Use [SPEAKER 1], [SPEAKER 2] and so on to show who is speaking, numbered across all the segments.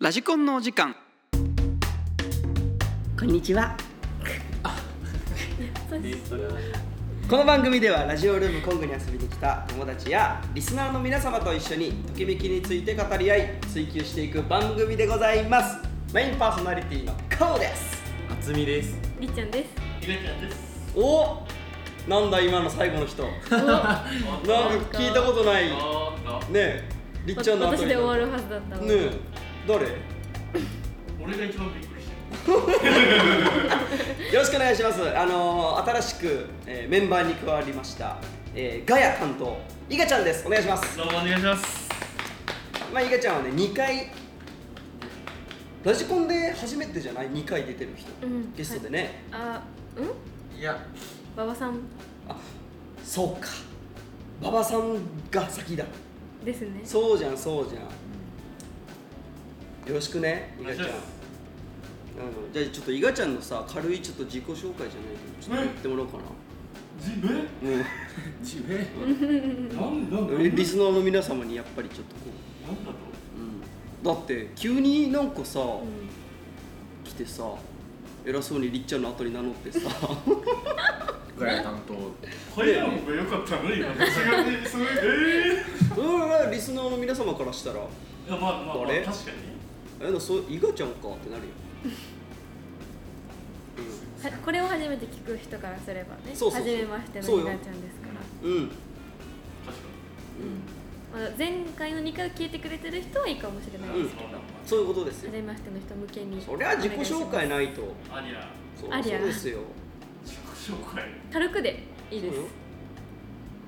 [SPEAKER 1] ラジコンのお時間
[SPEAKER 2] こんにちは。
[SPEAKER 3] この番組ではラジオルームコングに遊びに来た友達やリスナーの皆様と一緒にときめきについて語り合い追求していく番組でございますメインパーソナリティのカオです
[SPEAKER 4] 厚みです。
[SPEAKER 5] りっちゃんです。
[SPEAKER 3] おなんだ今の最後の人なんか聞いたことないねえりっちゃんの
[SPEAKER 5] 私
[SPEAKER 3] 後に
[SPEAKER 5] で終わるはずだったわ
[SPEAKER 3] ねえ誰よ
[SPEAKER 6] 俺が一番びっくりして
[SPEAKER 3] ろしくお願いしますあのー新しく、えーメンバーに加わりました、えーガヤ担当イガちゃんですお願いします
[SPEAKER 6] るどうもお願いします
[SPEAKER 3] まあ、いがちゃんはね2回ラジコンで初めてじゃない2回出てる人、
[SPEAKER 5] うん
[SPEAKER 3] ゲストでね、
[SPEAKER 5] あ、うん？
[SPEAKER 4] いや、
[SPEAKER 5] 馬場さん
[SPEAKER 3] そうか馬場さんが先だ
[SPEAKER 5] ですね。
[SPEAKER 3] そうじゃんそうじゃんよろしくねいがちゃん
[SPEAKER 6] お願いしま
[SPEAKER 3] うんじゃあちょっといがちゃんのさ軽いちょっと自己紹介じゃないけどちょっとやってもらおうかな、
[SPEAKER 6] じえ
[SPEAKER 3] う
[SPEAKER 4] 自分。
[SPEAKER 6] なんなん
[SPEAKER 3] ん、リスナーの皆様にやっぱりちょっとこ
[SPEAKER 6] なんだと
[SPEAKER 3] う、うん、だって急になんかさ、
[SPEAKER 5] うん
[SPEAKER 3] 来てさ偉そうにりっちゃんの後に名乗 ってさ
[SPEAKER 4] ぐらい担当。
[SPEAKER 6] これの方が良かったの今違うねすごいえ
[SPEAKER 3] うんリスナーの皆様からしたら
[SPEAKER 6] えいやまあまあまあ
[SPEAKER 3] あれ
[SPEAKER 6] 確かに
[SPEAKER 3] えでもそう伊賀ちゃんかってなるよ、
[SPEAKER 5] はこれを初めて聞く人からすればね、
[SPEAKER 3] そうそうそう
[SPEAKER 5] 初めましての
[SPEAKER 3] そうよ
[SPEAKER 5] ひなちゃんですか
[SPEAKER 3] う
[SPEAKER 5] ら。
[SPEAKER 3] ん、うん、
[SPEAKER 6] 確か
[SPEAKER 5] まあ、前回の2回を聞いてくれてる人はいいかもしれないですけど、
[SPEAKER 6] うん
[SPEAKER 5] 初
[SPEAKER 3] そういうことですよ
[SPEAKER 5] めましての人向けに
[SPEAKER 3] そりゃ自己紹介
[SPEAKER 5] の
[SPEAKER 3] ないと
[SPEAKER 6] にありゃ
[SPEAKER 3] そう
[SPEAKER 5] ありゃ
[SPEAKER 3] そうですよ
[SPEAKER 6] 自己紹介
[SPEAKER 5] 軽くでいいです
[SPEAKER 3] そうよ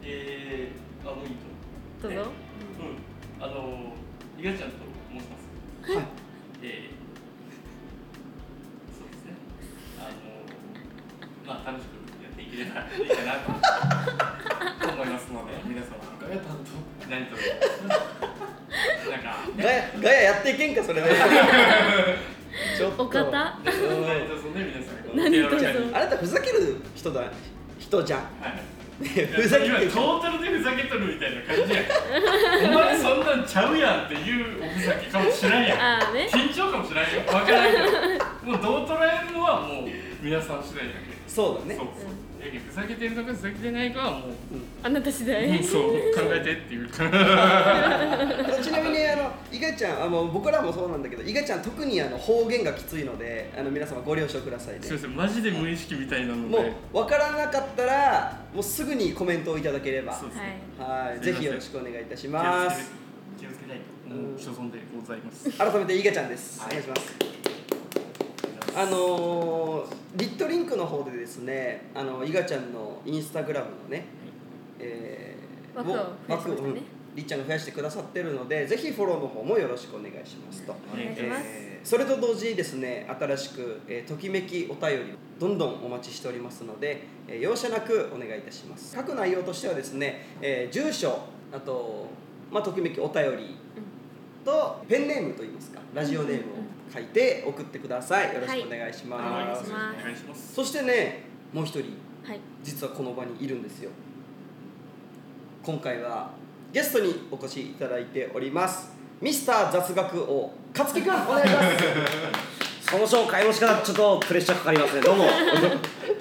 [SPEAKER 6] えー、あもういい
[SPEAKER 5] どうぞ、
[SPEAKER 6] とうんあのいがちゃんと申します
[SPEAKER 3] はい
[SPEAKER 6] えー、そうですねあのまあ楽しくやっていければいいかなと思いますので皆様
[SPEAKER 4] ガヤ担
[SPEAKER 6] 何とぞなんか
[SPEAKER 3] ガヤガヤやっていけんか それねちょっと
[SPEAKER 5] お方
[SPEAKER 6] 何卒ね皆さんご
[SPEAKER 5] 何卒
[SPEAKER 6] 協力
[SPEAKER 3] あなたふざける人だ人じゃん
[SPEAKER 6] はい
[SPEAKER 3] ふざけ
[SPEAKER 6] 今
[SPEAKER 3] てる
[SPEAKER 6] トータルでふざけとるみたいな感じやお前そんなんちゃうやんっていうおふざけかもしれんやん
[SPEAKER 5] ああね
[SPEAKER 6] 緊張かもしれんよ分からんけどもうどう捉えるのはもう皆さん次第だけ
[SPEAKER 3] そうだね
[SPEAKER 6] そうそうやけどふざけてるのかふざけてないかはもう
[SPEAKER 5] あなた次
[SPEAKER 6] うん
[SPEAKER 5] 第
[SPEAKER 6] そう考えてっていう感じ
[SPEAKER 3] ちなみにあの伊賀ちゃんあの僕らもそうなんだけど伊賀ちゃん特にあの方言がきついのであの皆様ご了承くださいね
[SPEAKER 6] すいませんマジで無意識みたいなので
[SPEAKER 3] もう分からなかったらもうすぐにコメントをいただければ
[SPEAKER 6] そうですね
[SPEAKER 3] はい、
[SPEAKER 6] す
[SPEAKER 3] ぜ
[SPEAKER 6] いません
[SPEAKER 3] ひよろしくお願いいたします。
[SPEAKER 6] 気をつけたいともう所存でございます
[SPEAKER 3] 改めてイガちゃんです。
[SPEAKER 6] はい
[SPEAKER 3] お願いします。あのー、リットリンクの方でですね、あのイガちゃんのインスタグラムのね、えー
[SPEAKER 5] 枠を増やしまし
[SPEAKER 3] 枠
[SPEAKER 5] たね
[SPEAKER 3] をうんりっちゃんが増やしてくださってるので、ぜひフォローの方もよろしくお願いしますと。
[SPEAKER 5] お願いします
[SPEAKER 3] えーそれと同時にですね新しく、えーときめきお便りどんどんお待ちしておりますので、えー容赦なくお願いいたします各内容としてはですね、えー住所あと、まあ、ときめきお便りとペンネームといいますかラジオネームを書いて送ってくださいよろしくお願いし
[SPEAKER 6] お
[SPEAKER 3] ま
[SPEAKER 6] 願い
[SPEAKER 3] す、
[SPEAKER 6] しますお願いします
[SPEAKER 3] そしてねもう一人
[SPEAKER 5] はい
[SPEAKER 3] 実はこの場にいるんですよ今回はゲストにお越しいただいておりますミスター雑学王勝木くんお願いしますその紹介もしかちょっとプレッシャーかかりますね どうも勝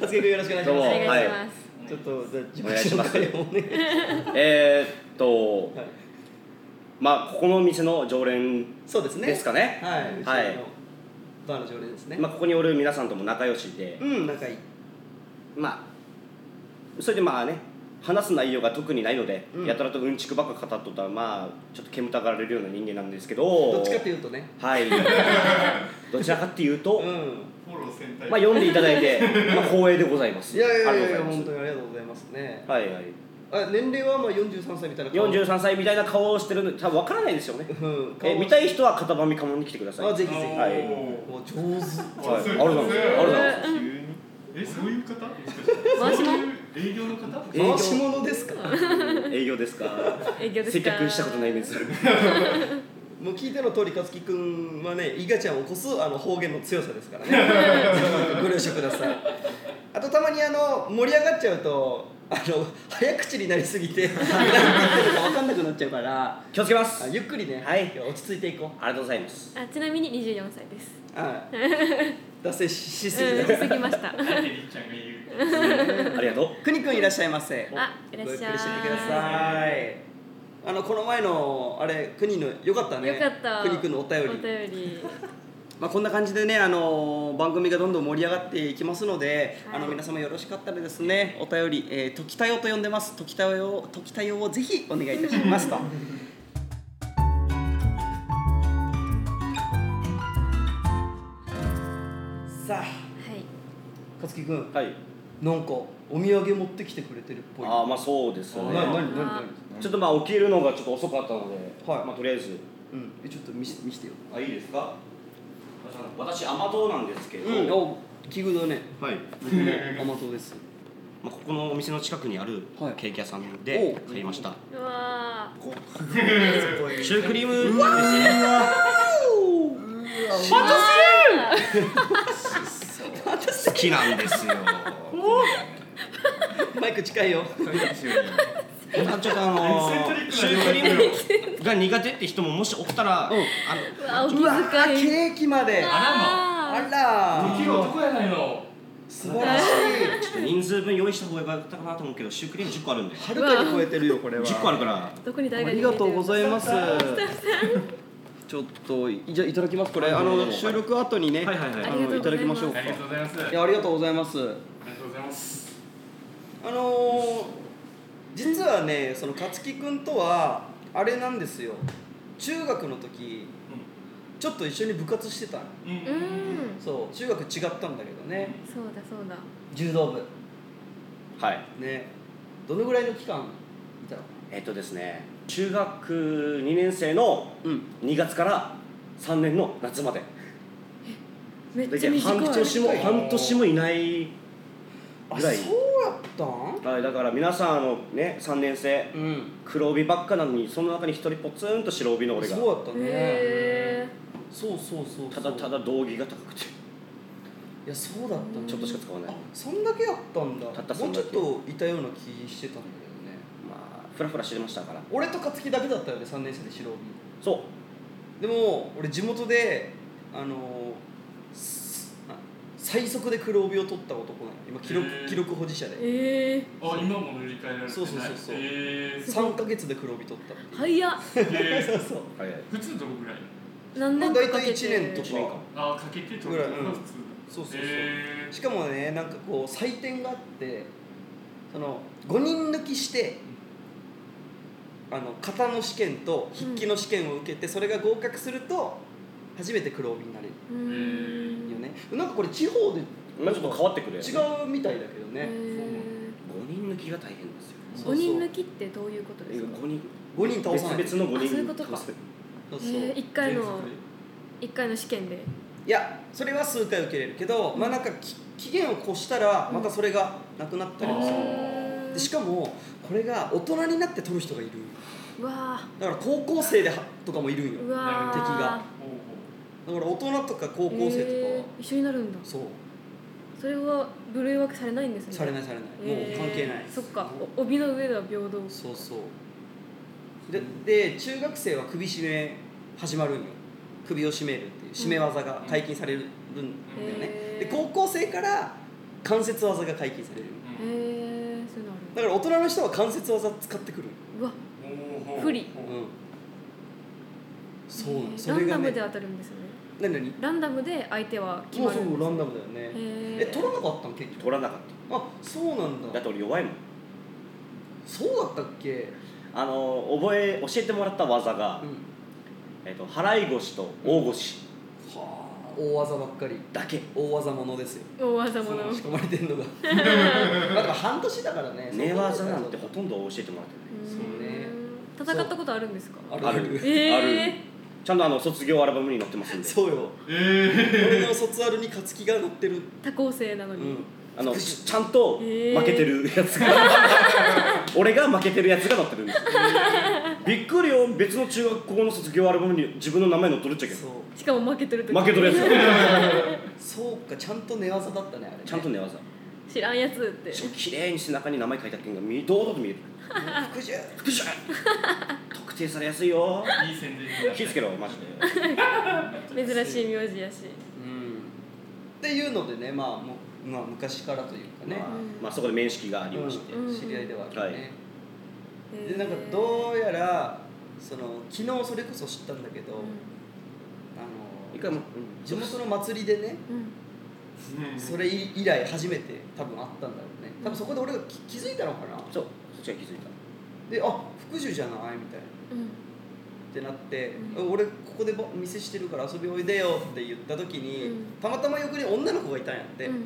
[SPEAKER 3] 木くんよろしくお願いし
[SPEAKER 7] どう
[SPEAKER 3] ま
[SPEAKER 5] お
[SPEAKER 7] も
[SPEAKER 3] す
[SPEAKER 5] 願いします、
[SPEAKER 3] ちょっとじゃあ
[SPEAKER 7] お願い
[SPEAKER 3] 自
[SPEAKER 7] し
[SPEAKER 3] 己
[SPEAKER 7] ま
[SPEAKER 3] 紹
[SPEAKER 7] す
[SPEAKER 3] 介をお願いし
[SPEAKER 7] えーっと、
[SPEAKER 3] ますはい
[SPEAKER 7] まあここの店の常連、
[SPEAKER 3] そうですね
[SPEAKER 7] ですかね
[SPEAKER 3] はい、うちの
[SPEAKER 7] はい
[SPEAKER 3] バーの常連ですね、
[SPEAKER 7] まあここにおる皆さんとも仲良しで
[SPEAKER 3] う、ん仲いい
[SPEAKER 7] まあそれでまあね話す内容が特にないので、
[SPEAKER 3] うん
[SPEAKER 7] やたらとうんちくばっか語っとったらまあちょっと煙たがられるような人間なんですけど、
[SPEAKER 3] どっちかっていうとね
[SPEAKER 7] はい、 どちらかっていうと、
[SPEAKER 3] うん
[SPEAKER 6] フォロー戦隊
[SPEAKER 7] まあ読んでいただいて、まあ光栄でございます。
[SPEAKER 3] いやいや
[SPEAKER 7] あ
[SPEAKER 3] い
[SPEAKER 7] り
[SPEAKER 3] やい
[SPEAKER 7] がと
[SPEAKER 3] や
[SPEAKER 7] うござい
[SPEAKER 3] 本
[SPEAKER 7] ま
[SPEAKER 3] 当にありがとうございますね
[SPEAKER 7] す。はいはい。
[SPEAKER 3] あ年齢はまあ43歳みたいな
[SPEAKER 7] 四十三歳みたいな顔をしてるの多分わからないですよね。
[SPEAKER 3] うん
[SPEAKER 7] え見たい人は片ばみかもに来てください。
[SPEAKER 3] あぜひぜひ
[SPEAKER 7] はい
[SPEAKER 3] もう上手
[SPEAKER 7] はい、ありがとうございます。ありがとうございます。
[SPEAKER 6] えそういう方
[SPEAKER 5] 回し
[SPEAKER 6] そう
[SPEAKER 5] も
[SPEAKER 6] いう営業の方
[SPEAKER 7] 営業
[SPEAKER 3] 回し物ですか
[SPEAKER 7] 営業ですか
[SPEAKER 5] 営業ですか
[SPEAKER 7] 接客したことないです
[SPEAKER 3] もう聞いての通り勝木くんはねイガちゃんをこそあの方言の強さですからねご了承くださいあとたまにあの盛り上がっちゃうとあの早口になりすぎて何言ってるか分かんなくなっちゃうから
[SPEAKER 7] 気をつけます
[SPEAKER 3] あ
[SPEAKER 7] あり
[SPEAKER 3] ゆっくりね、
[SPEAKER 7] はい
[SPEAKER 3] 落ち着いていこう
[SPEAKER 7] がとうございます
[SPEAKER 5] あちなみに24歳です
[SPEAKER 3] あ脱線ししすぎ
[SPEAKER 5] うん
[SPEAKER 3] た
[SPEAKER 5] しすぎました
[SPEAKER 6] なんでりっちゃんが言う
[SPEAKER 7] ありがとう
[SPEAKER 3] くにくんいらっしゃいませ
[SPEAKER 5] あいらっ
[SPEAKER 3] ごゆっく
[SPEAKER 5] しゃい
[SPEAKER 3] りしててくださいあのこの前のあれくにのよかったね
[SPEAKER 5] よかった
[SPEAKER 3] くにくんのお便り
[SPEAKER 5] お便り
[SPEAKER 3] まあ、こんな感じでね、あのー番組がどんどん盛り上がっていきますので、
[SPEAKER 5] はい
[SPEAKER 3] あの皆様よろしかったらですねお便り「えー、時たよ」と呼んでます「時たよ」を「時たよ」をぜひお願いいたしますと。さあ
[SPEAKER 5] はい
[SPEAKER 3] 小月くん
[SPEAKER 7] はい
[SPEAKER 3] なんかお土産持ってきてくれてるっぽい
[SPEAKER 7] あーまあそうですね
[SPEAKER 3] なな何何
[SPEAKER 5] あ
[SPEAKER 3] 何
[SPEAKER 7] ちょっとまあ起きるのがちょっと遅かったので、
[SPEAKER 3] はい
[SPEAKER 7] まあとりあえず
[SPEAKER 3] うんえちょっと見し見してよ
[SPEAKER 7] あいいですか私甘党なんですけど、
[SPEAKER 3] うん
[SPEAKER 7] はい、
[SPEAKER 3] お奇遇だね僕も甘党です
[SPEAKER 7] まあ、ここのお店の近くにある
[SPEAKER 3] はい
[SPEAKER 7] ケーキ屋さん
[SPEAKER 3] おう
[SPEAKER 7] で買いました、
[SPEAKER 5] うわー
[SPEAKER 7] シュークリームですね好きなんですよ
[SPEAKER 3] マイク近いよ
[SPEAKER 4] そうですよね
[SPEAKER 7] まあちょっとあ の
[SPEAKER 6] エキセ
[SPEAKER 7] シ
[SPEAKER 6] ン
[SPEAKER 7] ュー
[SPEAKER 6] ト
[SPEAKER 7] ク
[SPEAKER 6] リッ
[SPEAKER 7] リ
[SPEAKER 6] クな
[SPEAKER 7] ームが苦手って人ももしおったら、あ
[SPEAKER 5] うわお気
[SPEAKER 3] うわー
[SPEAKER 5] 遣い
[SPEAKER 3] ケーキまであ
[SPEAKER 5] あら
[SPEAKER 3] ら
[SPEAKER 6] の
[SPEAKER 3] ー
[SPEAKER 6] できる男やないの
[SPEAKER 3] 素晴らしい
[SPEAKER 7] のちょっと人数分用意した方が良かったかなと思うけどシュークリーム10個あるんで
[SPEAKER 3] はるかに超えてるよこれは
[SPEAKER 7] 10個あるから
[SPEAKER 5] どこに誰
[SPEAKER 3] あ
[SPEAKER 5] が
[SPEAKER 3] りがとうございますすちょっといじゃあいただきますこれあの収録後にね
[SPEAKER 7] はいはいは
[SPEAKER 3] あ
[SPEAKER 7] い
[SPEAKER 3] のいただきましょうか
[SPEAKER 6] ありがとうございますあ
[SPEAKER 3] い
[SPEAKER 6] り
[SPEAKER 3] やありがとうございます
[SPEAKER 6] がとうございます
[SPEAKER 3] あのー実はねその勝木くんとはあれなんですよ中学の時ちょっと一緒に部活してたの
[SPEAKER 6] うんうん
[SPEAKER 5] うーん
[SPEAKER 3] そう中学違ったんだけどね
[SPEAKER 5] そうだそうだ
[SPEAKER 3] 柔道部
[SPEAKER 7] はい
[SPEAKER 3] ねどのぐらいの期間いたの
[SPEAKER 7] えっとですね中学2年生の
[SPEAKER 3] うん
[SPEAKER 7] 2月から3年の夏まで
[SPEAKER 5] めっ
[SPEAKER 7] 大
[SPEAKER 5] ちゃ
[SPEAKER 7] 体
[SPEAKER 5] 短い
[SPEAKER 7] 半年も
[SPEAKER 3] 短い
[SPEAKER 7] 半年もいない
[SPEAKER 3] あ
[SPEAKER 7] ぐ
[SPEAKER 3] そう
[SPEAKER 7] ら
[SPEAKER 3] や
[SPEAKER 7] い
[SPEAKER 3] ったん
[SPEAKER 7] はいだから皆さんあのね3年生
[SPEAKER 3] うん
[SPEAKER 7] 黒帯ばっかなのにその中に一人ぽつんと白帯の俺が
[SPEAKER 3] そうやったね
[SPEAKER 5] へ
[SPEAKER 3] そうそうそうそう
[SPEAKER 7] ただただ道着が高くて
[SPEAKER 3] いやそうだったね
[SPEAKER 7] ちょっとしか使わない
[SPEAKER 3] あそんだけやったんだ
[SPEAKER 7] たったそ
[SPEAKER 3] もうんち
[SPEAKER 7] だ
[SPEAKER 3] ょっ
[SPEAKER 7] け
[SPEAKER 3] といたような気してたんだよね
[SPEAKER 7] まあフラフラしてましたから
[SPEAKER 3] 俺と勝木だけだったよね3年生で白帯
[SPEAKER 7] そう
[SPEAKER 3] でも俺地元であのーすあ最速で黒帯を取った男なの今記録
[SPEAKER 6] へー
[SPEAKER 3] 記録保持者
[SPEAKER 5] え
[SPEAKER 3] で
[SPEAKER 5] ええ
[SPEAKER 6] あ今も塗り替えられてない
[SPEAKER 3] そうそうそうそう
[SPEAKER 6] えー
[SPEAKER 3] 3か月で黒帯取ったっていう
[SPEAKER 5] 早っ
[SPEAKER 6] え ー
[SPEAKER 3] そうそう
[SPEAKER 7] はいはい
[SPEAKER 6] 普通どこぐらい
[SPEAKER 5] 何
[SPEAKER 3] まあ
[SPEAKER 5] 年か
[SPEAKER 3] 大
[SPEAKER 5] か
[SPEAKER 3] 体
[SPEAKER 5] けて
[SPEAKER 3] 1年と
[SPEAKER 7] 一年
[SPEAKER 3] か
[SPEAKER 7] 間
[SPEAKER 6] あかけてとか
[SPEAKER 3] ぐらいうん
[SPEAKER 6] 普通
[SPEAKER 3] そうそうそう
[SPEAKER 6] えー
[SPEAKER 3] しかもねなんかこう採点があってその5人抜きしてあの型の試験と筆記の試験を受けて、それが合格すると初めて黒帯になれる
[SPEAKER 5] うーん
[SPEAKER 3] よね、なんかこれ地方で
[SPEAKER 7] まあちょっと変わってくるよね
[SPEAKER 3] 違うみたいだけどね、
[SPEAKER 5] へ
[SPEAKER 7] 5人抜きが大変ですよ
[SPEAKER 5] ー
[SPEAKER 3] そうそう
[SPEAKER 5] 五人抜きってどういうことですか
[SPEAKER 7] 5人
[SPEAKER 3] 5人倒さない
[SPEAKER 7] 別々の5人
[SPEAKER 5] あそういうことか
[SPEAKER 7] 倒せ
[SPEAKER 3] そうそう
[SPEAKER 5] えー、一回
[SPEAKER 6] 原
[SPEAKER 5] の
[SPEAKER 6] 則で
[SPEAKER 5] 一回の試験で
[SPEAKER 3] いやそれは数回受けれるけど、まあなんかき期限を越したらまたそれがなくなったりもする、
[SPEAKER 5] へー
[SPEAKER 3] でしかもこれが大人になって取る人がいる
[SPEAKER 5] うわ
[SPEAKER 3] だから高校生ではとかもいるんよ
[SPEAKER 5] ーうわー
[SPEAKER 3] 敵が
[SPEAKER 6] ほうほ
[SPEAKER 3] だから大人とか高校生とかは、
[SPEAKER 5] えー一緒になるんだ
[SPEAKER 3] そう
[SPEAKER 5] それは部類分けされないんですね
[SPEAKER 3] されないいされない、
[SPEAKER 5] えー
[SPEAKER 3] もう関係ない
[SPEAKER 5] そっかお帯の上では平等
[SPEAKER 3] そうそうでで中学生は首絞め始まるんよ首を絞めるっていう絞め技が解禁されるんだよね、
[SPEAKER 5] へ
[SPEAKER 3] で
[SPEAKER 5] ー
[SPEAKER 3] 高校生から関節技が解禁される
[SPEAKER 5] へ
[SPEAKER 6] う
[SPEAKER 5] えー、そういうのあ
[SPEAKER 3] だから大人の人は関節技使ってくるんよ
[SPEAKER 5] るうわ
[SPEAKER 6] うんほうほう
[SPEAKER 5] 不利
[SPEAKER 6] ほうほう
[SPEAKER 3] うんそうな
[SPEAKER 5] へ
[SPEAKER 3] の
[SPEAKER 5] ー
[SPEAKER 3] それ
[SPEAKER 5] ラ
[SPEAKER 3] が
[SPEAKER 5] ンダム
[SPEAKER 3] ね
[SPEAKER 5] で当たるんですよね
[SPEAKER 3] 何何も
[SPEAKER 5] ランダムで相手は
[SPEAKER 3] う
[SPEAKER 5] 決まる
[SPEAKER 3] そ
[SPEAKER 5] ん
[SPEAKER 3] う
[SPEAKER 5] です
[SPEAKER 3] ランダムだよね
[SPEAKER 5] へ
[SPEAKER 3] え
[SPEAKER 5] ー
[SPEAKER 3] 取らなかったん結
[SPEAKER 7] 取
[SPEAKER 3] 局
[SPEAKER 7] らなかっ
[SPEAKER 3] あそうなん
[SPEAKER 7] た
[SPEAKER 3] だ
[SPEAKER 7] だって俺弱いもん
[SPEAKER 3] そうだったっけ
[SPEAKER 7] あの覚え教えてもらった技が、
[SPEAKER 3] うん
[SPEAKER 7] えっと払い腰と大腰
[SPEAKER 3] はあ大技ばっかり
[SPEAKER 7] だけ、
[SPEAKER 3] 大技ものですよ
[SPEAKER 5] 大技者
[SPEAKER 3] 仕込まれて んのがまあでも半年だからね
[SPEAKER 7] 寝技なんてほとんど教えてもらってない、
[SPEAKER 3] そうね
[SPEAKER 5] うーん戦ったことあるんですか
[SPEAKER 3] ある
[SPEAKER 7] ある
[SPEAKER 5] え
[SPEAKER 7] ちゃんとあの卒業アルバムに載ってますんで
[SPEAKER 3] そうよ
[SPEAKER 6] え
[SPEAKER 3] 俺の卒アルに勝木が乗ってる
[SPEAKER 5] ー、多校生なの
[SPEAKER 3] う
[SPEAKER 5] に、
[SPEAKER 3] ん
[SPEAKER 7] あのちゃんと
[SPEAKER 5] え
[SPEAKER 7] 負
[SPEAKER 5] ー
[SPEAKER 7] けてるやつが、俺が負けてるやつが載ってるんです よびっくりよ別の中学校の卒業アルバムに自分の名前載っとるっちゃけ
[SPEAKER 3] そ
[SPEAKER 7] ど
[SPEAKER 3] う
[SPEAKER 5] しかも負けてる時
[SPEAKER 7] 負けとるやつが
[SPEAKER 3] そうかちゃんと寝技だったねあれね
[SPEAKER 7] ちゃんと寝技
[SPEAKER 5] 知らんやつって
[SPEAKER 7] しかも綺麗に背中に名前書いた件が見堂々と見える
[SPEAKER 3] 福寿
[SPEAKER 7] 福祉特定されやすい よ
[SPEAKER 6] いい宣伝になった
[SPEAKER 7] 気ぃつけろマジで
[SPEAKER 5] 珍しい名字やし
[SPEAKER 3] うんっていうのでね、まあ、もうまあ昔からというかね、
[SPEAKER 4] ま
[SPEAKER 5] うん
[SPEAKER 7] まあそこで面識がありまして、
[SPEAKER 5] うん
[SPEAKER 3] 知り合いではあるね、
[SPEAKER 7] はい
[SPEAKER 3] でなんかどうやらその昨日それこそ知ったんだけど、
[SPEAKER 5] う
[SPEAKER 7] 一
[SPEAKER 3] あ
[SPEAKER 7] 回
[SPEAKER 3] の
[SPEAKER 7] も、
[SPEAKER 3] 地元の祭りでね
[SPEAKER 5] んうん
[SPEAKER 6] うん
[SPEAKER 3] それ以来初めて多分あったんだろうね多分そこで俺が気気づいたのかな
[SPEAKER 7] そうそっちが気づいた
[SPEAKER 3] であ福寿じゃないみたいな
[SPEAKER 5] うん
[SPEAKER 3] ってなって、
[SPEAKER 5] うん
[SPEAKER 3] 俺ここでば店してるから遊びおいでよって言った時に、
[SPEAKER 5] うん
[SPEAKER 3] たまたま横に女の子がいたんやって、
[SPEAKER 5] うんうん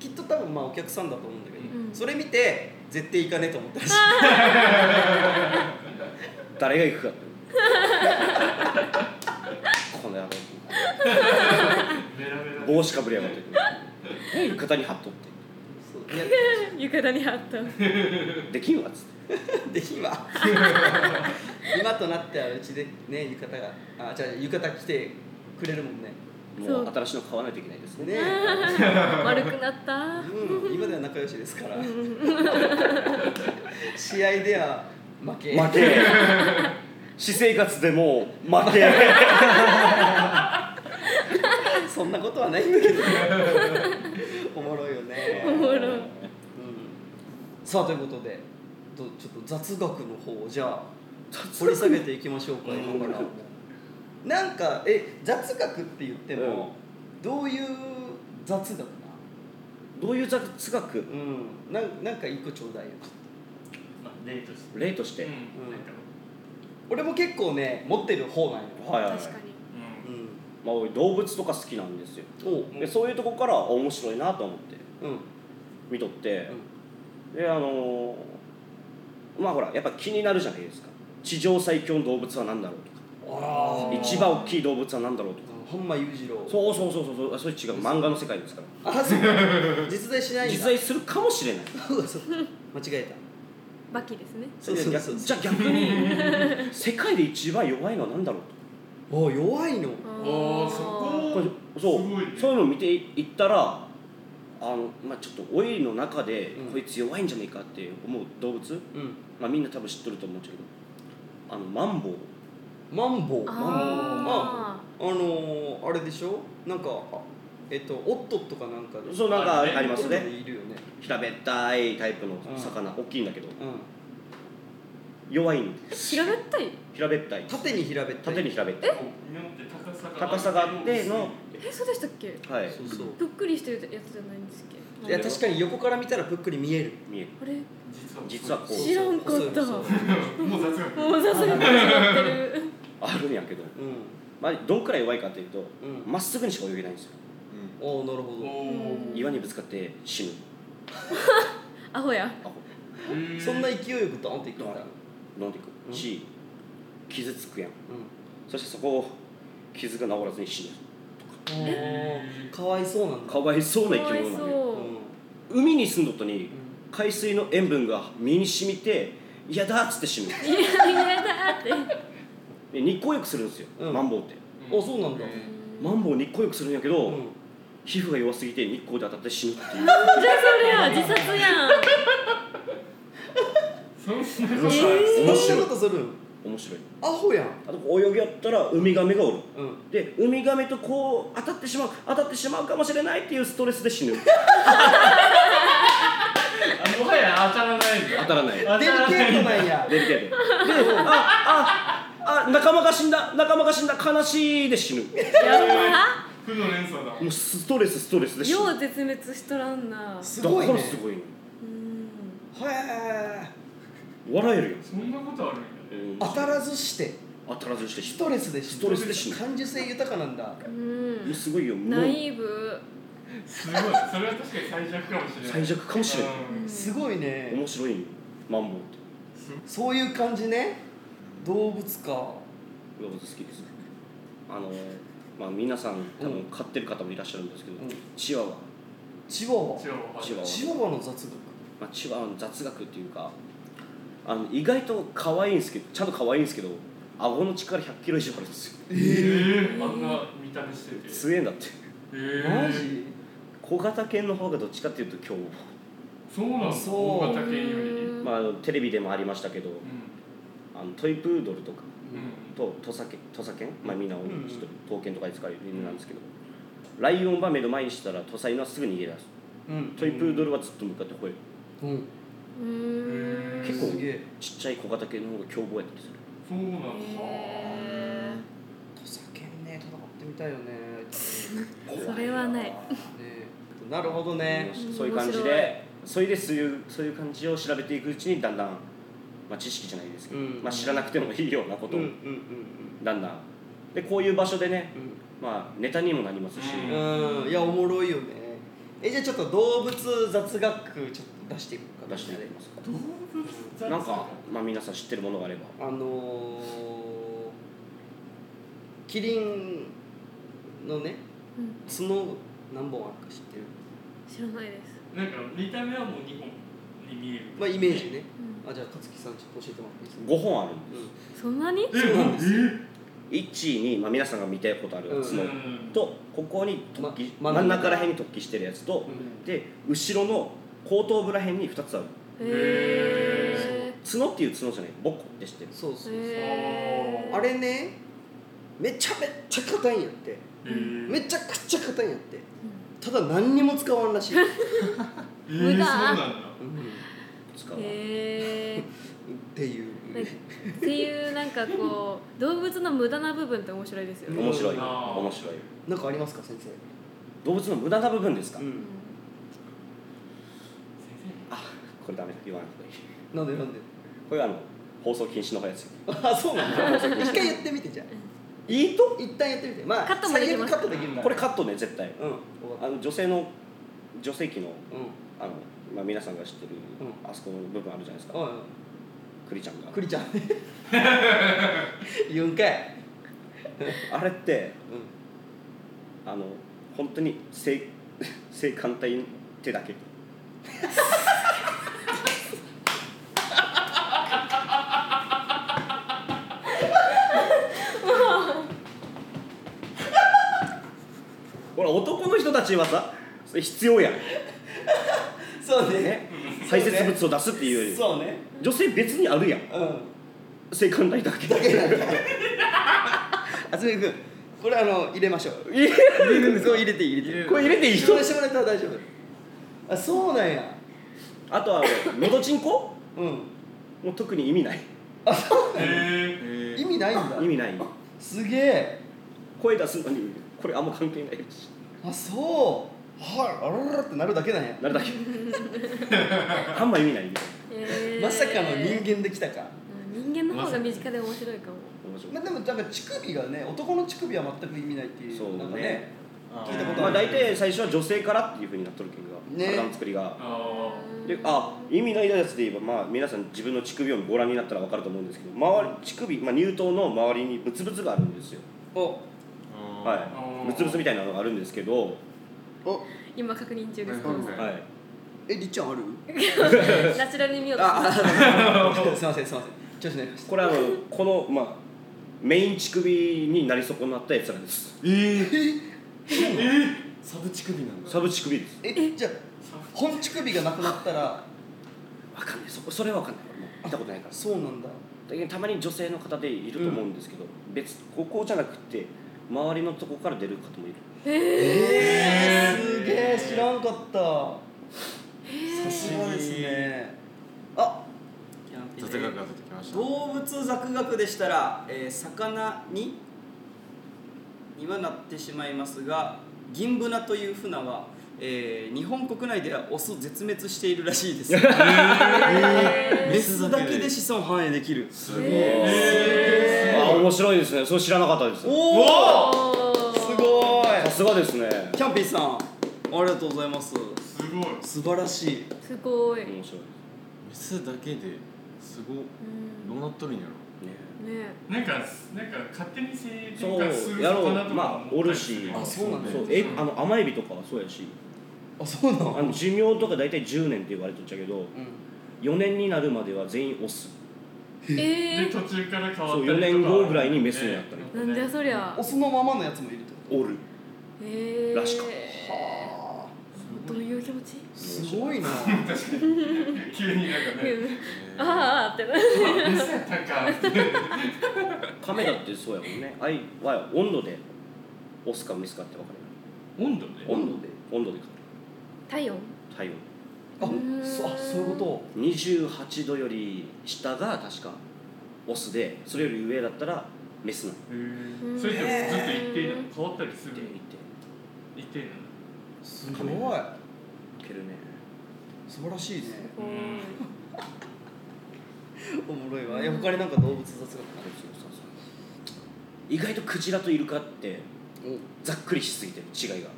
[SPEAKER 3] きっと多分まあお客さんだと思うんだけど、
[SPEAKER 5] うん
[SPEAKER 3] それ見て絶対行かねえと思ったらしい
[SPEAKER 7] 誰が行くかって この野郎
[SPEAKER 6] ベラベラ
[SPEAKER 7] 帽子かぶりやがって何浴衣に貼っとっ
[SPEAKER 3] そういや
[SPEAKER 5] 床田にあった
[SPEAKER 7] てできんわっつって
[SPEAKER 3] で 今今となってはうちでね浴衣があじゃあ浴衣着てくれるもんね
[SPEAKER 7] もう新しいの買わないといけないですね
[SPEAKER 3] ね
[SPEAKER 5] 丸くなった
[SPEAKER 3] うん、今では仲良しですから試合では負け
[SPEAKER 7] 負 け私生活でもう負け
[SPEAKER 3] そんなことはないんだけどおもろいよね
[SPEAKER 5] おもろい
[SPEAKER 3] うんさあということでとちょっと雑学の方をじゃあ掘り下げていきましょうか
[SPEAKER 7] うん
[SPEAKER 3] 今からなんかえ雑学って言っても、どういう雑学な
[SPEAKER 7] どういう雑学
[SPEAKER 3] うんなんなんか一個ちょうだいよ
[SPEAKER 6] まあ例として
[SPEAKER 7] 例として、
[SPEAKER 6] うん
[SPEAKER 3] うん
[SPEAKER 6] なんか
[SPEAKER 3] 俺も結構ね持ってる方なんよ、
[SPEAKER 7] はいはいはい
[SPEAKER 5] 確かに
[SPEAKER 3] う
[SPEAKER 6] う
[SPEAKER 3] んん
[SPEAKER 7] まあ、俺動物とか好きなんですよ
[SPEAKER 3] おう
[SPEAKER 7] でそういうとこから面白いなと思って
[SPEAKER 3] うんうん
[SPEAKER 7] 見とって、であのーまあほらやっぱ気になるじゃないですか地上最強の動物は何だろうとか
[SPEAKER 3] ああ
[SPEAKER 7] 一番大きい動物は何だろうとか
[SPEAKER 3] 本間裕次郎
[SPEAKER 7] そうそうそうそうそうあそれ違う漫画の世界ですから
[SPEAKER 3] あそう実在しないんだ
[SPEAKER 7] 実在するかもしれない
[SPEAKER 3] そうそう 間違えた
[SPEAKER 5] バキですね
[SPEAKER 3] そうそうそう
[SPEAKER 7] じゃあ逆に世界で一番弱いのは何だろう
[SPEAKER 3] お弱いの
[SPEAKER 6] おーそ
[SPEAKER 7] と
[SPEAKER 6] こ
[SPEAKER 7] これそう、
[SPEAKER 6] すごいね
[SPEAKER 7] そういうのを見ていったらあの、まあ、ちょっとオイルの中で、
[SPEAKER 3] うん
[SPEAKER 7] こいつ弱いんじゃねえかって思う動物、
[SPEAKER 3] うん
[SPEAKER 7] まあ、みんな多分知っとると思うんですけどあのマンボウ
[SPEAKER 3] マンボウマンボウあ
[SPEAKER 5] あ
[SPEAKER 3] あのー、あれでしょなんかあえっとオットとかなんかで
[SPEAKER 7] そうなんか
[SPEAKER 6] あるね
[SPEAKER 7] あります
[SPEAKER 3] オット
[SPEAKER 7] ね
[SPEAKER 3] でいるよね
[SPEAKER 7] 平べったいタイプの
[SPEAKER 3] うん
[SPEAKER 7] 魚、大きいんだけど
[SPEAKER 3] うん
[SPEAKER 7] 弱いんで
[SPEAKER 5] ー
[SPEAKER 7] す
[SPEAKER 5] 平べったい
[SPEAKER 7] 平べったい
[SPEAKER 3] 縦に平べったい
[SPEAKER 7] 縦に平べったい
[SPEAKER 6] 犬って高さが
[SPEAKER 7] 高さがあっての
[SPEAKER 5] えそうでしたっけ
[SPEAKER 7] はい
[SPEAKER 3] そうそう
[SPEAKER 5] ぷっくりしてるやつじゃないんですっけ
[SPEAKER 3] いや確かに横から見たらぷっくり見える
[SPEAKER 7] 見える
[SPEAKER 5] あれ
[SPEAKER 6] 実は
[SPEAKER 7] 実はこう
[SPEAKER 5] 知らんかった
[SPEAKER 3] そうそうそう
[SPEAKER 6] もう雑学
[SPEAKER 5] もうさすがに違ってる
[SPEAKER 7] あるんやけど、
[SPEAKER 3] うん
[SPEAKER 7] まあ、どんくらい弱いかというと
[SPEAKER 3] うん
[SPEAKER 7] まっすぐにしか泳げないんですよ
[SPEAKER 3] おおなるほ
[SPEAKER 6] お
[SPEAKER 3] ど
[SPEAKER 5] うん
[SPEAKER 7] 岩にぶつかって死ぬ
[SPEAKER 5] アホや
[SPEAKER 7] アホ
[SPEAKER 6] ー
[SPEAKER 3] そんな勢いよくドーンっていくんだ
[SPEAKER 7] ドーン飲んでいくし、傷つくやん
[SPEAKER 3] う
[SPEAKER 7] そしてそこを傷が治らずに死ぬ
[SPEAKER 3] んおーかわいそうなんだ
[SPEAKER 7] かわいそうな
[SPEAKER 5] かわ
[SPEAKER 7] 生き
[SPEAKER 5] い
[SPEAKER 7] 物なのよ
[SPEAKER 3] う
[SPEAKER 5] そ
[SPEAKER 3] ん
[SPEAKER 7] 海に住んどったに
[SPEAKER 3] うん
[SPEAKER 7] 海水の塩分が身に染みて嫌だっつって死ぬ
[SPEAKER 5] ういや嫌だって
[SPEAKER 7] で日光浴するんですよ、
[SPEAKER 3] うん
[SPEAKER 7] マンボウって
[SPEAKER 3] あそうなんだ
[SPEAKER 7] マンボウ日光浴するんやけど、
[SPEAKER 3] うん
[SPEAKER 7] 皮膚が弱すぎて日光で当たって死ぬっていう
[SPEAKER 5] じゃあそれや自殺やん
[SPEAKER 6] そんな
[SPEAKER 7] 面白い面
[SPEAKER 3] そん
[SPEAKER 7] 白
[SPEAKER 3] ないことするん
[SPEAKER 7] 面白い
[SPEAKER 3] アホやん
[SPEAKER 7] あと泳ぎやったらウミガメがおる
[SPEAKER 3] うん
[SPEAKER 7] でウミガメとこう当たってしまう当たってしまうかもしれないっていうストレスで死ぬ
[SPEAKER 6] あもはや当たらないん
[SPEAKER 7] 当
[SPEAKER 6] だ
[SPEAKER 7] たらない
[SPEAKER 3] デリケートなんや
[SPEAKER 7] デリケートであああ仲間が死んだ仲間が死んだ悲しいで死ぬ
[SPEAKER 5] や
[SPEAKER 6] 負の連鎖だ
[SPEAKER 7] もうストレスストレス
[SPEAKER 5] ば
[SPEAKER 7] で死ぬ
[SPEAKER 5] よう絶滅しとらんな
[SPEAKER 3] すごい
[SPEAKER 7] だ
[SPEAKER 3] ね
[SPEAKER 7] からすごいの
[SPEAKER 5] う
[SPEAKER 3] へ
[SPEAKER 5] ん
[SPEAKER 3] え
[SPEAKER 7] 笑えるよ、
[SPEAKER 6] そんなことあるんだね
[SPEAKER 3] 当たらずして
[SPEAKER 7] 当たらずして死
[SPEAKER 3] ス
[SPEAKER 7] ぬ
[SPEAKER 3] トレスで死ぬ
[SPEAKER 7] ストレスで死ぬ
[SPEAKER 3] 感受性豊かなんだ
[SPEAKER 5] う
[SPEAKER 7] もうんすごいよも
[SPEAKER 5] ナ
[SPEAKER 7] う
[SPEAKER 5] イーブ
[SPEAKER 6] すごいそれは確かに最弱かもしれない
[SPEAKER 7] 最弱かもしれない
[SPEAKER 6] うん
[SPEAKER 3] すごいね
[SPEAKER 7] 面白いよマンボウって
[SPEAKER 3] そういう感じね動物か
[SPEAKER 7] 動物好きですあのまあ皆さん多
[SPEAKER 3] う
[SPEAKER 7] 分
[SPEAKER 3] ん
[SPEAKER 7] 飼ってる方もいらっしゃるんですけど、
[SPEAKER 3] うん
[SPEAKER 7] チワワ、
[SPEAKER 3] チワワ
[SPEAKER 6] 一応
[SPEAKER 7] チワワ
[SPEAKER 3] チワワの雑学
[SPEAKER 7] まあ、チワワの雑学っていうかあの意外と可愛いんですけどちゃんと可愛いんですけど顎の力100キロ以上あるんですよ
[SPEAKER 6] えー、あんな見た目してて
[SPEAKER 7] 強えんだって
[SPEAKER 6] えー
[SPEAKER 3] マジ
[SPEAKER 7] 小型犬の方がどっちかっていうと凶暴
[SPEAKER 6] そうなんだ
[SPEAKER 3] そう
[SPEAKER 6] 大型犬より
[SPEAKER 5] う
[SPEAKER 6] うん
[SPEAKER 5] ん
[SPEAKER 7] まああの、テレビでもありましたけどあのトイプードルとかと土佐犬土佐犬、まあ、みんな知ってる刀剣とかに使う犬なんですけど、ライオンは目の前にしたら土佐犬はすぐ逃げ出す
[SPEAKER 3] うん
[SPEAKER 7] トイプードルはずっと向かって吠える
[SPEAKER 3] うん
[SPEAKER 5] うーん
[SPEAKER 7] 結構
[SPEAKER 3] すげえ
[SPEAKER 7] ちっちゃい小型犬の方が凶暴やったりする
[SPEAKER 6] そうなんだ
[SPEAKER 5] へ
[SPEAKER 3] 土佐犬ね戦ってみたいよね
[SPEAKER 5] ーそれはない
[SPEAKER 3] ねなるほどね
[SPEAKER 5] うん
[SPEAKER 7] そういう感じ
[SPEAKER 5] 面白い
[SPEAKER 7] でそれでそういうそういう感じを調べていくうちにだんだん、まあ、知識じゃないですけど、
[SPEAKER 3] うん
[SPEAKER 7] まあ、知らなくてもいいようなこ
[SPEAKER 3] う
[SPEAKER 7] と
[SPEAKER 3] ん
[SPEAKER 7] を
[SPEAKER 3] うん
[SPEAKER 7] だんだんでこういう場所でね、
[SPEAKER 3] うんうん
[SPEAKER 7] まあ、ネタにもなりますし、
[SPEAKER 6] うん
[SPEAKER 3] うんいやおもろいよねえじゃあちょっと動物雑学ちょっと出していこうか
[SPEAKER 7] 出していきますか
[SPEAKER 6] 動物雑
[SPEAKER 7] なんか、まあ、皆さん知ってるものがあれば
[SPEAKER 3] あのー、キリンのね
[SPEAKER 5] うん
[SPEAKER 3] 角何本あるか知ってる
[SPEAKER 5] 知らないです
[SPEAKER 6] なんか見た目はもう日本に見える
[SPEAKER 3] まあイメージね
[SPEAKER 5] うん
[SPEAKER 3] あじゃあ勝木さんちょっと教えてもらっていいですか
[SPEAKER 7] 5本ある
[SPEAKER 5] そんなに
[SPEAKER 6] え
[SPEAKER 3] そうなんです
[SPEAKER 7] 1に、まあ、皆さんが見たことある
[SPEAKER 3] うん
[SPEAKER 7] 角、とここに突起、
[SPEAKER 3] ま
[SPEAKER 7] 真ん中ら辺に突起してるやつと、
[SPEAKER 3] うん
[SPEAKER 7] で後ろの後頭部ら辺に2つある
[SPEAKER 5] へ
[SPEAKER 7] 角っていう角じゃないボコってしてる
[SPEAKER 3] そうそうそう、
[SPEAKER 5] え
[SPEAKER 3] あれねめちゃめちゃ硬いんやってめちゃくちゃ硬いんやってただ何にも使わんらしい、
[SPEAKER 6] えー、そうなんだ
[SPEAKER 3] うん
[SPEAKER 7] 使うわ
[SPEAKER 5] へえ
[SPEAKER 3] っていう
[SPEAKER 5] なんかっていうなんかこう動物の無駄な部分って面白いですよね。
[SPEAKER 7] 面白い
[SPEAKER 6] うん
[SPEAKER 7] 面白い
[SPEAKER 3] なんかありますか先生、
[SPEAKER 7] 動物の無駄な部分ですか、
[SPEAKER 3] ん、
[SPEAKER 7] あこれダメだ言わない方がいい
[SPEAKER 3] なんでなんで
[SPEAKER 7] これはあの放送禁止のやつ
[SPEAKER 3] あそうなん だ一回やってみてじゃ
[SPEAKER 7] いいと
[SPEAKER 3] あ一旦やってみてまあ
[SPEAKER 5] カットもできま
[SPEAKER 3] 最悪
[SPEAKER 5] す
[SPEAKER 3] カットできるな
[SPEAKER 7] これカットね絶対
[SPEAKER 3] うん
[SPEAKER 7] あの女性の女性器
[SPEAKER 3] う
[SPEAKER 7] のあの、まあ、皆さんが知ってる、
[SPEAKER 3] う
[SPEAKER 7] あそこの部分あるじゃないです
[SPEAKER 3] ん
[SPEAKER 7] か
[SPEAKER 3] うん
[SPEAKER 7] クリちゃんが
[SPEAKER 3] 栗ちゃん 言うんかい、
[SPEAKER 7] あれって
[SPEAKER 3] う
[SPEAKER 7] あの本当に性 性感帯手だけほら男の人たちはさそれ必要やん、
[SPEAKER 3] ん、そうね
[SPEAKER 7] ね、排泄物を出すっていうより
[SPEAKER 3] そうね
[SPEAKER 7] 女性別にあるやん
[SPEAKER 3] うん
[SPEAKER 7] 性感帯だけ
[SPEAKER 3] だけなんだあつみくんこれあの入れましょう
[SPEAKER 7] いや
[SPEAKER 3] 入れるんですか入れていい入れていい
[SPEAKER 7] これ入れていい
[SPEAKER 3] 人でしてもらったら大丈夫あそうなんや
[SPEAKER 7] あとはあののどちんこ
[SPEAKER 3] うん
[SPEAKER 7] もう特に意味ない
[SPEAKER 6] え
[SPEAKER 3] 意味ないんだ
[SPEAKER 7] 意味ない
[SPEAKER 3] すげえ
[SPEAKER 7] 声出すのにこれあんま関係ないし
[SPEAKER 3] あそうはいあらららってなるだけなんや
[SPEAKER 7] なる だけあんま意味ないみたい
[SPEAKER 5] へー
[SPEAKER 3] まさかの人間できたか、
[SPEAKER 5] うん人間の方が身近で面白いかも。
[SPEAKER 7] な面白い
[SPEAKER 3] まあ、でもなんか乳首がね男の乳首は全く意味ないっていう
[SPEAKER 7] そうね
[SPEAKER 3] なんかね聞いたこと
[SPEAKER 7] ま
[SPEAKER 3] あ
[SPEAKER 7] あ
[SPEAKER 3] る
[SPEAKER 7] 大体最初は女性からっていうふうになっとるけど、
[SPEAKER 3] ね
[SPEAKER 7] 体の作りが
[SPEAKER 6] あ
[SPEAKER 7] であ意味ないやつで言えば、まあ、皆さん自分の乳首をご覧になったら分かると思うんですけど周り乳首、まあ、乳頭の周りにブツブツがあるんですよ、
[SPEAKER 3] お
[SPEAKER 4] あ
[SPEAKER 7] はい、ブツブツみたいなのがあるんですけど、は
[SPEAKER 3] お
[SPEAKER 5] 今確認中です。
[SPEAKER 4] うん
[SPEAKER 5] ナ
[SPEAKER 7] い、
[SPEAKER 3] えりっちゃんある
[SPEAKER 5] チュラルに見ようとして
[SPEAKER 3] あ
[SPEAKER 5] ま
[SPEAKER 3] あ
[SPEAKER 5] す。
[SPEAKER 3] すいませんすいません調子乗りました
[SPEAKER 7] これはあのこの、まあ、メイン乳首になり損なったやつらです
[SPEAKER 4] えー、えサブ乳首なんだ
[SPEAKER 7] サブ乳首です
[SPEAKER 3] えじゃあ本乳首がなくなったら
[SPEAKER 7] 分かんないそこそれは分かんないもう見たことないから
[SPEAKER 3] そうなんだ
[SPEAKER 7] だけどたまに女性の方でいると思うんですけど、別ここじゃなくて周りのとこから出る方もいる
[SPEAKER 3] えー、すげえ知らんかったさすがですねあ
[SPEAKER 4] 雑学が出てきました
[SPEAKER 3] 動物雑学でしたら、えー魚ににはなってしまいますが銀ブナという船は、えー日本国内ではオス絶滅しているらし いです
[SPEAKER 5] へ
[SPEAKER 3] メスだけで子孫繁栄できる
[SPEAKER 4] すごい、
[SPEAKER 5] え
[SPEAKER 7] あ面白いですねそれ知らなかったです
[SPEAKER 3] おお
[SPEAKER 5] ーおー
[SPEAKER 3] すご
[SPEAKER 7] さ
[SPEAKER 3] い
[SPEAKER 7] すがですね
[SPEAKER 3] キャンピーさんありがとうございます
[SPEAKER 6] すごい
[SPEAKER 3] 素晴らしい
[SPEAKER 5] すごい。
[SPEAKER 7] 面白い
[SPEAKER 4] メスだけですごいどうなっとるんやろ
[SPEAKER 7] ね
[SPEAKER 5] ね
[SPEAKER 6] なんかなんか勝手に性
[SPEAKER 7] そ
[SPEAKER 6] 転換す
[SPEAKER 7] う
[SPEAKER 6] る
[SPEAKER 7] やろう
[SPEAKER 6] 魚とか
[SPEAKER 7] まあおるし
[SPEAKER 3] あそうなんだ
[SPEAKER 7] そうえあの甘エビとかはそうやし
[SPEAKER 3] あそうな
[SPEAKER 7] あの寿命とか大体10年って言われとっちゃうけど4年になるまでは全員オス
[SPEAKER 5] え。
[SPEAKER 6] で
[SPEAKER 5] え
[SPEAKER 6] 途中から変わったりとか
[SPEAKER 7] そう四年後ぐらいにメスになったり
[SPEAKER 5] ー。なんじゃそりゃ
[SPEAKER 3] オ。スのままのやつもいるってこ
[SPEAKER 7] おる
[SPEAKER 5] えー。
[SPEAKER 7] らしか
[SPEAKER 5] どういう気持ち？
[SPEAKER 3] とすすご いな
[SPEAKER 6] 急になん かね
[SPEAKER 5] ああああってな
[SPEAKER 6] 「餌やったか」って
[SPEAKER 7] カメラってそうやもんね愛は温度でオスかメスかって分か
[SPEAKER 4] 温度ね
[SPEAKER 7] る温度で温度で
[SPEAKER 5] 体温
[SPEAKER 7] 体温
[SPEAKER 3] あ
[SPEAKER 5] うん
[SPEAKER 3] そあそういうこ
[SPEAKER 7] 28度より下が確かオスでそれより上だったらメスなの
[SPEAKER 6] それってずっと一定なの変わったりする
[SPEAKER 7] って言
[SPEAKER 6] 一
[SPEAKER 7] っ
[SPEAKER 6] 定なの
[SPEAKER 3] とすごい
[SPEAKER 7] カメラていけるね
[SPEAKER 3] 素晴らしいね
[SPEAKER 5] こ
[SPEAKER 6] うん
[SPEAKER 5] う
[SPEAKER 3] おもろいわいや他になんか動物雑学
[SPEAKER 7] あれそうそうそう意外とクジラとイルカってざっくりしすぎてる違いが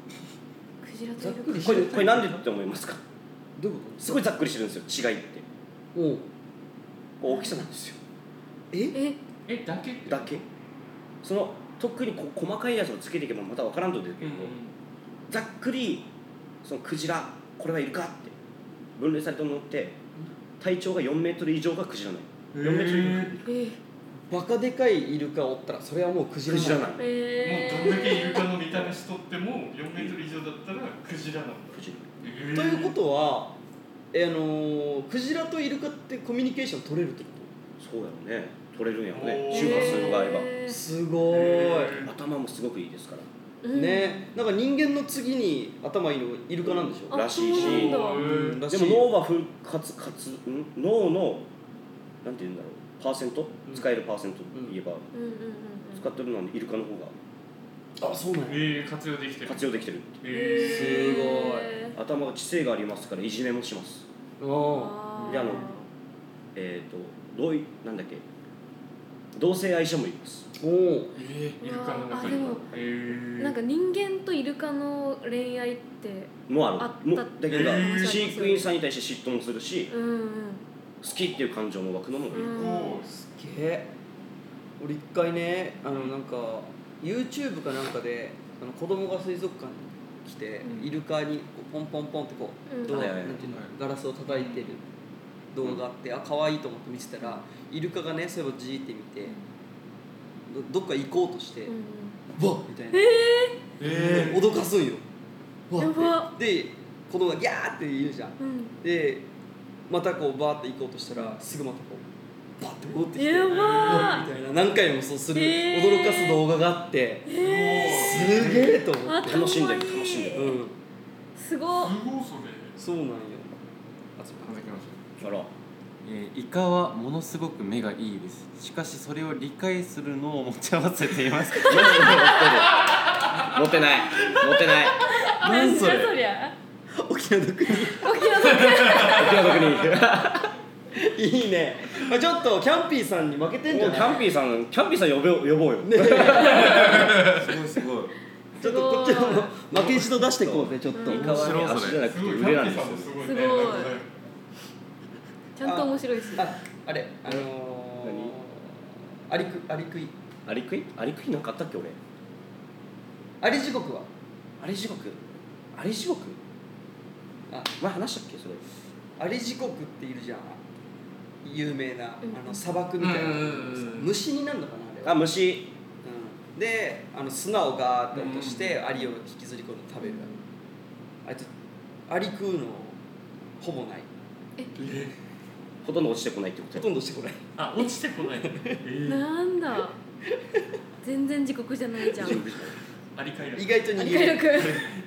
[SPEAKER 5] クジラと
[SPEAKER 3] ざっ
[SPEAKER 5] イル
[SPEAKER 3] くりし
[SPEAKER 7] こ
[SPEAKER 3] て
[SPEAKER 7] れ
[SPEAKER 3] る
[SPEAKER 7] これなんでって思いますか
[SPEAKER 3] どういう
[SPEAKER 7] すごいざっくりしてるんですよ違いって
[SPEAKER 3] ことおう
[SPEAKER 7] 大きさなんですよ
[SPEAKER 3] え
[SPEAKER 5] え
[SPEAKER 6] えだけって
[SPEAKER 7] だけその特にこう細かいやつをつけていけばまた分からんと出るけ
[SPEAKER 6] う
[SPEAKER 7] ど、
[SPEAKER 6] ん
[SPEAKER 7] ざっくりそのクジラこれはイルカって分類されたものって体長が4メートル以上がクジラなの
[SPEAKER 6] うん
[SPEAKER 7] 4メートル以
[SPEAKER 6] へ
[SPEAKER 5] え
[SPEAKER 3] バカでかいイルカおったらそれはもうクジ
[SPEAKER 7] 上
[SPEAKER 3] ラ
[SPEAKER 7] クジラ
[SPEAKER 3] な
[SPEAKER 7] な
[SPEAKER 3] の
[SPEAKER 7] の
[SPEAKER 5] え
[SPEAKER 6] え
[SPEAKER 5] え
[SPEAKER 6] もうどんだけイルカの見た目しとっても4メートル以上だったらクジラなんだ
[SPEAKER 7] クジ
[SPEAKER 6] へー
[SPEAKER 3] ということはえーあのークジラとイルカってコミュニケーション取れるってこ
[SPEAKER 7] ラそうやろね取れるんやろ
[SPEAKER 6] お
[SPEAKER 7] ね
[SPEAKER 6] ー
[SPEAKER 7] 周波数があれば、
[SPEAKER 3] と
[SPEAKER 5] え
[SPEAKER 3] すご
[SPEAKER 6] へ
[SPEAKER 3] ーい
[SPEAKER 7] 頭もすごくいいですから
[SPEAKER 5] うん
[SPEAKER 3] ねなんか人間の次に頭いいのがイルカなんでしょ
[SPEAKER 5] あ
[SPEAKER 7] らしいし
[SPEAKER 5] そうなんだ
[SPEAKER 6] うん
[SPEAKER 3] らし
[SPEAKER 7] で
[SPEAKER 3] い
[SPEAKER 7] も脳が復活かつん脳のなんて言うんだろうパーセント
[SPEAKER 3] うん
[SPEAKER 7] 使えるパーセント言えば、
[SPEAKER 5] うんうんうんうん
[SPEAKER 7] 使ってるのはイルカの方
[SPEAKER 3] あそうなんや
[SPEAKER 6] えー活用できて
[SPEAKER 7] が
[SPEAKER 6] る
[SPEAKER 7] 活用できてる
[SPEAKER 6] え
[SPEAKER 3] すごい
[SPEAKER 5] え
[SPEAKER 7] 頭が知性がありますからいじめもします
[SPEAKER 5] ー
[SPEAKER 3] あ
[SPEAKER 5] あー
[SPEAKER 7] であのえっ、と同意なんだっけ同性愛者もいます
[SPEAKER 3] ーお
[SPEAKER 6] ーえーイルカの中に
[SPEAKER 5] うわーあでも
[SPEAKER 6] えー
[SPEAKER 5] なんか人間とイルカの恋愛って
[SPEAKER 7] もある
[SPEAKER 5] あった
[SPEAKER 7] もうだけど、
[SPEAKER 6] えー
[SPEAKER 7] 飼育員さんに対して嫉妬もするし
[SPEAKER 5] うんうん
[SPEAKER 7] 好きっていう感情も湧くのもいる、
[SPEAKER 5] うん
[SPEAKER 6] こ
[SPEAKER 3] すげえ俺一回ねあのなんか YouTube かなんかであの子供が水族館に来て、
[SPEAKER 6] うん
[SPEAKER 3] イルカにこうポンポンポンってこ
[SPEAKER 5] う
[SPEAKER 3] うん動画、
[SPEAKER 7] はいはいはい
[SPEAKER 3] なんていうのガラスを叩いてる動画あって、あ可愛いと思って見てたらイルカがねそういえばじーって見てどどっか行こうとして、
[SPEAKER 5] うん
[SPEAKER 3] わっみたいな、
[SPEAKER 6] うえ
[SPEAKER 3] 脅かすんよわ
[SPEAKER 5] やば
[SPEAKER 3] っってで子供がギャーって言うじゃん
[SPEAKER 5] うんうん
[SPEAKER 3] でまたこうバーって行こうとしたらすぐまたこうバッて戻ってきて
[SPEAKER 5] や
[SPEAKER 3] うわ
[SPEAKER 5] ば
[SPEAKER 3] っみたいな何回もそうする、
[SPEAKER 5] えー
[SPEAKER 3] 驚かす動画があって
[SPEAKER 6] ーす
[SPEAKER 3] すげえと思っ
[SPEAKER 5] ー
[SPEAKER 3] て、
[SPEAKER 7] 楽しんで
[SPEAKER 5] 頭いい
[SPEAKER 7] 楽しんで
[SPEAKER 3] うん、
[SPEAKER 5] すごっ
[SPEAKER 6] ごいそれ
[SPEAKER 3] そうなんよあそ
[SPEAKER 4] また来ました
[SPEAKER 7] あら
[SPEAKER 4] えーイカはものすごく目がいいですしかしそれを理解するのを持ち合わせています
[SPEAKER 7] 持ってない持ってない
[SPEAKER 5] なんじゃそりゃ
[SPEAKER 3] う沖縄の国
[SPEAKER 7] 沖縄の国
[SPEAKER 3] いいね、まあ、ちょっとキャンピーさんに負けてんじゃ
[SPEAKER 7] も
[SPEAKER 3] な
[SPEAKER 7] うキ
[SPEAKER 3] い
[SPEAKER 7] ャンピーさんキャンピーさん呼ぼう呼ぼうよ、
[SPEAKER 4] すごいすごい
[SPEAKER 3] ちょっとこっちの負けじと出してこうぜちょっと
[SPEAKER 5] うん
[SPEAKER 7] イカはね
[SPEAKER 4] 面白そうそれ
[SPEAKER 7] 足じゃなく
[SPEAKER 6] す
[SPEAKER 7] て
[SPEAKER 6] ごい
[SPEAKER 7] 腕なんですよ
[SPEAKER 6] キャ
[SPEAKER 5] すごい
[SPEAKER 6] ンピーさんもすごいねなんかね
[SPEAKER 5] ちゃんと面白いし
[SPEAKER 3] ああれあのー、アリクアリクイ
[SPEAKER 7] アリクイアリクイなんかあったっけ俺
[SPEAKER 3] アリ地獄は
[SPEAKER 7] アリ地獄アリ地獄
[SPEAKER 3] あ
[SPEAKER 7] 前話したっけそれ
[SPEAKER 3] アリ地獄っているじゃん有名な、
[SPEAKER 5] うん
[SPEAKER 3] あの砂漠みたいな、
[SPEAKER 6] うんうんうんうん
[SPEAKER 3] 虫になるのかなあれは
[SPEAKER 7] あ虫
[SPEAKER 3] うんであの砂をガーッて落として、アリを引きずり込んで食べるあいつアリ食うのほぼない
[SPEAKER 7] ほとんど落ちてこないってこ
[SPEAKER 3] ほ
[SPEAKER 7] と
[SPEAKER 3] と
[SPEAKER 7] よ
[SPEAKER 3] んどしてこない
[SPEAKER 6] あ落ちてこないえ
[SPEAKER 5] なんだ全然地獄じゃないじゃん
[SPEAKER 6] ありかいら
[SPEAKER 3] 意外と逃
[SPEAKER 5] 快
[SPEAKER 3] げる
[SPEAKER 5] 楽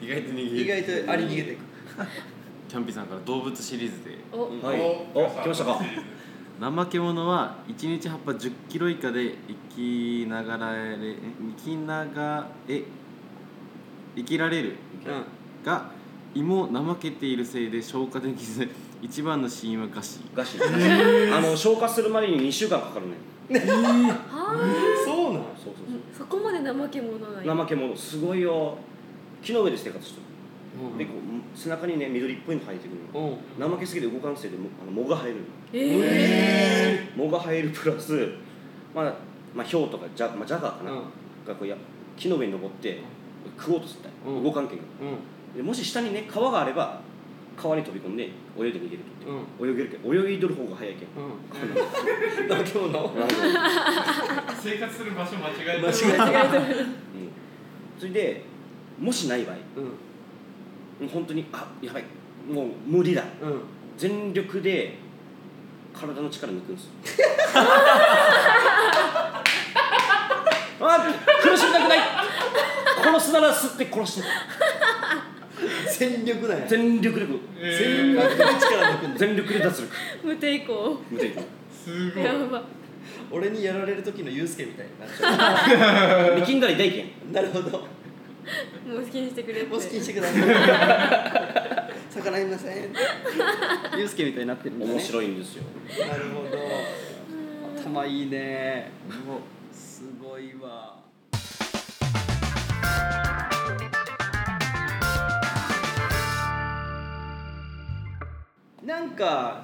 [SPEAKER 4] 意外と逃
[SPEAKER 3] 意外とアリ逃げていく
[SPEAKER 4] キャンピーさんから動物シリーズで
[SPEAKER 5] お
[SPEAKER 7] うんはいお来ましたか
[SPEAKER 4] 怠け者は1日葉っぱ1 0キロ以下で生きながられん生きながえ生きられる
[SPEAKER 3] うん
[SPEAKER 4] が胃も怠けているせいで消化できず一番の死因は餓死
[SPEAKER 7] ガシあの消化するまでに2週間かかるね
[SPEAKER 5] は
[SPEAKER 3] そうなん
[SPEAKER 7] そうそう
[SPEAKER 5] ーそこまで怠け者ない
[SPEAKER 7] そう怠け者すごいよ木の上で生活して
[SPEAKER 3] う
[SPEAKER 7] る
[SPEAKER 3] ん
[SPEAKER 7] でこう背中にね緑っぽいの生えてくるの
[SPEAKER 3] うん
[SPEAKER 7] 怠けすぎて動かんせいでもあの藻が生える
[SPEAKER 5] え
[SPEAKER 7] 藻が生えるプラスまあまあヒョウとかジャ,、まあ、ジャガーかな、
[SPEAKER 3] うん
[SPEAKER 7] がこうや木の上に登って食おうとするんだよ、
[SPEAKER 3] うん
[SPEAKER 7] 動かんけんが
[SPEAKER 3] うん
[SPEAKER 7] でもし下にね川があれば川に飛び込んで泳いで逃げると
[SPEAKER 3] うん
[SPEAKER 7] 泳げるけん泳いどる方が早いけ
[SPEAKER 3] う
[SPEAKER 7] ん
[SPEAKER 3] ん化け物
[SPEAKER 7] なるほど
[SPEAKER 6] 生活する場所間違えた
[SPEAKER 3] 間違えた
[SPEAKER 7] うんそれでもしない場合
[SPEAKER 3] うん
[SPEAKER 7] もう本当にあやばいもう無理だ
[SPEAKER 3] うん
[SPEAKER 7] 全力で体の力抜くんですよあ苦しみたくない殺すなら吸って殺して
[SPEAKER 3] 全力だよ
[SPEAKER 7] 全力力
[SPEAKER 6] え
[SPEAKER 3] 全
[SPEAKER 6] ー
[SPEAKER 3] 力で力抜くんだ
[SPEAKER 7] 全力で脱力
[SPEAKER 5] 無抵抗
[SPEAKER 7] 無敵
[SPEAKER 6] すごい
[SPEAKER 5] やば
[SPEAKER 3] 俺にやられる時のユうスケみたいになっちゃ
[SPEAKER 7] 力んだり大剣
[SPEAKER 3] うなるほど
[SPEAKER 5] もう好きにしてくれって
[SPEAKER 3] もう好きにしてください魚いませんユうスケみたいになってるんだね
[SPEAKER 7] 面白いんですよ
[SPEAKER 3] なるほど頭いいねすごいわなんか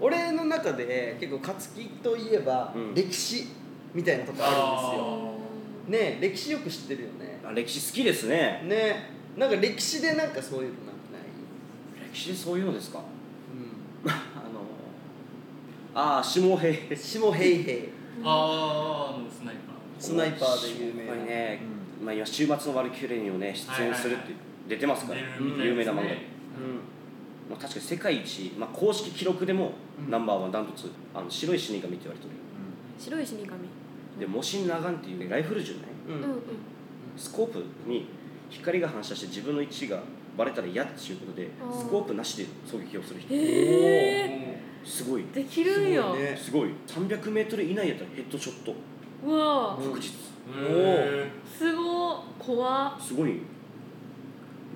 [SPEAKER 3] 俺の中で結構勝木といえば
[SPEAKER 7] うん
[SPEAKER 3] 歴史みたいなとこあるんですよ、ねえ歴史よく知ってるよね
[SPEAKER 7] あ歴史好きですね
[SPEAKER 3] ねえなんか歴史でなんかそういうのなんかない、
[SPEAKER 7] 歴史でそういうのですかあのああ下
[SPEAKER 3] うん、
[SPEAKER 7] 平
[SPEAKER 3] 下平平
[SPEAKER 6] あーあのスナイパー
[SPEAKER 3] スナイパーで有名
[SPEAKER 7] やっぱり
[SPEAKER 3] な
[SPEAKER 7] ね、まあ、今「週末のワルキューレに」をね出演するっ
[SPEAKER 6] はいはい
[SPEAKER 7] て
[SPEAKER 6] は
[SPEAKER 7] 出てますから、
[SPEAKER 6] 出るみたい
[SPEAKER 7] 有名
[SPEAKER 6] です
[SPEAKER 7] な漫画、
[SPEAKER 6] ね
[SPEAKER 7] まあ、確かに世界一、まあ、公式記録でも
[SPEAKER 3] うん
[SPEAKER 7] ナンバーワンダントツあの白い死神って言われてるよ
[SPEAKER 5] 白い死神
[SPEAKER 7] でモシン・ナガンっていうねライフル銃ね
[SPEAKER 3] うん、う
[SPEAKER 5] うん
[SPEAKER 3] ん
[SPEAKER 5] うん
[SPEAKER 7] スコープに光が反射して自分の位置がバレたら嫌っていうことで
[SPEAKER 5] あー
[SPEAKER 7] スコープなしで狙撃をする人
[SPEAKER 5] え
[SPEAKER 7] すごい
[SPEAKER 5] ー、できるんや、
[SPEAKER 3] すごいね
[SPEAKER 7] すごい 300m 以内やったらヘッドショット
[SPEAKER 5] うわ
[SPEAKER 3] うん
[SPEAKER 7] 確実
[SPEAKER 6] へ
[SPEAKER 5] あすごっ怖っ
[SPEAKER 7] すごい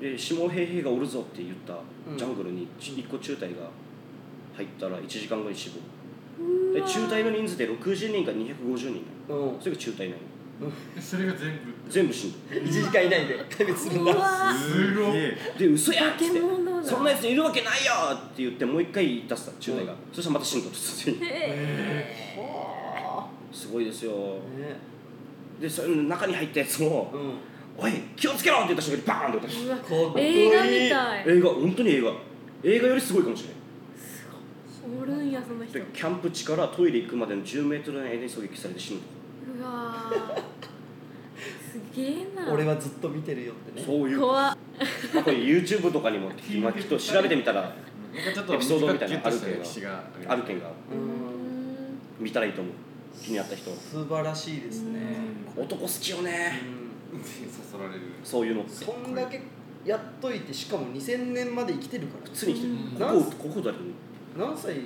[SPEAKER 7] で下平平がおるぞって言った
[SPEAKER 3] うん
[SPEAKER 7] ジャングルにち一個中隊が入ったら1時間後に死亡
[SPEAKER 5] う
[SPEAKER 7] で
[SPEAKER 5] わ
[SPEAKER 7] 中隊の人数で60人か250人
[SPEAKER 3] うん
[SPEAKER 7] それが中隊なの
[SPEAKER 6] えそれが全部
[SPEAKER 7] 全部死んだ
[SPEAKER 3] 1時間以内で解決するん
[SPEAKER 5] う
[SPEAKER 3] だ
[SPEAKER 5] わ
[SPEAKER 6] すごい
[SPEAKER 4] げえ
[SPEAKER 7] で嘘やっつ
[SPEAKER 5] 化
[SPEAKER 7] っ
[SPEAKER 5] け
[SPEAKER 7] て
[SPEAKER 5] 物だ
[SPEAKER 7] そんなやついるわけないよって言ってもう一回出した中隊が、そしたらまた死 んだ突然に
[SPEAKER 5] へ
[SPEAKER 3] は
[SPEAKER 7] すごいですよ
[SPEAKER 3] あね
[SPEAKER 7] でそれの中に入ったやつも
[SPEAKER 3] うん
[SPEAKER 7] 「おい気をつけろ!」って言った瞬間にバーンって落とし
[SPEAKER 5] ーうわ
[SPEAKER 3] かっこいい
[SPEAKER 5] 映画みた
[SPEAKER 7] た
[SPEAKER 5] い
[SPEAKER 7] 映画本当に映画映画よりすごいかもしれない
[SPEAKER 5] おるんやその人
[SPEAKER 7] で
[SPEAKER 5] う
[SPEAKER 7] キャンプ地からトイレ行くまでの 10m の間に狙撃されて死ぬとか
[SPEAKER 5] わーすげえな
[SPEAKER 3] 俺はずっと見てるよってね
[SPEAKER 7] そういう こ
[SPEAKER 5] 怖っ
[SPEAKER 7] れ YouTube とかにも今きっと調べてみたら
[SPEAKER 4] なんかちょっと
[SPEAKER 7] エピソードみたいなのあるけど
[SPEAKER 4] 短くギュッとした歴史が
[SPEAKER 7] あるけんが
[SPEAKER 5] うーん
[SPEAKER 7] 見たらいいと思う気になった人は
[SPEAKER 3] 素晴らしいですね
[SPEAKER 7] 男好きよ
[SPEAKER 3] う
[SPEAKER 7] ね
[SPEAKER 3] ん
[SPEAKER 4] そそられる
[SPEAKER 7] そういうのって
[SPEAKER 3] そんだけやっといてしかも2000年まで生きてるから
[SPEAKER 7] 普通に生きて
[SPEAKER 6] う
[SPEAKER 7] る
[SPEAKER 6] ん
[SPEAKER 7] こ
[SPEAKER 3] なんす
[SPEAKER 7] こここだよね
[SPEAKER 3] 何歳で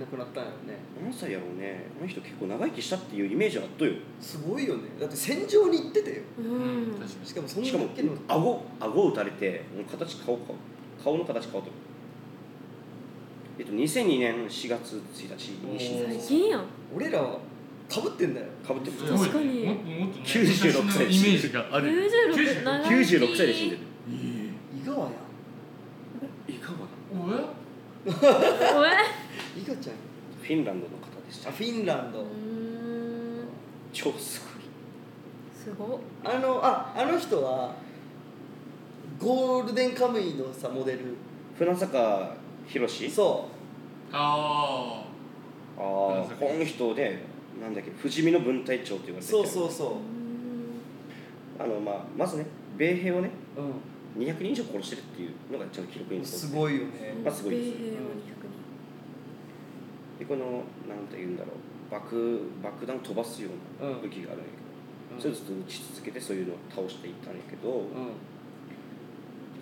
[SPEAKER 3] 亡くなったんやろね
[SPEAKER 7] 何歳やろうねあの人結構長生きしたっていうイメージあったよ
[SPEAKER 3] すごいよねだって戦場に行ってたよ
[SPEAKER 5] う
[SPEAKER 6] うんん確かに
[SPEAKER 3] しかもそんだ
[SPEAKER 7] しかも
[SPEAKER 3] けの
[SPEAKER 7] 顎顎を打たれてもう形顔顔顔の形顔とえっと2002年4月1日に死んだ
[SPEAKER 5] 最近やん
[SPEAKER 3] 俺らかぶってんだよ
[SPEAKER 7] かぶってる
[SPEAKER 5] ん確かに
[SPEAKER 6] もっともっとね
[SPEAKER 7] 96
[SPEAKER 6] 昔
[SPEAKER 7] 歳
[SPEAKER 6] のイメージがある
[SPEAKER 5] 96
[SPEAKER 6] 96
[SPEAKER 7] 96歳で死んでる
[SPEAKER 6] え
[SPEAKER 3] 伊賀はや
[SPEAKER 7] いかがだ
[SPEAKER 6] えおや
[SPEAKER 5] おえ
[SPEAKER 3] 伊賀ちゃん
[SPEAKER 7] フィンランドの方でした
[SPEAKER 3] あフィンラン
[SPEAKER 5] う
[SPEAKER 3] ド
[SPEAKER 5] ーん
[SPEAKER 7] 超すごい
[SPEAKER 5] すごっ
[SPEAKER 3] あのああの人はゴールデンカムイのさモデル
[SPEAKER 7] 船坂宏
[SPEAKER 3] そう
[SPEAKER 6] あ
[SPEAKER 7] ああ
[SPEAKER 6] 船坂
[SPEAKER 7] この人でなんだっけ不死身の分隊長って言われてて
[SPEAKER 3] そうそう
[SPEAKER 5] うー
[SPEAKER 3] そ
[SPEAKER 5] ん
[SPEAKER 7] あの、まあ、まずね米兵をね
[SPEAKER 3] う、
[SPEAKER 7] 200人以上殺してるっていうのがちゃんと記録に
[SPEAKER 3] うん、
[SPEAKER 7] 残って
[SPEAKER 3] すごいよね
[SPEAKER 7] まあすごいです
[SPEAKER 5] 米兵は200
[SPEAKER 7] でこのなんて言うんだろう爆爆弾飛ばすような武器があるんやけど、それをずっと撃ち続けてそういうのを倒していったんやけど、
[SPEAKER 3] う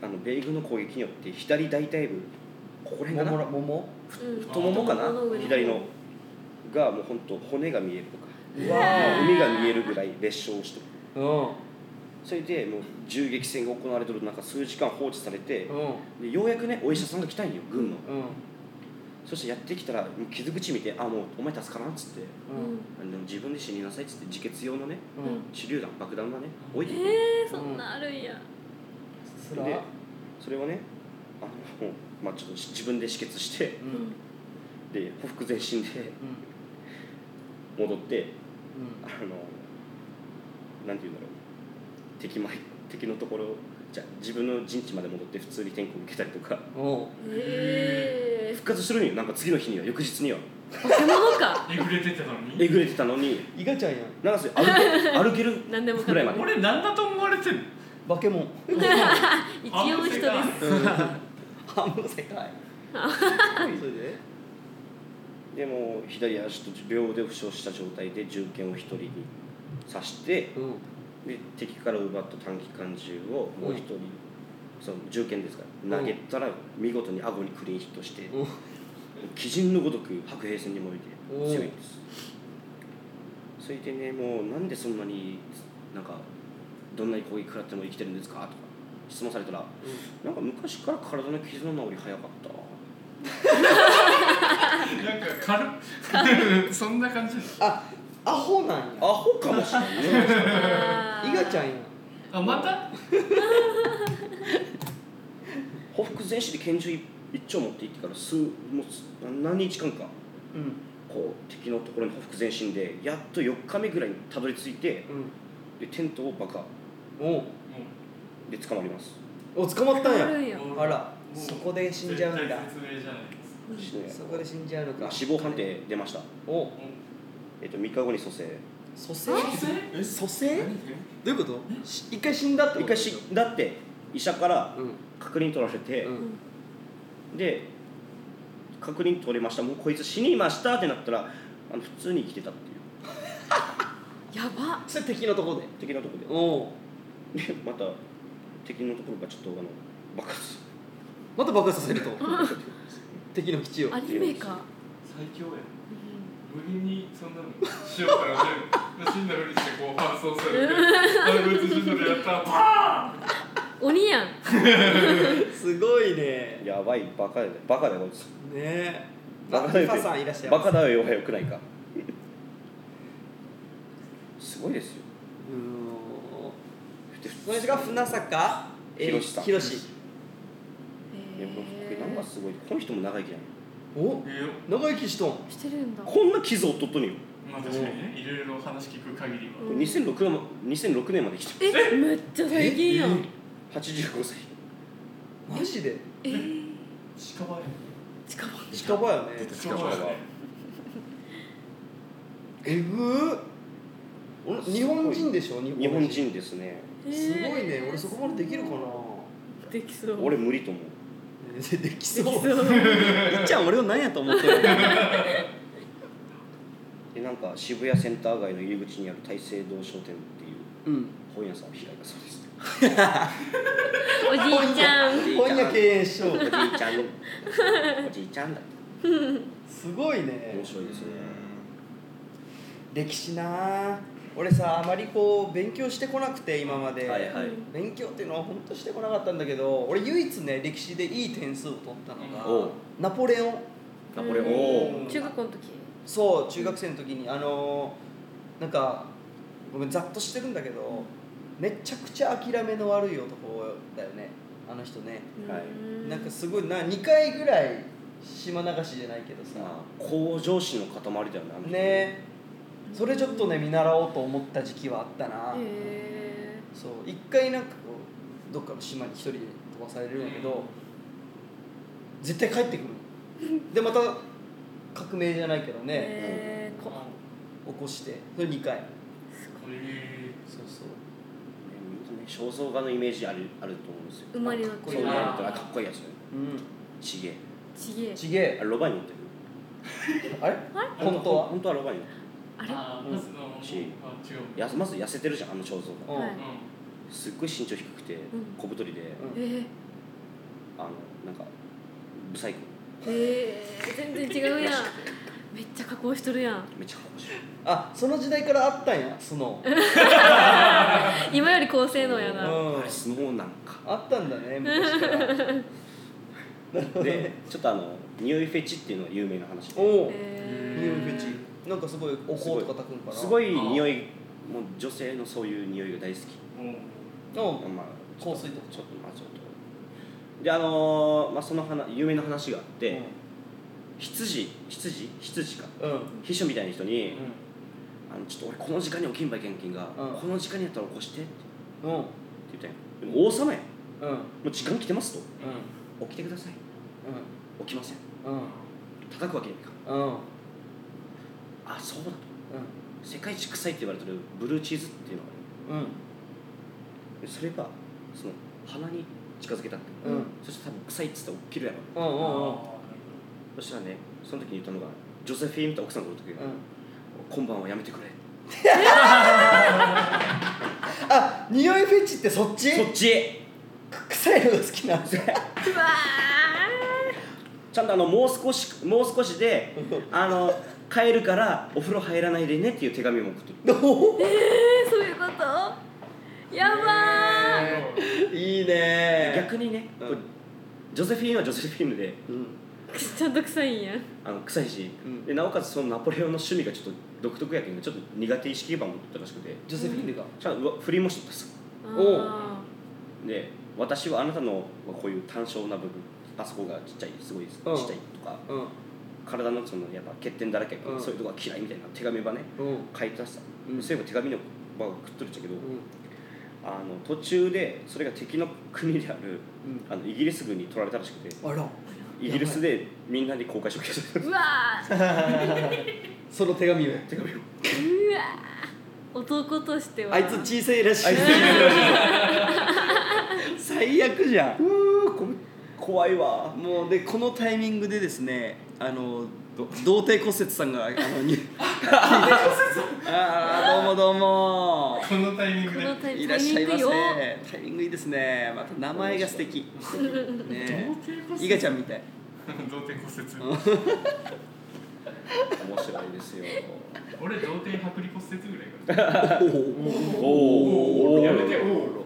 [SPEAKER 7] あの米軍の攻撃によって左大腿部ここら
[SPEAKER 3] ん、
[SPEAKER 7] 辺
[SPEAKER 3] も
[SPEAKER 7] か
[SPEAKER 3] も
[SPEAKER 7] な
[SPEAKER 3] らもも
[SPEAKER 5] 人
[SPEAKER 7] 太ももかな
[SPEAKER 5] 太ももの上の
[SPEAKER 7] 左のがもう本当骨が見えるとか
[SPEAKER 3] うわ
[SPEAKER 7] 海が見えるぐらい裂傷してる
[SPEAKER 3] うん
[SPEAKER 7] それでもう銃撃戦が行われてる中数時間放置されて
[SPEAKER 3] うん
[SPEAKER 7] でようやくねお医者さんが来たんよ
[SPEAKER 3] う
[SPEAKER 7] 軍の
[SPEAKER 3] ん
[SPEAKER 7] そしてやってきたらもう傷口見て「あもうお前助からん」っつって
[SPEAKER 5] う
[SPEAKER 3] うん
[SPEAKER 5] ん
[SPEAKER 7] 「あの自分で死になさい」っつって自決用のね
[SPEAKER 3] う
[SPEAKER 5] うん
[SPEAKER 3] ん
[SPEAKER 7] 手榴弾爆弾がね
[SPEAKER 6] うん
[SPEAKER 7] 置いてて
[SPEAKER 5] えー、そんなあるんや
[SPEAKER 3] すら
[SPEAKER 7] でそれをねあの、まあ、ちょっと自分で止血して
[SPEAKER 3] う
[SPEAKER 5] うんん
[SPEAKER 7] でほふ前進で戻ってあのなんて言うんだろう敵前敵のところじゃ自分の陣地まで戻って普通に天候受けたりとか
[SPEAKER 3] うんうん
[SPEAKER 5] え
[SPEAKER 7] 復活するんよなんか次の日には翌日には
[SPEAKER 5] ー、化け物か
[SPEAKER 6] えぐれてたのに
[SPEAKER 7] えぐれてたのに
[SPEAKER 3] 伊賀ちゃんやん
[SPEAKER 7] なんかそれ歩け歩ける
[SPEAKER 5] 何でもかん
[SPEAKER 7] ぐら
[SPEAKER 5] で
[SPEAKER 7] い
[SPEAKER 5] も
[SPEAKER 7] まで
[SPEAKER 6] 俺なんだと思われてんの
[SPEAKER 3] バケモ ン
[SPEAKER 5] 一応人です
[SPEAKER 6] あの世界
[SPEAKER 3] 半分世界それで
[SPEAKER 7] でも左足と両腕を負傷した状態で銃剣を一人に刺して
[SPEAKER 3] うん
[SPEAKER 7] で敵から奪った短期間銃をもう一人、その銃剣ですから投げたら見事に顎にクリーンヒットして、
[SPEAKER 3] うん
[SPEAKER 7] 鬼人のごとく白兵戦に燃え
[SPEAKER 3] おー
[SPEAKER 7] て強いんですそれでねもうなんでそんなになんかどんなに攻撃食らっても生きてるんですかとか質問されたら、なんか昔から体の傷の治り早かった
[SPEAKER 6] なんか軽っ そんな感じです
[SPEAKER 3] あアホなんや
[SPEAKER 7] アホかもしれない ね
[SPEAKER 5] あー
[SPEAKER 3] 伊賀ちゃんや
[SPEAKER 6] あまた
[SPEAKER 7] ほふ前進で拳銃一一丁持って行ってから数もうす何日間か
[SPEAKER 3] うん
[SPEAKER 7] こう敵のところにほふ前進でやっと4日目ぐらいにたどり着いてでテントを爆破
[SPEAKER 3] うん
[SPEAKER 7] で捕まります
[SPEAKER 3] おお捕まったん
[SPEAKER 5] ある
[SPEAKER 3] や
[SPEAKER 5] んや
[SPEAKER 6] もう
[SPEAKER 3] あらそこで死んじゃうんだ
[SPEAKER 6] 絶対説明じゃないです
[SPEAKER 7] 死ぬ
[SPEAKER 3] そこで死んじゃうの
[SPEAKER 7] ま
[SPEAKER 3] か
[SPEAKER 7] あ死亡判定出ました、
[SPEAKER 3] お
[SPEAKER 7] えっと、3日後に蘇生
[SPEAKER 3] 蘇生
[SPEAKER 6] え
[SPEAKER 3] え蘇生ど
[SPEAKER 6] 何
[SPEAKER 3] ういうことし一回死んだってこ
[SPEAKER 7] 一
[SPEAKER 3] と
[SPEAKER 7] 回死んだって医者から
[SPEAKER 3] うん
[SPEAKER 7] 確認取られて、
[SPEAKER 3] うん
[SPEAKER 7] で確認取れましたもうこいつ死にましたってなったらあの普通に生きてたっていう
[SPEAKER 5] やば
[SPEAKER 3] それ敵のとこで
[SPEAKER 7] 敵のところ
[SPEAKER 3] おお
[SPEAKER 7] ででまた敵のところがちょっとあの爆発
[SPEAKER 3] また爆発させると敵の基地を
[SPEAKER 5] アニメか、
[SPEAKER 6] 最強や
[SPEAKER 5] う
[SPEAKER 6] 無理にそんなのしようからね死んだふりしてこう搬送されて「あこいつ死んだのやったーパー
[SPEAKER 5] ん、
[SPEAKER 6] ン!
[SPEAKER 5] 鬼やん
[SPEAKER 3] すごいね
[SPEAKER 7] やばいバカだよバカだよこいつ
[SPEAKER 3] ねえあ
[SPEAKER 7] バカだ
[SPEAKER 3] リ
[SPEAKER 7] よ
[SPEAKER 3] ファさんいらっしゃい
[SPEAKER 7] バ
[SPEAKER 3] ます
[SPEAKER 7] カだよ弱いよくないかすごいですよ
[SPEAKER 3] うーん
[SPEAKER 7] で
[SPEAKER 3] その人が船坂えー
[SPEAKER 7] 広志さん
[SPEAKER 3] 広志
[SPEAKER 7] いやもう
[SPEAKER 5] へ
[SPEAKER 7] なんかすごいこの人も長生きじゃない
[SPEAKER 3] お」
[SPEAKER 6] ええよ
[SPEAKER 3] 長生きしとん
[SPEAKER 5] してるんだ
[SPEAKER 7] こんな傷を負っとっとによ
[SPEAKER 6] まあ確かにねいろいろ話聞く限りは
[SPEAKER 5] うん
[SPEAKER 7] 2006年も2006年まで生きてる
[SPEAKER 5] えめっちゃ最近やん
[SPEAKER 7] 85歳
[SPEAKER 3] マジで
[SPEAKER 5] えー、
[SPEAKER 6] 近場や
[SPEAKER 5] 近場
[SPEAKER 3] 近場やね
[SPEAKER 4] 出た
[SPEAKER 6] 近場やね
[SPEAKER 3] えぐー俺日本人でしょ日
[SPEAKER 7] 日本人ですね
[SPEAKER 3] すごいね俺そこまでできるかな
[SPEAKER 5] できそう
[SPEAKER 7] 俺無理と思う
[SPEAKER 3] えーでき
[SPEAKER 5] でき
[SPEAKER 3] そ
[SPEAKER 5] そう
[SPEAKER 3] ういっちゃん俺を何やと思って る
[SPEAKER 7] でなんか渋谷センター街の入り口にある大聖堂商店ってい
[SPEAKER 3] う
[SPEAKER 7] う
[SPEAKER 3] ん
[SPEAKER 7] 本屋さんを開いたそうです
[SPEAKER 5] おじいちゃん
[SPEAKER 3] 本屋経営しと
[SPEAKER 7] お
[SPEAKER 3] ん
[SPEAKER 7] じいちゃんのおじいちゃんだ
[SPEAKER 3] すごいね
[SPEAKER 7] 面白いですね
[SPEAKER 3] 歴史なあ俺さあまりこう勉強してこなくて今まで、
[SPEAKER 7] はいはい
[SPEAKER 3] 勉強っていうのは本当してこなかったんだけど俺唯一ね歴史でいい点数を取ったの
[SPEAKER 7] お
[SPEAKER 3] が
[SPEAKER 7] う
[SPEAKER 3] ナポレオン
[SPEAKER 7] ナポレオン
[SPEAKER 5] うん中学校の時
[SPEAKER 3] そう中学生の時にあのーなんかごめんざっとしてるんだけど、めちゃくちゃ諦めの悪い男だよねあの人ね、
[SPEAKER 7] はい
[SPEAKER 5] うん
[SPEAKER 3] なんかすごいな2回ぐらい島流しじゃないけどさ、
[SPEAKER 7] まあ向上心の塊だよねあの人
[SPEAKER 3] ねそれちょっとね見習おうと思った時期はあったな、
[SPEAKER 5] へ
[SPEAKER 3] そう一回なんかこうどっかの島に一人で飛ばされるんやけど、
[SPEAKER 6] うん
[SPEAKER 3] 絶対帰ってくるでまた革命じゃないけどね、
[SPEAKER 5] えへーこ
[SPEAKER 3] 起こしてそれ2回
[SPEAKER 6] え
[SPEAKER 3] そうそう
[SPEAKER 7] ね肖像画のイメージあるあると思うんですよ
[SPEAKER 5] 生まれの
[SPEAKER 7] かっこ
[SPEAKER 5] 時
[SPEAKER 7] いいな
[SPEAKER 6] あー
[SPEAKER 7] あかっこいいやつ
[SPEAKER 3] うん
[SPEAKER 7] ちげえ
[SPEAKER 5] ちげえ
[SPEAKER 3] ちげえ
[SPEAKER 7] あロバに乗ってる
[SPEAKER 3] あれ本当は
[SPEAKER 7] 本当はロバに乗って
[SPEAKER 5] あれ
[SPEAKER 6] あーまずのあ
[SPEAKER 7] し
[SPEAKER 6] 違う
[SPEAKER 7] るやまず痩せてるじゃんあの肖像画
[SPEAKER 3] うん
[SPEAKER 5] はい
[SPEAKER 6] うん
[SPEAKER 7] すっごい身長低くて
[SPEAKER 5] ん
[SPEAKER 7] 小太りで、
[SPEAKER 3] うん
[SPEAKER 5] えー
[SPEAKER 7] あのなんかブサイク
[SPEAKER 5] えー、全然違うやんめっちゃ加工しとるやん
[SPEAKER 7] めっちゃ面白い
[SPEAKER 3] あその時代からあったんやスノー、
[SPEAKER 5] 今より高性能やな、
[SPEAKER 3] うん
[SPEAKER 7] あれ相撲なんか
[SPEAKER 3] あったんだね昔から
[SPEAKER 7] でちょっとあの匂いフェチっていうのが有名な話で
[SPEAKER 3] おお
[SPEAKER 5] え
[SPEAKER 3] 匂いフェチなんかすごいお香とか炊くんかな
[SPEAKER 7] すご
[SPEAKER 3] い
[SPEAKER 7] い匂いもう女性のそういう匂いが大好き
[SPEAKER 6] うん
[SPEAKER 3] うん
[SPEAKER 7] まあちょっ
[SPEAKER 3] 香水とか
[SPEAKER 7] ちょっとまあちょっとであのーまあ、その話有名な話があって、羊羊羊か
[SPEAKER 3] うんうん
[SPEAKER 7] 秘書みたいな人に、
[SPEAKER 3] うん
[SPEAKER 7] あのちょっと俺この時間に起きんばいけんけんが、
[SPEAKER 3] うん
[SPEAKER 7] この時間にやったら起こしてって
[SPEAKER 3] うん
[SPEAKER 7] 言ったんやでも王様やんも
[SPEAKER 3] うんうん
[SPEAKER 7] う時間来てますと起きてください起きません
[SPEAKER 3] うん
[SPEAKER 7] 叩くわけにはいかん
[SPEAKER 3] うんうん
[SPEAKER 7] あそうだと世界一臭いって言われてるブルーチーズっていうのがあ
[SPEAKER 3] うん
[SPEAKER 7] るそれがその鼻に近づけたの
[SPEAKER 3] うんうん
[SPEAKER 7] そしたら多分臭いっつったら起きるやろ
[SPEAKER 3] うんうんうん
[SPEAKER 7] そしたらねその時に言ったのがジョセフィーンと奥さんがおる時に、今晩はやめてくれ
[SPEAKER 3] あ匂いフェチってそっち
[SPEAKER 7] そっち
[SPEAKER 3] く臭いのが好きなんだ
[SPEAKER 5] うわ
[SPEAKER 7] ちゃんとあのもう少しもう少しであの帰るからお風呂入らないでねっていう手紙も送ってる
[SPEAKER 3] お
[SPEAKER 5] ーそういうことやばー
[SPEAKER 3] いいね
[SPEAKER 7] 逆にね、
[SPEAKER 3] うん
[SPEAKER 7] こうジョセフィーンはジョセフィーヌで
[SPEAKER 3] うん
[SPEAKER 5] ちゃんと臭いんや
[SPEAKER 7] あの臭いし、
[SPEAKER 3] うん
[SPEAKER 7] でなおかつそのナポレオンの趣味がちょっと独特やけどちょっと苦手意識版もったらしくて
[SPEAKER 3] ジョセフィーヌが
[SPEAKER 7] ちゃんとうわ不倫もしとったっす
[SPEAKER 3] おう
[SPEAKER 5] あ
[SPEAKER 7] で私はあなたのまあこういう単調な部分あそこがちっちゃいすごいちっちゃいとか、
[SPEAKER 3] うん
[SPEAKER 7] 体のそのやっぱ欠点だらけやけど、
[SPEAKER 3] うん
[SPEAKER 7] そういうとこが嫌いみたいな手紙ばね
[SPEAKER 3] うん
[SPEAKER 7] 書いてたっすさ、
[SPEAKER 3] うん
[SPEAKER 7] そういえば手紙のばがくっとるっちゃけど、
[SPEAKER 3] うん
[SPEAKER 7] あの途中でそれが敵の国であるあのイギリス軍に取られたらしくて
[SPEAKER 3] うんあら
[SPEAKER 7] イギリスでみんなに公開処刑され
[SPEAKER 5] ーうわー
[SPEAKER 3] その手紙を
[SPEAKER 7] た手紙を
[SPEAKER 5] うわー男としては
[SPEAKER 3] あいつ小さいらしい最悪じゃん
[SPEAKER 7] うーこ怖いわ
[SPEAKER 3] もうでこのタイミングでですねあのど童貞骨折さんがあの にああどうもどうも
[SPEAKER 6] このタイミン
[SPEAKER 5] こ
[SPEAKER 6] グで
[SPEAKER 5] のタイミ
[SPEAKER 3] い
[SPEAKER 5] ン
[SPEAKER 3] らっしゃいま
[SPEAKER 5] グ
[SPEAKER 3] せ
[SPEAKER 5] よ
[SPEAKER 3] タイミングいいですねまた名前が素敵ねえイガちゃんみたい
[SPEAKER 6] 童貞骨折
[SPEAKER 7] 面白いです よ
[SPEAKER 6] 俺童貞剥離骨折ぐらいから
[SPEAKER 7] お
[SPEAKER 6] お
[SPEAKER 7] お
[SPEAKER 6] ーやめておー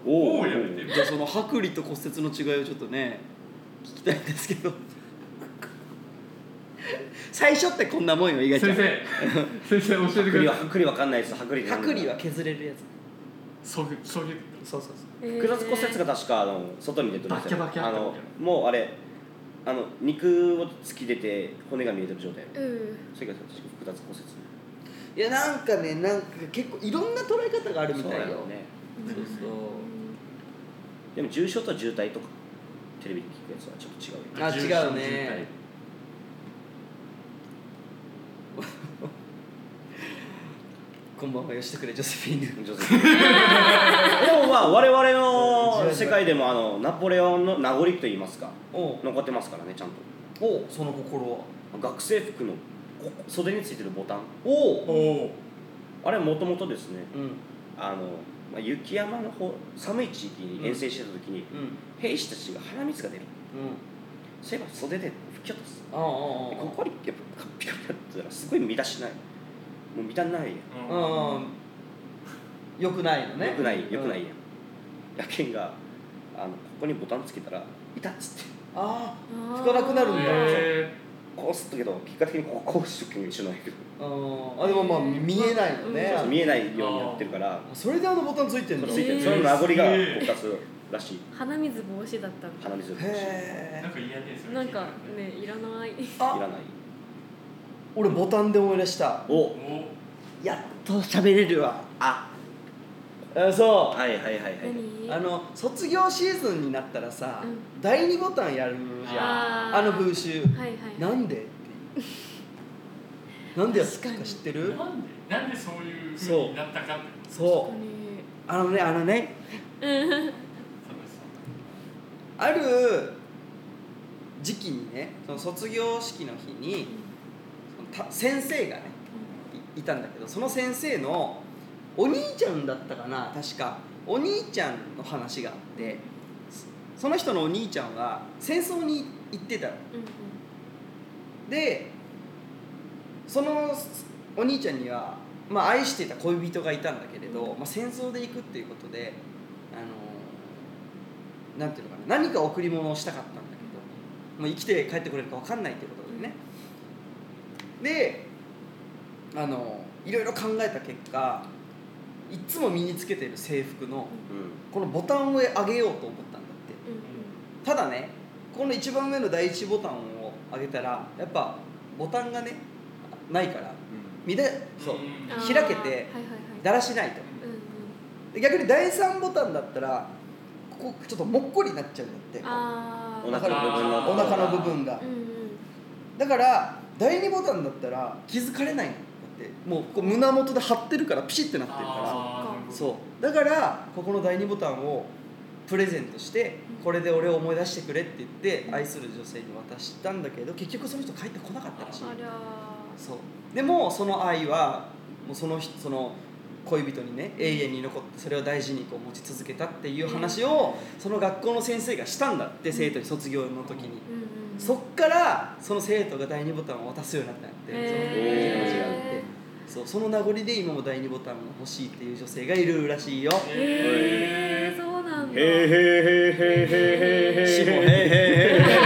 [SPEAKER 7] お
[SPEAKER 6] おーやめ
[SPEAKER 3] じゃ
[SPEAKER 6] て
[SPEAKER 3] あその剥離と骨折の違いをちょっとね聞きたいんですけど 最初ってこんなもんよイガちゃ
[SPEAKER 6] 先
[SPEAKER 3] ん
[SPEAKER 6] 生先生教えて
[SPEAKER 7] 剥
[SPEAKER 6] ください
[SPEAKER 7] 離は剥離わかんないです剥離ってなんだ
[SPEAKER 3] 剥離は削れるやつ
[SPEAKER 6] そういうそういう
[SPEAKER 3] そうそう
[SPEAKER 7] 複雑骨折が確かあの外に出てるんですよ
[SPEAKER 6] バキバキあ
[SPEAKER 7] あ
[SPEAKER 6] ったみたい
[SPEAKER 7] のもうあれあの肉を突き出て骨が見えてる状態
[SPEAKER 5] えーうん
[SPEAKER 7] それが確か複雑骨折
[SPEAKER 3] いやなんかねなんか結構いろんな捉え方があるみたいよ
[SPEAKER 7] やろうね
[SPEAKER 3] そう
[SPEAKER 7] でも重症と渋滞とかテレビで聞くやつはちょっと違うよ
[SPEAKER 3] あ違うね こんばんは吉くれジョセフィーヌ
[SPEAKER 7] 女 性でもまあ我々の世界でもあのナポレオンの名残といいますか
[SPEAKER 3] おう
[SPEAKER 7] 残ってますからねちゃんと
[SPEAKER 3] おうその心は
[SPEAKER 7] 学生服のここ袖についてるボタン
[SPEAKER 3] おお
[SPEAKER 6] おお
[SPEAKER 7] あれはもともとですね
[SPEAKER 3] うん
[SPEAKER 7] あの、まあ、雪山の方寒い地域に遠征してた時に、
[SPEAKER 3] うんうん
[SPEAKER 7] 兵士たちが鼻水が出るそういえば袖で吹き落とす
[SPEAKER 3] あああ
[SPEAKER 7] で
[SPEAKER 3] あ
[SPEAKER 7] ここにやっぱカピカピやってたらすごい見出しないもう見たないや
[SPEAKER 3] ああうんよくないのね
[SPEAKER 7] よくないよくないやんやけんがあのここにボタンつけたら「いた」っつって
[SPEAKER 3] あ
[SPEAKER 5] あー
[SPEAKER 3] 吹かなくなるんだ
[SPEAKER 6] え
[SPEAKER 7] こうすったけど結果的にこここうしとくに一緒なんやけど
[SPEAKER 3] あああでもまあ見えないのね
[SPEAKER 5] うん
[SPEAKER 3] あの
[SPEAKER 7] 見えないようになってるから
[SPEAKER 3] それであのボタンついてん
[SPEAKER 7] そ
[SPEAKER 3] だ
[SPEAKER 7] の
[SPEAKER 3] へ
[SPEAKER 7] ついて
[SPEAKER 5] へ
[SPEAKER 7] る
[SPEAKER 5] ー
[SPEAKER 7] その名残が復活らしい
[SPEAKER 5] 鼻水防止だったんだ
[SPEAKER 7] 鼻水復活
[SPEAKER 6] ー、なん
[SPEAKER 3] え
[SPEAKER 6] か嫌ねそれ
[SPEAKER 5] なんかねいらない
[SPEAKER 7] いら
[SPEAKER 3] あ
[SPEAKER 7] ない
[SPEAKER 3] 俺ボタンで思い出した
[SPEAKER 6] お
[SPEAKER 7] お
[SPEAKER 3] やっと喋れるわ
[SPEAKER 7] あ
[SPEAKER 3] あそう
[SPEAKER 7] はいはいはいはい
[SPEAKER 5] 何
[SPEAKER 3] あの卒業シーズンになったらさ、
[SPEAKER 5] うん
[SPEAKER 3] 第2ボタンやるじゃん
[SPEAKER 5] あー
[SPEAKER 3] あの風習
[SPEAKER 5] はいはい
[SPEAKER 3] な
[SPEAKER 5] はい
[SPEAKER 3] んでってなんでやった
[SPEAKER 5] 確か
[SPEAKER 3] か
[SPEAKER 5] に
[SPEAKER 3] 知って
[SPEAKER 6] な
[SPEAKER 3] る
[SPEAKER 6] んでなんでそういう風になったかって
[SPEAKER 3] そ
[SPEAKER 5] 本
[SPEAKER 3] う
[SPEAKER 5] 当に
[SPEAKER 3] あのねあのねある時期にねその卒業式の日にそのた先生がねいいたんだけどその先生のお兄ちゃんだったかな確かお兄ちゃんの話があってそその人のお兄ちゃんが戦争に行ってたの
[SPEAKER 5] うんうん
[SPEAKER 3] でそのお兄ちゃんには、まあ、愛していた恋人がいたんだけれど、まあ、戦争で行くっていうことであのなんていうのかな何か贈り物をしたかったんだけど、まあ、生きて帰ってこれるか分かんないっていうことでねであのいろいろ考えた結果いつも身につけてる制服の
[SPEAKER 7] うん
[SPEAKER 3] このボタンを上げようと思ったんだって
[SPEAKER 5] うんうん
[SPEAKER 3] ただねこの一番上の第一ボタンを上げたらやっぱボタンがねないから見でそう
[SPEAKER 5] あー
[SPEAKER 3] 開けて
[SPEAKER 5] はいはい
[SPEAKER 3] だ
[SPEAKER 5] は
[SPEAKER 3] ら
[SPEAKER 5] い
[SPEAKER 3] しないと
[SPEAKER 5] うんうん
[SPEAKER 3] で逆に第三ボタンだったらここちょっともっこりになっちゃうんだって
[SPEAKER 5] あー
[SPEAKER 7] お腹の部分の
[SPEAKER 3] お腹の部分が
[SPEAKER 5] うんうん
[SPEAKER 3] だから第二ボタンだったら気づかれないんだってもうこう胸元で張ってるからピシッてなってるから
[SPEAKER 6] あー
[SPEAKER 3] そうだからここの第二ボタンをプレゼントしてこれで俺を思い出してくれって言って愛する女性に渡したんだけど結局その人帰ってこなかったらしい
[SPEAKER 5] あら
[SPEAKER 3] そうでもその愛はもうその人その恋人にね永遠に残ってそれを大事にこう持ち続けたっていう話をその学校の先生がしたんだって生徒に卒業の時に
[SPEAKER 5] ーうんうん
[SPEAKER 3] そっからその生徒が第二ボタンを渡すようになったんだって、
[SPEAKER 5] へ
[SPEAKER 3] そのそうその名残で今も第二ボタンが欲しいっていう女性がいるらしいよ
[SPEAKER 5] ーへーそうなんだ
[SPEAKER 7] へーへーへーへーへー
[SPEAKER 3] しもへ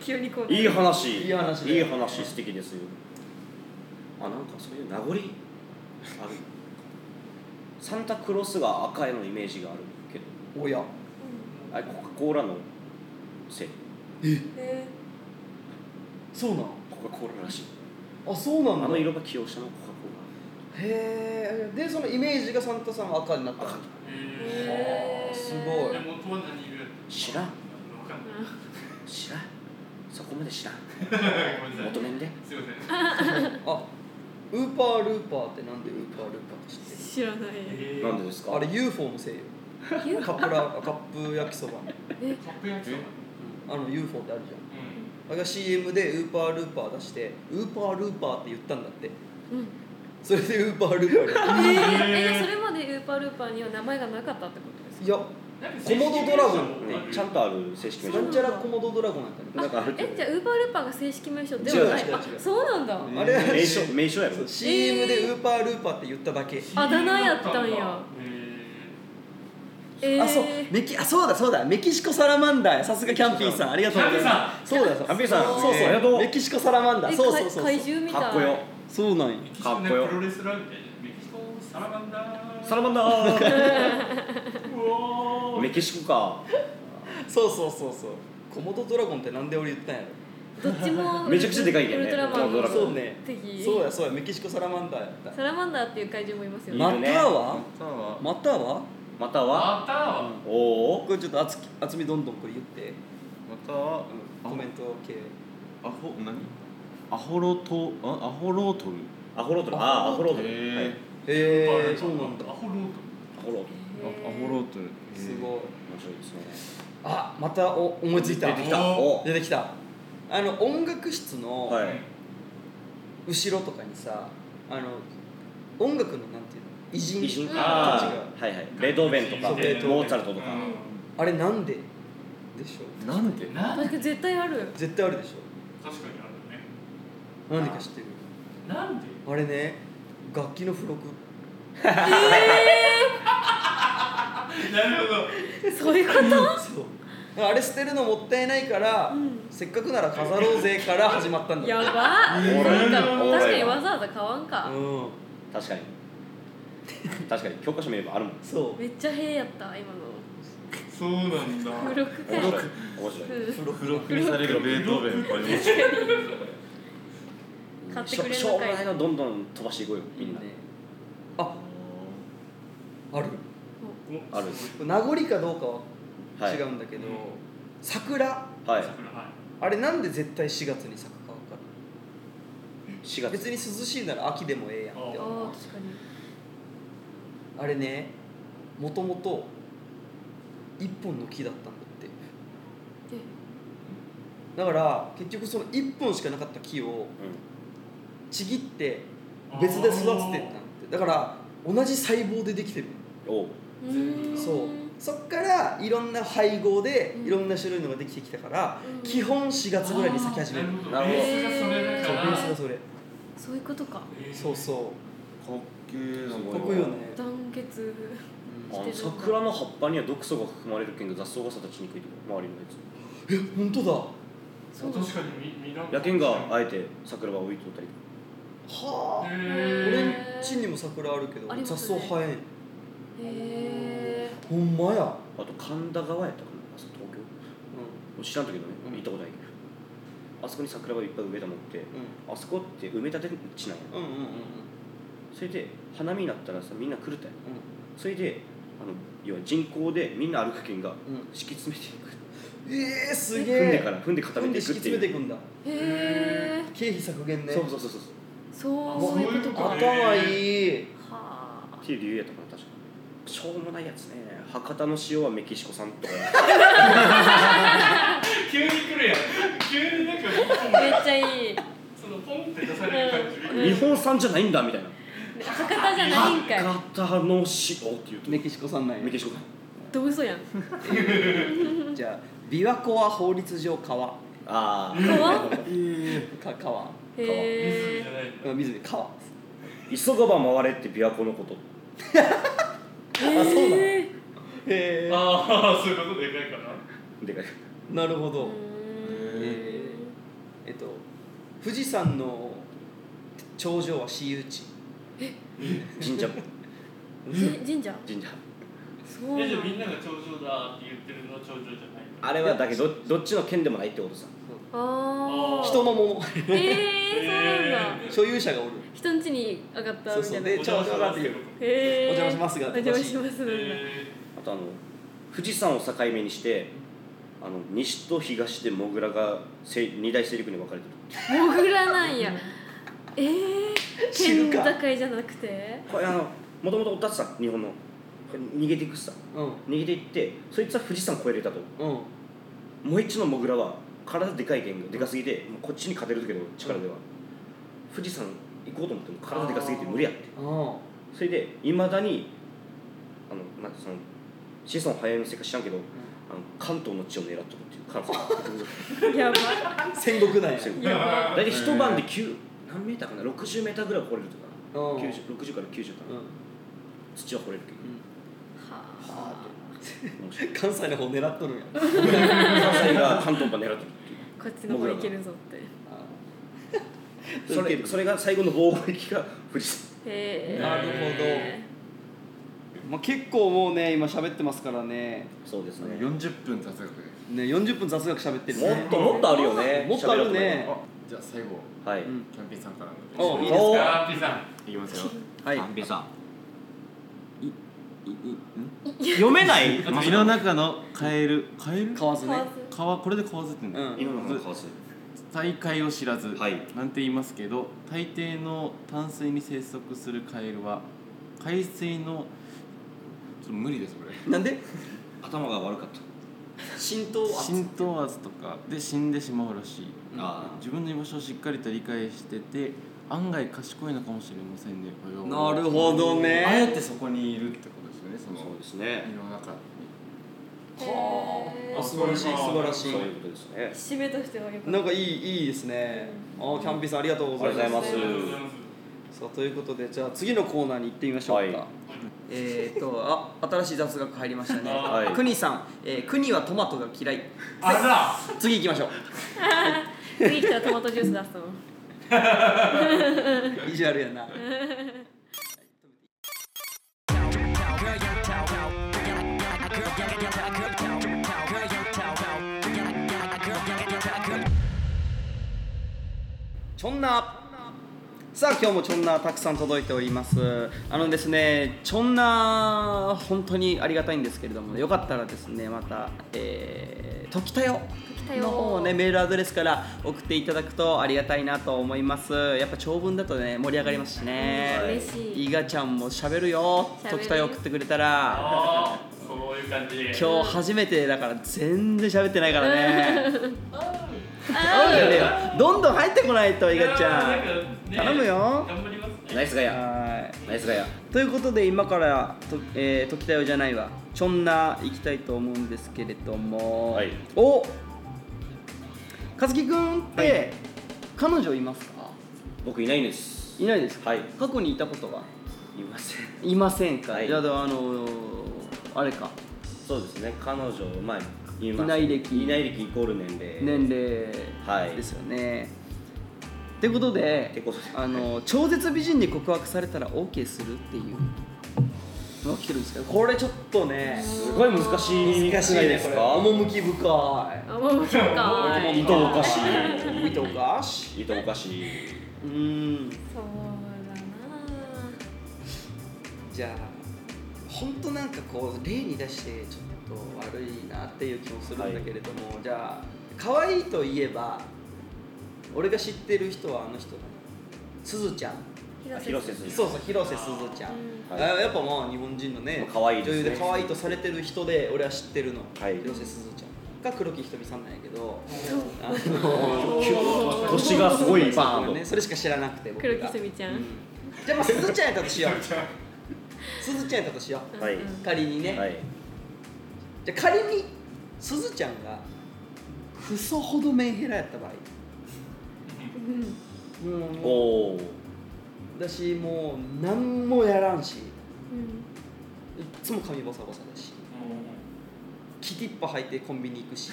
[SPEAKER 5] 急にこう
[SPEAKER 7] いい話
[SPEAKER 3] いい話だ
[SPEAKER 7] い
[SPEAKER 3] よ
[SPEAKER 7] い話素敵ですよあなんかそういう名残あるサンタクロースが赤いのイメージがあるけど
[SPEAKER 3] おや
[SPEAKER 5] うん
[SPEAKER 7] あれコカ・コーラのせい
[SPEAKER 5] へ
[SPEAKER 3] そうなん
[SPEAKER 7] コカ・コーラらしい
[SPEAKER 3] あそうな
[SPEAKER 7] あ
[SPEAKER 3] んだ
[SPEAKER 7] の
[SPEAKER 3] へ
[SPEAKER 7] 色が起用したのコカ・
[SPEAKER 3] えでそのイメージがサンタさんが赤になった
[SPEAKER 7] コーラ赤
[SPEAKER 5] へー
[SPEAKER 3] すごい
[SPEAKER 6] で元は何色やっ
[SPEAKER 7] 知ら
[SPEAKER 6] た
[SPEAKER 7] ん
[SPEAKER 6] わかんない
[SPEAKER 5] ー
[SPEAKER 7] 知らんそこまで知らん
[SPEAKER 6] ごめんな
[SPEAKER 7] 元
[SPEAKER 6] さい
[SPEAKER 7] 年です
[SPEAKER 6] いません
[SPEAKER 3] あウーパールーパーってなんでウーパールーパーか知ってる
[SPEAKER 5] 知らない
[SPEAKER 6] えー
[SPEAKER 7] なんでですか
[SPEAKER 3] あれ UFO のせいよカップラカップ焼きそばの、
[SPEAKER 5] え
[SPEAKER 6] カップ焼きそば
[SPEAKER 3] あの UFO ってあるじゃんあ
[SPEAKER 6] うん
[SPEAKER 3] れが CM でウーパールーパー出してウーパールーパーって言ったんだって
[SPEAKER 5] うん
[SPEAKER 3] それでウーパールーパー
[SPEAKER 5] え
[SPEAKER 3] に
[SPEAKER 5] ーえそれまでウーパールーパーには名前がなかったってことです
[SPEAKER 3] いや
[SPEAKER 6] なんか
[SPEAKER 3] コモドドラゴン
[SPEAKER 6] 正式名称もあるよ
[SPEAKER 7] ねちゃんとある正式名
[SPEAKER 3] な
[SPEAKER 7] 称
[SPEAKER 3] んちゃらコモドドラゴンやったね
[SPEAKER 5] か
[SPEAKER 7] なんかあるけど
[SPEAKER 5] えじゃあウーパールーパーが正式名称ではない
[SPEAKER 3] 違う違う違う
[SPEAKER 5] あそうなんだ
[SPEAKER 3] あれ
[SPEAKER 7] 名称名称やろ
[SPEAKER 3] そう CM でウーパールーパーって言っただけ、
[SPEAKER 5] あだ名やったんや
[SPEAKER 6] へ
[SPEAKER 5] えー、
[SPEAKER 3] あそうメキあそうだそうだメキシコサラマンダーやさすがキャンピーさんありがとうございますそうだそう
[SPEAKER 7] キャンピーさん
[SPEAKER 3] そうそう
[SPEAKER 7] ありがとう
[SPEAKER 3] メキシコサラマンダー
[SPEAKER 5] え
[SPEAKER 3] そうそうそうそう
[SPEAKER 5] 怪怪獣みたい
[SPEAKER 7] かっこよ
[SPEAKER 3] そうなんよ
[SPEAKER 6] ーメキシ
[SPEAKER 7] か
[SPEAKER 6] コ
[SPEAKER 7] っ
[SPEAKER 6] ね
[SPEAKER 7] こ
[SPEAKER 6] プ
[SPEAKER 7] よ
[SPEAKER 6] ロレスラーみたいじゃんメキシコサラマンダー
[SPEAKER 7] サラマン ダー
[SPEAKER 6] うおー
[SPEAKER 7] メキシコか
[SPEAKER 3] そうそうそうそうコモドドラゴンってなんで俺言ったんやろ
[SPEAKER 5] どっちも
[SPEAKER 7] めちゃくちゃでかいけどね
[SPEAKER 5] ウルトラマン
[SPEAKER 7] ウルトラマン
[SPEAKER 3] そうね
[SPEAKER 5] 敵
[SPEAKER 3] そうやそうやメキシコサラマンダーやった
[SPEAKER 5] サラマンダーっていう怪獣もいますよ
[SPEAKER 7] い
[SPEAKER 5] ね
[SPEAKER 3] ま
[SPEAKER 7] るね
[SPEAKER 3] たは
[SPEAKER 4] さは
[SPEAKER 3] または
[SPEAKER 7] または
[SPEAKER 6] または
[SPEAKER 7] おお
[SPEAKER 3] これちょっと厚き厚みどんどんこれ言って
[SPEAKER 4] または
[SPEAKER 3] コメント系
[SPEAKER 4] アホ何アホロトあアホロートル
[SPEAKER 7] アホロートルああアホロートル
[SPEAKER 4] へー
[SPEAKER 7] はい
[SPEAKER 3] へえそうなんだ
[SPEAKER 6] アホロー
[SPEAKER 7] アホロートル
[SPEAKER 4] あアホロートルへー
[SPEAKER 3] すごい
[SPEAKER 7] 面白いですね
[SPEAKER 3] あまたお思いついた
[SPEAKER 7] 出てきた
[SPEAKER 6] お
[SPEAKER 7] お
[SPEAKER 3] 出てきたあの音楽室の
[SPEAKER 7] はい
[SPEAKER 3] 後ろとかにさあの音楽のなんていうの偉人
[SPEAKER 7] 偉人
[SPEAKER 3] たち
[SPEAKER 7] あ
[SPEAKER 3] が
[SPEAKER 7] あはいはいベートーベンとか
[SPEAKER 3] そうベートーベン
[SPEAKER 7] モーツァルトとか
[SPEAKER 6] うん
[SPEAKER 3] あれなんででしょう
[SPEAKER 4] なんで
[SPEAKER 6] な
[SPEAKER 5] 確かに絶対あ る
[SPEAKER 3] 絶対あるでし
[SPEAKER 6] 確かにあるね
[SPEAKER 3] ょなんでか知ってる
[SPEAKER 6] なんで
[SPEAKER 3] あれね楽器の付録
[SPEAKER 6] なるほど
[SPEAKER 5] そういうこと
[SPEAKER 3] そうあれ捨てるのもったいないから、
[SPEAKER 5] うん
[SPEAKER 3] せっかくなら飾ろうぜから始まったんだ
[SPEAKER 5] やば
[SPEAKER 7] え
[SPEAKER 5] そ
[SPEAKER 7] ー
[SPEAKER 5] うか
[SPEAKER 7] 俺は
[SPEAKER 5] 確かにわざわざ買わんか
[SPEAKER 3] うん
[SPEAKER 7] 確かに確かに教科書見ればあるもん
[SPEAKER 3] そう
[SPEAKER 5] めっちゃへやった今の
[SPEAKER 6] そうなんだ
[SPEAKER 5] 付録か
[SPEAKER 7] 面白い面
[SPEAKER 5] う
[SPEAKER 7] 白い
[SPEAKER 5] ん
[SPEAKER 3] 付録
[SPEAKER 4] 付録にされるベートーベンこれめっちゃ
[SPEAKER 5] 買ってくれるのかい
[SPEAKER 7] しょしょうもないのどんどん飛ばしていこうよみんな
[SPEAKER 3] ねあある
[SPEAKER 6] お
[SPEAKER 7] ある
[SPEAKER 6] す
[SPEAKER 3] 名残かどうかは
[SPEAKER 7] はい
[SPEAKER 3] 違うんだけど、
[SPEAKER 6] うん
[SPEAKER 3] 桜
[SPEAKER 7] はい
[SPEAKER 6] 桜は
[SPEAKER 3] あれなんで絶対4月に咲くか分かる
[SPEAKER 7] 4月
[SPEAKER 3] 別に涼しいなら秋でもええやんって
[SPEAKER 5] あ
[SPEAKER 3] 思う
[SPEAKER 5] ー確かに
[SPEAKER 3] あれねもともと1本の木だったんだってだから結局その1本しかなかった木をちぎって別で育ててったんだってだから同じ細胞でできてる
[SPEAKER 7] うんおう
[SPEAKER 5] えーん
[SPEAKER 3] そうそっからいろんな配合で
[SPEAKER 5] うん
[SPEAKER 3] いろんな種類のができてきたから、
[SPEAKER 5] うん
[SPEAKER 3] 基本4月ぐらいに咲き始める
[SPEAKER 6] なるほ
[SPEAKER 7] な
[SPEAKER 6] ど
[SPEAKER 7] るほ
[SPEAKER 6] ベ
[SPEAKER 7] ど
[SPEAKER 6] ースがそれ
[SPEAKER 3] そうベ
[SPEAKER 6] だから
[SPEAKER 3] ースがそれ
[SPEAKER 5] そういうことか
[SPEAKER 6] えー
[SPEAKER 3] そうそ
[SPEAKER 4] かっけー
[SPEAKER 7] す
[SPEAKER 3] う
[SPEAKER 7] ご
[SPEAKER 3] か
[SPEAKER 7] い
[SPEAKER 3] っ
[SPEAKER 7] わ
[SPEAKER 3] こいいよね
[SPEAKER 5] 団結
[SPEAKER 7] あ
[SPEAKER 5] して
[SPEAKER 7] の
[SPEAKER 5] る
[SPEAKER 7] 桜の葉っぱには毒素が含まれるけんど雑草が育ちにくいとか周りのやつ
[SPEAKER 3] え本当だは
[SPEAKER 5] そう
[SPEAKER 6] 確かにみみんな
[SPEAKER 7] 野犬があえて桜は浮いとったり
[SPEAKER 3] あ俺ん
[SPEAKER 6] へ
[SPEAKER 5] へー
[SPEAKER 3] ちにも桜あるけど
[SPEAKER 5] あります
[SPEAKER 3] 雑
[SPEAKER 5] ね
[SPEAKER 3] 草生えん
[SPEAKER 5] へえ
[SPEAKER 3] ほんまや、
[SPEAKER 7] あと神田川やったかなあそこ東京知らんとけどね、
[SPEAKER 3] うん
[SPEAKER 7] 行ったことないけどあそこに桜がいっぱい植えたもんって
[SPEAKER 3] う
[SPEAKER 7] あそこって埋め立て地なんや
[SPEAKER 3] ん、うんうんうんうん
[SPEAKER 7] それで花見になったらさみんな来るたんやそれであの要は人工でみんな歩く県が
[SPEAKER 3] うんうん
[SPEAKER 7] 敷き詰めていく
[SPEAKER 3] えー、すげえ
[SPEAKER 7] 踏んでから踏んで固
[SPEAKER 3] 踏ん
[SPEAKER 7] めて
[SPEAKER 3] で
[SPEAKER 7] いく
[SPEAKER 3] 敷き詰め
[SPEAKER 7] ってい
[SPEAKER 3] ていうくんだ
[SPEAKER 5] へえ
[SPEAKER 3] 経費削減ね
[SPEAKER 7] そうそうそうそう
[SPEAKER 5] そう
[SPEAKER 3] も
[SPEAKER 5] そういうこと
[SPEAKER 6] そ
[SPEAKER 5] か
[SPEAKER 6] ういうこ
[SPEAKER 3] 頭
[SPEAKER 6] とね
[SPEAKER 3] いい
[SPEAKER 5] はあ
[SPEAKER 7] っていう理由やったかな確かしょうもないやつね博多の塩はメキシコ産とか
[SPEAKER 6] 急に来るやん急になんか
[SPEAKER 5] めっちゃいい
[SPEAKER 6] そのポンって出される感じびっくり
[SPEAKER 7] 日本産じゃないんだみたいな
[SPEAKER 5] 博多じゃないんかい
[SPEAKER 7] 博多の塩っていうと
[SPEAKER 3] メキシコさんなんや
[SPEAKER 7] メキシコ産
[SPEAKER 5] どうそやん
[SPEAKER 3] じゃあ琵琶湖は法律上川か
[SPEAKER 7] ああ
[SPEAKER 5] 川
[SPEAKER 3] 川
[SPEAKER 5] へ
[SPEAKER 6] 湖じゃ
[SPEAKER 5] え
[SPEAKER 6] ないんだ
[SPEAKER 3] うん湖川
[SPEAKER 7] 急がば回れって琵琶湖のこと
[SPEAKER 5] へえ
[SPEAKER 3] へえ
[SPEAKER 6] ああそういうことでかいかな
[SPEAKER 7] でかい
[SPEAKER 3] なるほど
[SPEAKER 5] へ
[SPEAKER 3] えっと富士山の頂上は私有地
[SPEAKER 7] 神
[SPEAKER 5] え神
[SPEAKER 7] 社
[SPEAKER 5] 社
[SPEAKER 7] 神社
[SPEAKER 5] そうな
[SPEAKER 6] えじゃあみ
[SPEAKER 5] ん
[SPEAKER 6] んなが頂上だって言ってるのは頂上じゃないの
[SPEAKER 7] あれはだけどどっちの県でもないってことさ
[SPEAKER 5] あー
[SPEAKER 3] 人のもの
[SPEAKER 5] えー、そうなんだ
[SPEAKER 3] 所有者がおる
[SPEAKER 5] 人ん家に上がった
[SPEAKER 3] そう
[SPEAKER 5] み
[SPEAKER 3] そ
[SPEAKER 5] た
[SPEAKER 3] う
[SPEAKER 5] い
[SPEAKER 3] で
[SPEAKER 5] な
[SPEAKER 3] え頂上だっていう
[SPEAKER 5] へえ
[SPEAKER 3] お邪魔しますが
[SPEAKER 5] お邪魔しますなんだ
[SPEAKER 6] え
[SPEAKER 7] あとあの富士山を境目にしてあの西と東でモグラがせ二大勢力に分かれてる
[SPEAKER 5] モグラなんやえー、
[SPEAKER 3] 知る
[SPEAKER 5] 県
[SPEAKER 3] か
[SPEAKER 5] 境じゃなくて
[SPEAKER 7] これあのもともとおったさ日本のこれ逃げていくさ
[SPEAKER 3] うん
[SPEAKER 7] 逃げていってそいつは富士山越えれたと
[SPEAKER 3] うん
[SPEAKER 7] もう一のモグラは体でかいけんでかすぎてもうこっちに勝てるけど力では、富士山行こうと思っても体でかすぎて無理やって
[SPEAKER 3] あ
[SPEAKER 7] それでいまだにあのまあその子孫早いのせいか知らんけど、あの関東の地を狙っとる っていう関西
[SPEAKER 5] やば
[SPEAKER 3] あ戦国なんや
[SPEAKER 7] 戦国
[SPEAKER 5] いやば
[SPEAKER 7] 大体一晩で9何メーターかな60メーターぐらい掘れるとか
[SPEAKER 3] うんうん
[SPEAKER 7] 90 60から90かな、土は掘れるけど
[SPEAKER 5] は
[SPEAKER 7] 面白い
[SPEAKER 3] 関西の方狙っとるんや
[SPEAKER 7] 関西が関東ば狙ってるって
[SPEAKER 5] あこっちの方行けるぞって
[SPEAKER 7] いうそれそれが最後の防護域が富士山
[SPEAKER 5] へえ
[SPEAKER 3] なるまあ、結構もうね今喋ってますからね
[SPEAKER 7] そうですね
[SPEAKER 4] 40分雑学で
[SPEAKER 3] ね40分雑学喋ってる
[SPEAKER 7] もっともっとあるよね
[SPEAKER 3] もっとある
[SPEAKER 4] あ
[SPEAKER 3] ね
[SPEAKER 4] じゃあ最後
[SPEAKER 7] 喋ろうと思えばはい、
[SPEAKER 3] うん
[SPEAKER 4] キャンピンさんからの
[SPEAKER 3] お
[SPEAKER 6] いい
[SPEAKER 3] い
[SPEAKER 6] で
[SPEAKER 3] いで
[SPEAKER 6] す
[SPEAKER 3] す
[SPEAKER 6] かピーさん
[SPEAKER 4] いきますよ
[SPEAKER 3] はい
[SPEAKER 7] キャンピンさ
[SPEAKER 4] いい
[SPEAKER 7] ん読めない
[SPEAKER 4] ん胃の中のカエルカエル
[SPEAKER 3] 買わずね
[SPEAKER 5] 川
[SPEAKER 4] 川これで川津って言うんだ
[SPEAKER 3] うん
[SPEAKER 7] 胃の中のカワス
[SPEAKER 4] 大海を知らず、
[SPEAKER 7] はい
[SPEAKER 4] なんて言いますけど大抵の淡水に生息するカエルは海水のちょっと無理ですこれ
[SPEAKER 3] なんで
[SPEAKER 7] 頭が悪かった
[SPEAKER 3] 浸透圧
[SPEAKER 4] 浸透圧とかで死んでしまうらしい
[SPEAKER 7] あ
[SPEAKER 4] 自分の居場所をしっかりと理解してて案外賢いのかもしれませんねおよ
[SPEAKER 3] なるほどね
[SPEAKER 4] あえてそこにいるってことですよねそ
[SPEAKER 7] そう
[SPEAKER 4] の
[SPEAKER 7] ですね
[SPEAKER 4] 胃の中に
[SPEAKER 3] はあ
[SPEAKER 5] へー
[SPEAKER 3] あ素晴らしい素晴らし
[SPEAKER 7] そういう
[SPEAKER 3] い
[SPEAKER 7] ことですね
[SPEAKER 5] 締めとしてはよかった
[SPEAKER 3] なんかいいいいですねああキャンピーさんありがとうございます
[SPEAKER 7] ありがとうございます
[SPEAKER 6] ありがとうございます
[SPEAKER 3] さあということでじゃあ次のコーナーに行ってみましょうか、
[SPEAKER 7] はい
[SPEAKER 3] えーっとあ新しい雑学入りましたね
[SPEAKER 6] はい
[SPEAKER 3] あくにさん、えー、くにはトマトが嫌い
[SPEAKER 6] あら
[SPEAKER 3] 次行きましょう
[SPEAKER 5] 次来たらトマトジュース出すの
[SPEAKER 3] 意地悪やなちょんなさあ今日もチョンナーたくさん届いておりますあのですねチョンナー本当にありがたいんですけれどもよかったらですねまたえー、時田よ
[SPEAKER 5] 時田よ
[SPEAKER 3] の方をねメールアドレスから送っていただくとありがたいなと思いますやっぱ長文だとね盛り上がりますしね
[SPEAKER 5] うん嬉しい
[SPEAKER 3] イガちゃんも喋るよ
[SPEAKER 5] 喋るよ
[SPEAKER 3] 時田よ送ってくれたら
[SPEAKER 6] あーそういう感じ
[SPEAKER 3] 今日初めてだから全然喋ってないから ねそうだよねどんどん入ってこないとイガちゃん
[SPEAKER 6] ん
[SPEAKER 3] 頼むよ
[SPEAKER 6] 頑張りますね
[SPEAKER 7] ナイスガヤ
[SPEAKER 3] はい
[SPEAKER 7] ナイスガヤ
[SPEAKER 3] ということで今からと、えー、時田よじゃないわちょんな行きたいと思うんですけれども、
[SPEAKER 7] はい
[SPEAKER 3] おかずきくんって、彼女いますか
[SPEAKER 7] 僕いないんです
[SPEAKER 3] いないですか、
[SPEAKER 7] はい
[SPEAKER 3] 過去にいたことはい
[SPEAKER 7] ません
[SPEAKER 3] いませんか、
[SPEAKER 7] はい
[SPEAKER 3] いやだからあのーあれか
[SPEAKER 7] そうですね彼女まあいま
[SPEAKER 3] いない歴
[SPEAKER 7] いない歴イコール年齢
[SPEAKER 3] 年齢
[SPEAKER 7] はい
[SPEAKER 3] ですよね、ってことで
[SPEAKER 7] ってことで
[SPEAKER 3] あのー超絶美人に告白されたら OK するっていうのが来てるんですけどこれちょっとね
[SPEAKER 7] すごい難しいくないですか
[SPEAKER 3] 趣深い
[SPEAKER 5] あもうそっか
[SPEAKER 7] いとおかしい
[SPEAKER 3] 見ておかし
[SPEAKER 7] いとおかしいう
[SPEAKER 3] ーん
[SPEAKER 5] そうだ
[SPEAKER 3] じゃあ本当なんかこう例に出してちょっと悪いなっていう気もするんだけれども、じゃあ可愛いといえば俺が知ってる人はあの人だすずちゃん
[SPEAKER 7] 広瀬すず
[SPEAKER 3] そうそう広瀬すずちゃん
[SPEAKER 5] う
[SPEAKER 3] あ
[SPEAKER 7] はい
[SPEAKER 3] やっぱまあ日本人のね
[SPEAKER 7] 可愛いです
[SPEAKER 3] 女
[SPEAKER 7] ね
[SPEAKER 3] 優で可愛いとされてる人で俺は知ってるの、
[SPEAKER 7] はい
[SPEAKER 3] 広瀬すずちゃんが黒木ひとみさんなんやけど
[SPEAKER 5] そう
[SPEAKER 3] あの
[SPEAKER 7] 年がすごいバー
[SPEAKER 3] ご
[SPEAKER 7] ンと
[SPEAKER 3] めんねそれしか知らなくて僕が
[SPEAKER 5] 黒木すみちゃん
[SPEAKER 3] うじゃあまあすずちゃんやったとしようすずちゃんやったとしよ
[SPEAKER 5] うん
[SPEAKER 7] はい
[SPEAKER 5] うん
[SPEAKER 3] う仮にね、
[SPEAKER 7] はい
[SPEAKER 3] じゃあ仮にすずちゃんがクソほどメンヘラやった場合
[SPEAKER 5] うん
[SPEAKER 7] お
[SPEAKER 3] もう
[SPEAKER 7] お
[SPEAKER 3] 私もう何もやらんし
[SPEAKER 5] うん
[SPEAKER 3] いっつも髪ボサボサだしキティッパ履いてコンビニ行く し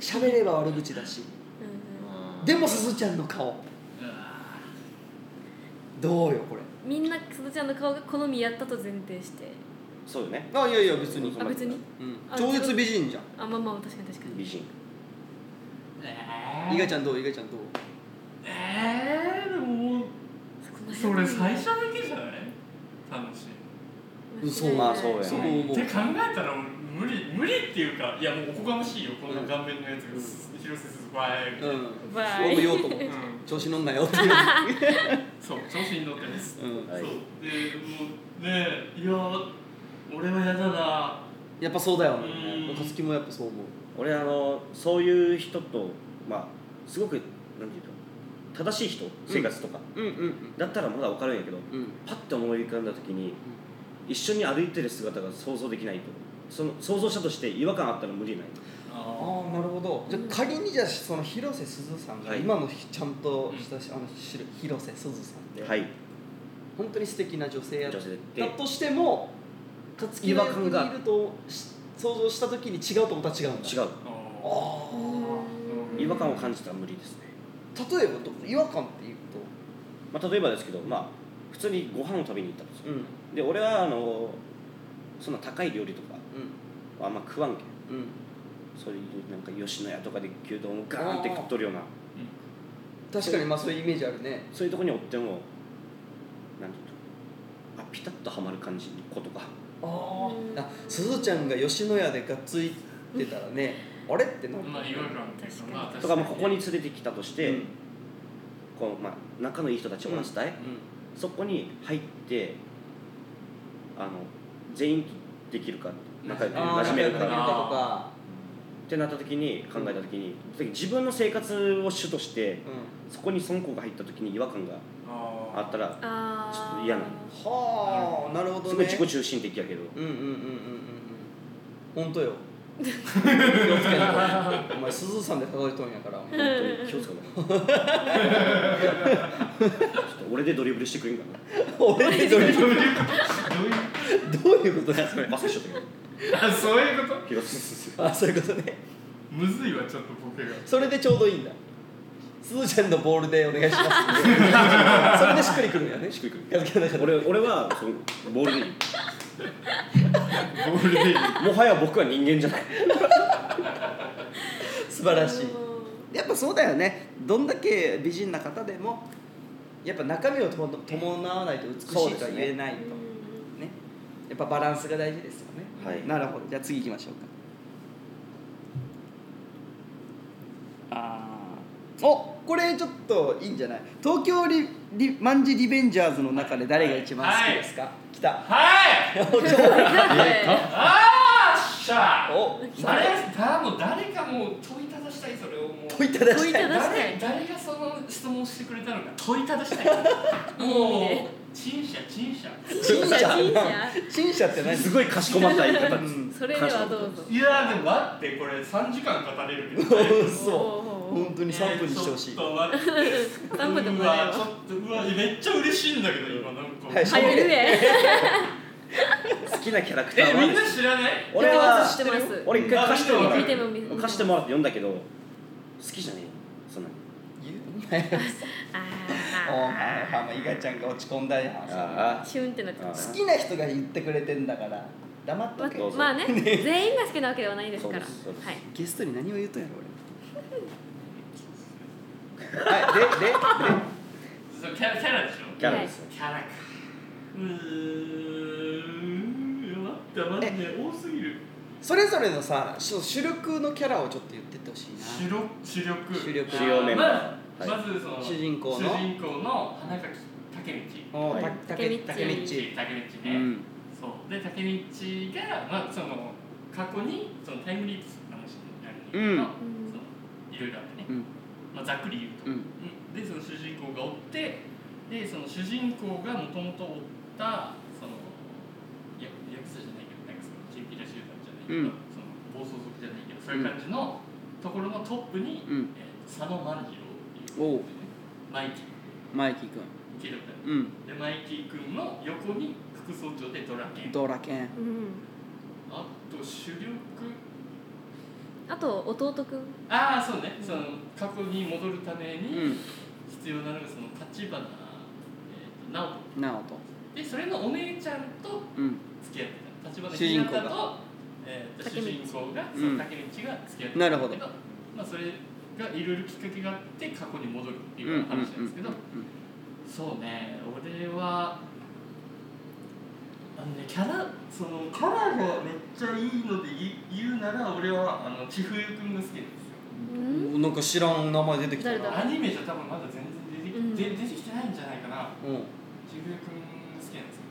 [SPEAKER 3] 喋れば悪口だし
[SPEAKER 5] うん
[SPEAKER 3] でもすずちゃんの顔どうよこれ
[SPEAKER 5] うんみんなすずちゃんの顔が好みやったと前提して
[SPEAKER 7] そうよね
[SPEAKER 3] あいやいや別に
[SPEAKER 5] あ別に
[SPEAKER 3] うん
[SPEAKER 5] あ
[SPEAKER 3] 超絶美人じゃん
[SPEAKER 5] あまあまあ確かに確かに
[SPEAKER 7] 美人
[SPEAKER 3] 伊賀
[SPEAKER 6] ゃん
[SPEAKER 3] ちゃんどう伊賀ちゃんどう
[SPEAKER 6] えーでも
[SPEAKER 5] そこの
[SPEAKER 6] そ
[SPEAKER 5] 辺
[SPEAKER 6] れ最初だけじゃない楽しい
[SPEAKER 3] 嘘
[SPEAKER 7] まあそうやね
[SPEAKER 3] そう思
[SPEAKER 6] っ
[SPEAKER 3] う
[SPEAKER 6] て考えたら俺無理無理っていうかいやもうおこがましいよこの顔面のやつが、広瀬すずバーイみた
[SPEAKER 3] う
[SPEAKER 6] いな、
[SPEAKER 3] ん
[SPEAKER 5] バ
[SPEAKER 3] 俺も
[SPEAKER 5] イ
[SPEAKER 3] 言おうと思っ
[SPEAKER 6] う
[SPEAKER 3] て
[SPEAKER 6] ん
[SPEAKER 3] 調子乗んなよって いう
[SPEAKER 6] そう調子に乗ってます、
[SPEAKER 3] うん
[SPEAKER 7] はい
[SPEAKER 6] そうでもうねえいや俺は嫌だな
[SPEAKER 3] やっぱそうだよね
[SPEAKER 6] うん
[SPEAKER 3] 小月もやっぱそう思う
[SPEAKER 7] 俺あのそういう人とまあすごくなんていうと正しい人生活とか、
[SPEAKER 3] うんうん
[SPEAKER 7] だったらまだ分かるんやけど
[SPEAKER 3] うん
[SPEAKER 7] パッて思い浮かんだ時に一緒に歩いてる姿が想像できないとその想像したとして違和感あったら無理ない
[SPEAKER 3] ああなるほどじゃあ仮にじゃあその広瀬すずさんが
[SPEAKER 7] はい
[SPEAKER 3] 今のちゃんとしたしあの知る広瀬すずさんで
[SPEAKER 7] はい
[SPEAKER 3] 本当に素敵な女性やっ
[SPEAKER 7] 女性
[SPEAKER 3] だ
[SPEAKER 7] で
[SPEAKER 3] としても勝木の役にいるとし想像した時に違うと思ったら違うんだ
[SPEAKER 7] 違う
[SPEAKER 6] あ
[SPEAKER 3] あ
[SPEAKER 5] うん
[SPEAKER 7] 違和感を感じたら無理ですね、
[SPEAKER 3] ー例えばど違和感っていう
[SPEAKER 7] まあ、例えばですけどまあ普通にご飯を食べに行ったんです
[SPEAKER 3] とう
[SPEAKER 7] よ
[SPEAKER 3] ん
[SPEAKER 7] で俺はあのそんな高い料理とかはあんま食わんけん
[SPEAKER 3] うんうん
[SPEAKER 7] そういうなんか吉野家とかで牛丼をガーンって食っとるような
[SPEAKER 3] 確かにまあそういうイメージあるね
[SPEAKER 7] そういうとこにおってもなんていうのあピタッとはまる感じの子とか
[SPEAKER 3] あ
[SPEAKER 5] うん
[SPEAKER 3] あすずちゃんが吉野家でがっついてたらねあれってなる
[SPEAKER 6] まあ違和感っていうかまあ確
[SPEAKER 7] とかまあここに連れてきたとして、
[SPEAKER 3] うん
[SPEAKER 7] こうまあ、仲のいい人たちをおらせたい、そこに入ってあの全員できるか仲良く
[SPEAKER 3] ああ
[SPEAKER 7] なじ
[SPEAKER 3] 仲
[SPEAKER 7] め
[SPEAKER 3] 良
[SPEAKER 7] る
[SPEAKER 3] く
[SPEAKER 7] か
[SPEAKER 3] なれたと
[SPEAKER 7] っ
[SPEAKER 3] か
[SPEAKER 7] てなった時に考えた時に、自分の生活を主として
[SPEAKER 3] うん
[SPEAKER 7] そこに孫子が入った時に違和感があ
[SPEAKER 6] あ
[SPEAKER 7] ったら
[SPEAKER 5] あー
[SPEAKER 7] ちょっと嫌な
[SPEAKER 3] はあなるほど
[SPEAKER 7] すごい
[SPEAKER 3] ね
[SPEAKER 7] 自己中心的やけど
[SPEAKER 3] うんうんうんうんうんうん本当よ気をつけないとお前すずさんで例えとんやから
[SPEAKER 7] 本当に気 をつかないちょっと俺でドリブルしてくれんか
[SPEAKER 3] 俺にどういうこ
[SPEAKER 6] あどういう
[SPEAKER 3] とどういうことだそれ
[SPEAKER 7] なパスしとったけ
[SPEAKER 6] あそういうこと
[SPEAKER 7] ど広瀬
[SPEAKER 3] あそういうことね
[SPEAKER 6] むずいわちょっとボケが
[SPEAKER 3] それでちょうどいいんだすずちゃんのボールでお願いしますそれでしっくりくるんやね
[SPEAKER 7] しっくりく
[SPEAKER 3] やる気なかった
[SPEAKER 7] 俺俺はそのボールでいい
[SPEAKER 6] ボールでいい
[SPEAKER 7] もはや僕は人間じゃない
[SPEAKER 3] 素晴らしい
[SPEAKER 5] うん
[SPEAKER 3] やっぱそうだよねどんだけ美人な方でもやっぱ中身をとも伴わないと美し
[SPEAKER 7] そう
[SPEAKER 3] い
[SPEAKER 7] です
[SPEAKER 3] とは
[SPEAKER 7] ね
[SPEAKER 3] 言えないとねやっぱバランスが大事ですよね、
[SPEAKER 7] はい
[SPEAKER 3] なるほどじゃあ次行きましょうかあーおこれちょっといいんじゃない東京リリマンジリベンジャーズの中で誰が一番好きですか、来た
[SPEAKER 6] はい
[SPEAKER 5] はい
[SPEAKER 6] あーっしゃ
[SPEAKER 3] お
[SPEAKER 6] 誰だもう誰かもう問いただしたいそれをもう
[SPEAKER 3] 問いただ
[SPEAKER 5] 問
[SPEAKER 3] し
[SPEAKER 5] い
[SPEAKER 3] た
[SPEAKER 5] た
[SPEAKER 3] い
[SPEAKER 5] だした
[SPEAKER 6] 誰
[SPEAKER 5] い
[SPEAKER 6] 誰がその質問してくれたのか問いただしたい
[SPEAKER 5] いい
[SPEAKER 6] も
[SPEAKER 5] ね
[SPEAKER 6] う陳謝陳謝
[SPEAKER 3] 陳謝
[SPEAKER 5] 陳謝
[SPEAKER 3] 陳謝って何
[SPEAKER 7] すごいかしこまった言い方です
[SPEAKER 3] うん
[SPEAKER 5] それではどうぞ
[SPEAKER 6] いやーでも待ってこれ3時間語れる けど、
[SPEAKER 3] そう本当に3分にしてほし
[SPEAKER 6] えー
[SPEAKER 3] い
[SPEAKER 6] ちょっと待って
[SPEAKER 5] 3分でもな
[SPEAKER 6] う
[SPEAKER 5] い
[SPEAKER 6] わ
[SPEAKER 5] わ
[SPEAKER 6] ちょっとうわめっちゃ嬉しいんだけど今なんか、
[SPEAKER 3] はい
[SPEAKER 5] はいるね
[SPEAKER 7] 好きなキャラクタ
[SPEAKER 6] え
[SPEAKER 7] ーは
[SPEAKER 6] みん
[SPEAKER 7] で
[SPEAKER 6] な
[SPEAKER 7] す
[SPEAKER 6] 知らない
[SPEAKER 7] 俺は
[SPEAKER 5] 知ってます知ってます
[SPEAKER 7] 俺一回貸してもら
[SPEAKER 6] あ
[SPEAKER 7] っ
[SPEAKER 5] 見ても見ても
[SPEAKER 7] 貸してもらって読んだけど好きじゃねえよそんなに
[SPEAKER 3] おー
[SPEAKER 5] あ
[SPEAKER 3] はーはーまあ伊賀ちゃんが落ち込んだやん
[SPEAKER 5] あ
[SPEAKER 7] あ
[SPEAKER 5] シュンってなっちゃっ
[SPEAKER 3] 好きな人が言ってくれてんだから黙っとけ
[SPEAKER 7] ど
[SPEAKER 5] た
[SPEAKER 7] うぞ
[SPEAKER 5] まあね全員が好きなわけではないですからは
[SPEAKER 7] そうですそうです
[SPEAKER 5] い
[SPEAKER 3] ゲストに何を言うとんやろ俺はい
[SPEAKER 6] そうキャラキャラでしょ
[SPEAKER 7] キャラです
[SPEAKER 6] キャラかうーん待って待って多すぎる
[SPEAKER 3] ででそれぞれのさし主力のキャラをちょっと言ってってほしい
[SPEAKER 6] 主力主力
[SPEAKER 3] 主力
[SPEAKER 7] 主要メンバ
[SPEAKER 6] ま
[SPEAKER 7] ー
[SPEAKER 6] あ
[SPEAKER 7] はい
[SPEAKER 6] まずその
[SPEAKER 3] 主人公の
[SPEAKER 6] 主人公の花垣武道
[SPEAKER 3] おーた
[SPEAKER 7] はい
[SPEAKER 3] たけ
[SPEAKER 5] 竹道
[SPEAKER 3] たけみっち
[SPEAKER 6] 武
[SPEAKER 3] う
[SPEAKER 6] 道ね、
[SPEAKER 3] ん
[SPEAKER 6] そうで竹道が、まあ、その過去にそのタイムリープする話になるんだけ
[SPEAKER 3] うん
[SPEAKER 6] ど、そのいろいろあってね、
[SPEAKER 3] うん
[SPEAKER 6] まあ、ざっくり言
[SPEAKER 3] う
[SPEAKER 6] うと、
[SPEAKER 3] ん
[SPEAKER 6] でその主人公が追ってでその主人公がもともと追ったそのいやヤクザじゃないけどなんかそのチンピラ集団じゃない
[SPEAKER 3] う
[SPEAKER 6] け
[SPEAKER 3] ん
[SPEAKER 6] ど、その暴走族じゃないけどそういう感じのところのトップに、
[SPEAKER 3] うん
[SPEAKER 6] えー佐野万次郎ってい
[SPEAKER 3] おう
[SPEAKER 6] う、マイキー
[SPEAKER 3] マイキー
[SPEAKER 6] 聞いたことある
[SPEAKER 3] 君うん
[SPEAKER 6] でマイキー君の横に副村長でドラケン
[SPEAKER 3] ドラケン
[SPEAKER 5] うん
[SPEAKER 6] あと主力
[SPEAKER 5] あと弟くん
[SPEAKER 6] ああそうねその過去に戻るため
[SPEAKER 3] う
[SPEAKER 6] に
[SPEAKER 3] ん
[SPEAKER 6] 必要なのがその立花、えー、と直人
[SPEAKER 3] 直人
[SPEAKER 6] でそれのお姉ちゃんと
[SPEAKER 3] うん
[SPEAKER 6] 付き合ってた立花
[SPEAKER 3] 主人
[SPEAKER 6] ひ
[SPEAKER 3] 公
[SPEAKER 6] な
[SPEAKER 3] が
[SPEAKER 6] たと,、えーと主
[SPEAKER 5] 竹道
[SPEAKER 6] 人公が
[SPEAKER 3] うん
[SPEAKER 6] その竹道が付き合ってたんだけど
[SPEAKER 3] なるほど
[SPEAKER 6] まあ、それがいろいろきっかけがあって過去に戻るって
[SPEAKER 3] う
[SPEAKER 6] い
[SPEAKER 3] ん
[SPEAKER 6] う
[SPEAKER 3] うん
[SPEAKER 6] ような話なんですけど、
[SPEAKER 3] う
[SPEAKER 6] そうね俺はあのねキャラそのキャラがめっちゃいいので言う言うなら俺はあの千冬君が好きなんですよ
[SPEAKER 5] うん
[SPEAKER 3] んなんか知らん名前出てきたな
[SPEAKER 5] 誰だ
[SPEAKER 6] アニメじゃ多分まだ全然出てき,、
[SPEAKER 5] うん
[SPEAKER 6] で出てきてないんじゃないかな
[SPEAKER 3] うんうん
[SPEAKER 6] 千冬君が好きなんですよ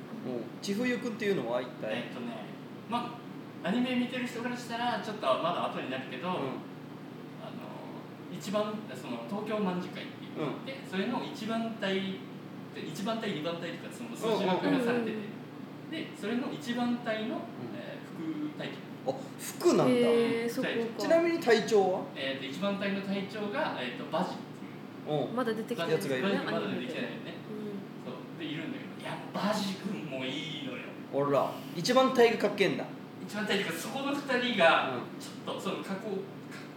[SPEAKER 3] 千冬君っていうのは一体
[SPEAKER 6] えっとねまあアニメ見てる人からしたらちょっとまだ後になるけど、
[SPEAKER 3] う
[SPEAKER 6] あの一番その東京卍会っていうのがあって、それの一番隊で一番隊二番隊とかその数字が分されてて、
[SPEAKER 5] うん
[SPEAKER 6] でそれの一番隊の、えー副隊長、
[SPEAKER 3] んあ服なんだ
[SPEAKER 5] へえそこか
[SPEAKER 3] ちなみに隊長は
[SPEAKER 6] えーと一番隊の隊長が、えー、とバジって
[SPEAKER 3] うん
[SPEAKER 5] まだ出てきて
[SPEAKER 6] いう
[SPEAKER 5] な
[SPEAKER 3] や
[SPEAKER 5] い
[SPEAKER 3] つがいる
[SPEAKER 6] バジまだ出てきてないよね
[SPEAKER 5] う
[SPEAKER 6] そうでいるんだけどいやバジ君もいいのよ
[SPEAKER 3] 俺ら一番体がかっけえんだ
[SPEAKER 6] 一番隊長がそこの二人が、
[SPEAKER 3] う
[SPEAKER 6] ちょっとその過去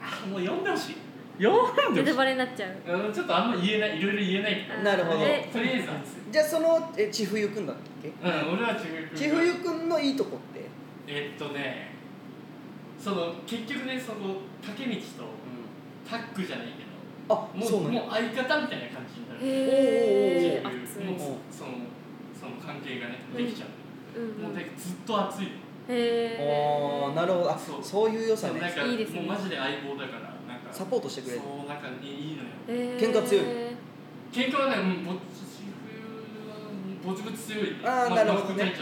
[SPEAKER 6] あもう読んでほしい読
[SPEAKER 5] んネタバレになっちゃう
[SPEAKER 6] うんちょっとあんま言えないいろいろ言えないけ
[SPEAKER 3] なるほど
[SPEAKER 5] え
[SPEAKER 6] どとりあえず熱い
[SPEAKER 3] じゃあそのえ千冬君だったっけ
[SPEAKER 6] うん、俺は千冬君
[SPEAKER 3] 千冬君のいいとこって
[SPEAKER 6] えっとねその結局ねその竹道とタッグじゃないけど
[SPEAKER 3] あ
[SPEAKER 6] もう
[SPEAKER 3] そうなんだ
[SPEAKER 6] もう相方みたいな感じになる
[SPEAKER 5] へえ
[SPEAKER 6] 千
[SPEAKER 5] 熱
[SPEAKER 6] 尋
[SPEAKER 5] い
[SPEAKER 6] 君も
[SPEAKER 3] うん
[SPEAKER 6] うそのその関係がね
[SPEAKER 5] うん
[SPEAKER 6] できちゃう、
[SPEAKER 5] うん
[SPEAKER 6] もう
[SPEAKER 5] うん
[SPEAKER 6] だ
[SPEAKER 5] へ
[SPEAKER 6] からずっと熱い
[SPEAKER 3] あ
[SPEAKER 5] え
[SPEAKER 3] あなるほどあ
[SPEAKER 6] そう
[SPEAKER 3] そういう良さ
[SPEAKER 6] なん
[SPEAKER 3] ね
[SPEAKER 6] か
[SPEAKER 5] いいですね
[SPEAKER 6] もうマジで相棒だからなんか
[SPEAKER 3] サポートしてくれる
[SPEAKER 6] そうなんかいいのよ
[SPEAKER 3] 喧嘩強い
[SPEAKER 6] 喧嘩はねもうぼ千尋はぼちぼち強い
[SPEAKER 3] あーなるほどね
[SPEAKER 6] まあ、まあ副隊長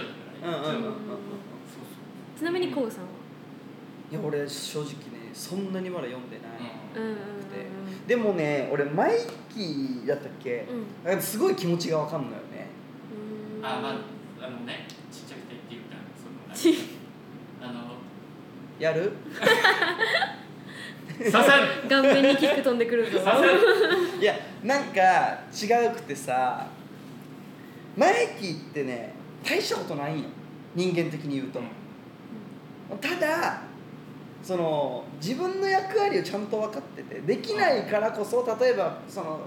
[SPEAKER 3] うん
[SPEAKER 6] だ
[SPEAKER 3] うん
[SPEAKER 6] から
[SPEAKER 3] うんうんうん
[SPEAKER 6] そうそう
[SPEAKER 5] ちなみにこうさんはい
[SPEAKER 3] や俺正直ねそんなにまだ読んでない、
[SPEAKER 6] そう
[SPEAKER 5] うんうんうん
[SPEAKER 3] でもね俺マイキーだったっけ
[SPEAKER 5] う、ん
[SPEAKER 3] なんかすごい気持ちが分かんのよね
[SPEAKER 5] うん
[SPEAKER 6] あまああのねちっちゃくてっていうかその
[SPEAKER 5] ち
[SPEAKER 6] あの
[SPEAKER 3] や る
[SPEAKER 6] 刺さる
[SPEAKER 5] 顔面にキック飛んでくるぞ
[SPEAKER 6] 刺さる
[SPEAKER 3] いやなんか違うくてさマイキーってね大したことないんよ人間的に言うと、ただその自分の役割をちゃんと分かっててできないからこそ例えばその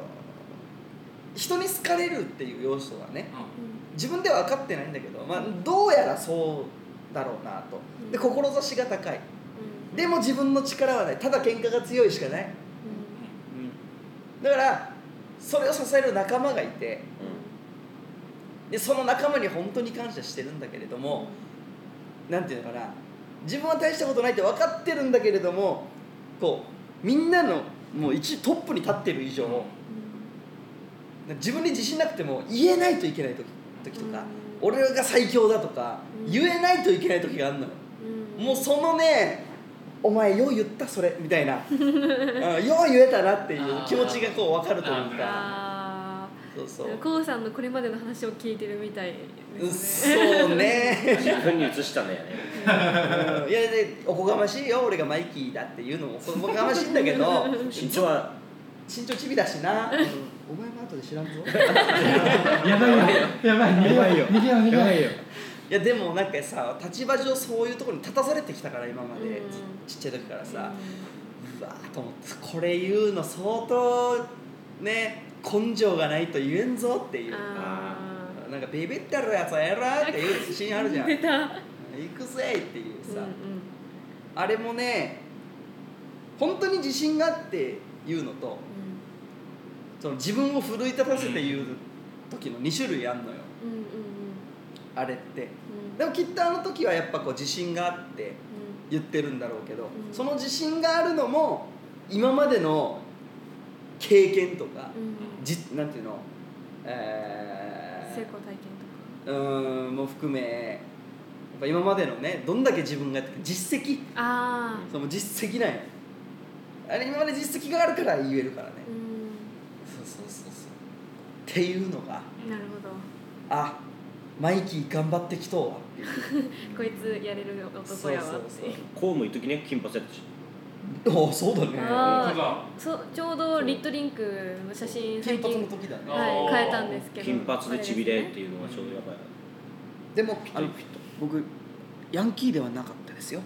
[SPEAKER 3] 人に好かれるっていう要素がね自分では分かってないんだけど、まあ、どうやらそうだろうなとで
[SPEAKER 5] うん
[SPEAKER 3] 志が高い
[SPEAKER 5] うん
[SPEAKER 3] でも自分の力はないただ喧嘩が強いしかない、だからそれを支える仲間がいてでその仲間に本当に感謝してるんだけれどもなんていうのかな自分は大したことないって分かってるんだけれどもこうみんなのもう一トップに立ってる以上自分に自信なくても言えないといけない時時とか、
[SPEAKER 5] うん
[SPEAKER 3] 俺が最強だとか、
[SPEAKER 5] うん
[SPEAKER 3] 言えないといけない時があるのよ、
[SPEAKER 5] うん
[SPEAKER 3] もうそのねお前よう言ったそれみたい な、うん、よう言えたなっていう気持ちがこう分かるというか
[SPEAKER 5] あ
[SPEAKER 3] そうそう
[SPEAKER 5] あこうさんのこれまでの話を聞いてるみたいですね
[SPEAKER 3] そうね
[SPEAKER 7] 自分に移したんだよね
[SPEAKER 3] うんいやでおこがましいよ俺がマイキーだっていうのもおこがましいんだけ ど
[SPEAKER 7] 身長は
[SPEAKER 3] 身長ちびだしな、うんお前も後で知らんぞ
[SPEAKER 6] やばいよやばい逃げよう逃げよう逃げよう
[SPEAKER 7] いよ
[SPEAKER 3] いやでもなんかさ立場上そういうところに立たされてきたから今まで、
[SPEAKER 5] うん
[SPEAKER 3] ちちっちゃい時からさ、
[SPEAKER 5] う
[SPEAKER 3] うわーと思ってこれ言うの相当ね根性がないと言えんぞってい
[SPEAKER 5] ん
[SPEAKER 3] う
[SPEAKER 5] あ
[SPEAKER 3] なんかビビってるやつはやらっていう自信あるじゃ
[SPEAKER 5] ー
[SPEAKER 3] ん
[SPEAKER 5] 出
[SPEAKER 3] 行
[SPEAKER 5] た
[SPEAKER 3] くぜっていう
[SPEAKER 5] うん
[SPEAKER 3] さ、
[SPEAKER 5] うん
[SPEAKER 3] あれもね本当に自信があって言うのとその自分を奮い立たせて言う時の2種類あんのよ
[SPEAKER 5] うんうんうん
[SPEAKER 3] あれって
[SPEAKER 5] うん
[SPEAKER 3] でもきっとあの時はやっぱこう自信があって言ってるんだろうけど、
[SPEAKER 5] うん
[SPEAKER 3] その自信があるのも今までの経験とか
[SPEAKER 5] うん、
[SPEAKER 3] じなんていうの、えー
[SPEAKER 5] 成功体験
[SPEAKER 3] うーんも含めやっぱ今までのねどんだけ自分がやってきた実績
[SPEAKER 5] とかああ
[SPEAKER 3] その実績なんよあれ今まで実績があるから言えるからね
[SPEAKER 5] うん
[SPEAKER 3] そうそうそうそうっていうのが
[SPEAKER 5] なるほ
[SPEAKER 3] あマイキー頑張ってきとうわ
[SPEAKER 5] どこいつやれる男やわって
[SPEAKER 3] そうそう
[SPEAKER 7] こうもいときね金髪やったし
[SPEAKER 3] ああそうだね
[SPEAKER 5] あー
[SPEAKER 6] 本当だ
[SPEAKER 5] そうちょうどリットリンクの写真最
[SPEAKER 3] 金
[SPEAKER 5] 近
[SPEAKER 3] 髪の時だね
[SPEAKER 6] あ
[SPEAKER 5] はい変えたんですけど
[SPEAKER 7] 金髪でちびれっ
[SPEAKER 5] あ
[SPEAKER 7] ていうのがちょうどやばい
[SPEAKER 3] でも
[SPEAKER 7] ピ
[SPEAKER 3] あ
[SPEAKER 7] ッ
[SPEAKER 3] の
[SPEAKER 7] とピッと
[SPEAKER 3] 僕ヤンキーではなかったですよ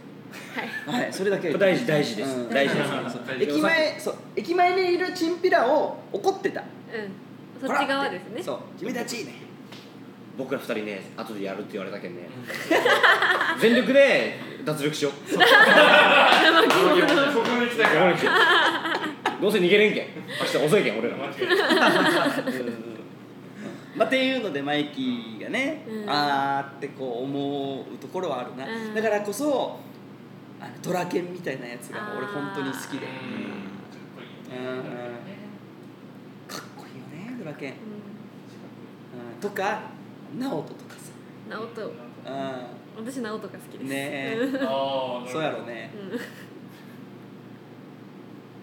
[SPEAKER 3] はい、それだけ
[SPEAKER 7] これ大事大事で
[SPEAKER 3] うん
[SPEAKER 7] す大事です
[SPEAKER 6] 大
[SPEAKER 3] 駅前そう駅前にいるチンピラを怒ってた
[SPEAKER 5] れですねうんそっち側ですね
[SPEAKER 3] そう君た ちね
[SPEAKER 7] 僕ら二人ね後でやるって言われたけんね全力で脱力しよう
[SPEAKER 6] そこに来たから間違
[SPEAKER 7] どうせ逃げれんけん明日遅いけん俺ら
[SPEAKER 6] えた
[SPEAKER 3] まあ、っていうのでマイキーがね、
[SPEAKER 5] うん
[SPEAKER 3] あーってこう思うところはあるな、
[SPEAKER 5] うん
[SPEAKER 3] だからこそあのドラケンみたいなやつが俺
[SPEAKER 5] あー
[SPEAKER 3] 本当に好きで
[SPEAKER 6] うん
[SPEAKER 3] うんかっこいいよねドラケン、
[SPEAKER 5] う
[SPEAKER 3] うん、とか直人とかさ、
[SPEAKER 5] ん直人
[SPEAKER 3] う
[SPEAKER 5] 私直人が好きです
[SPEAKER 3] ねえ
[SPEAKER 5] うん
[SPEAKER 6] あ
[SPEAKER 3] ん、
[SPEAKER 6] あ
[SPEAKER 3] そうやろうね
[SPEAKER 5] うん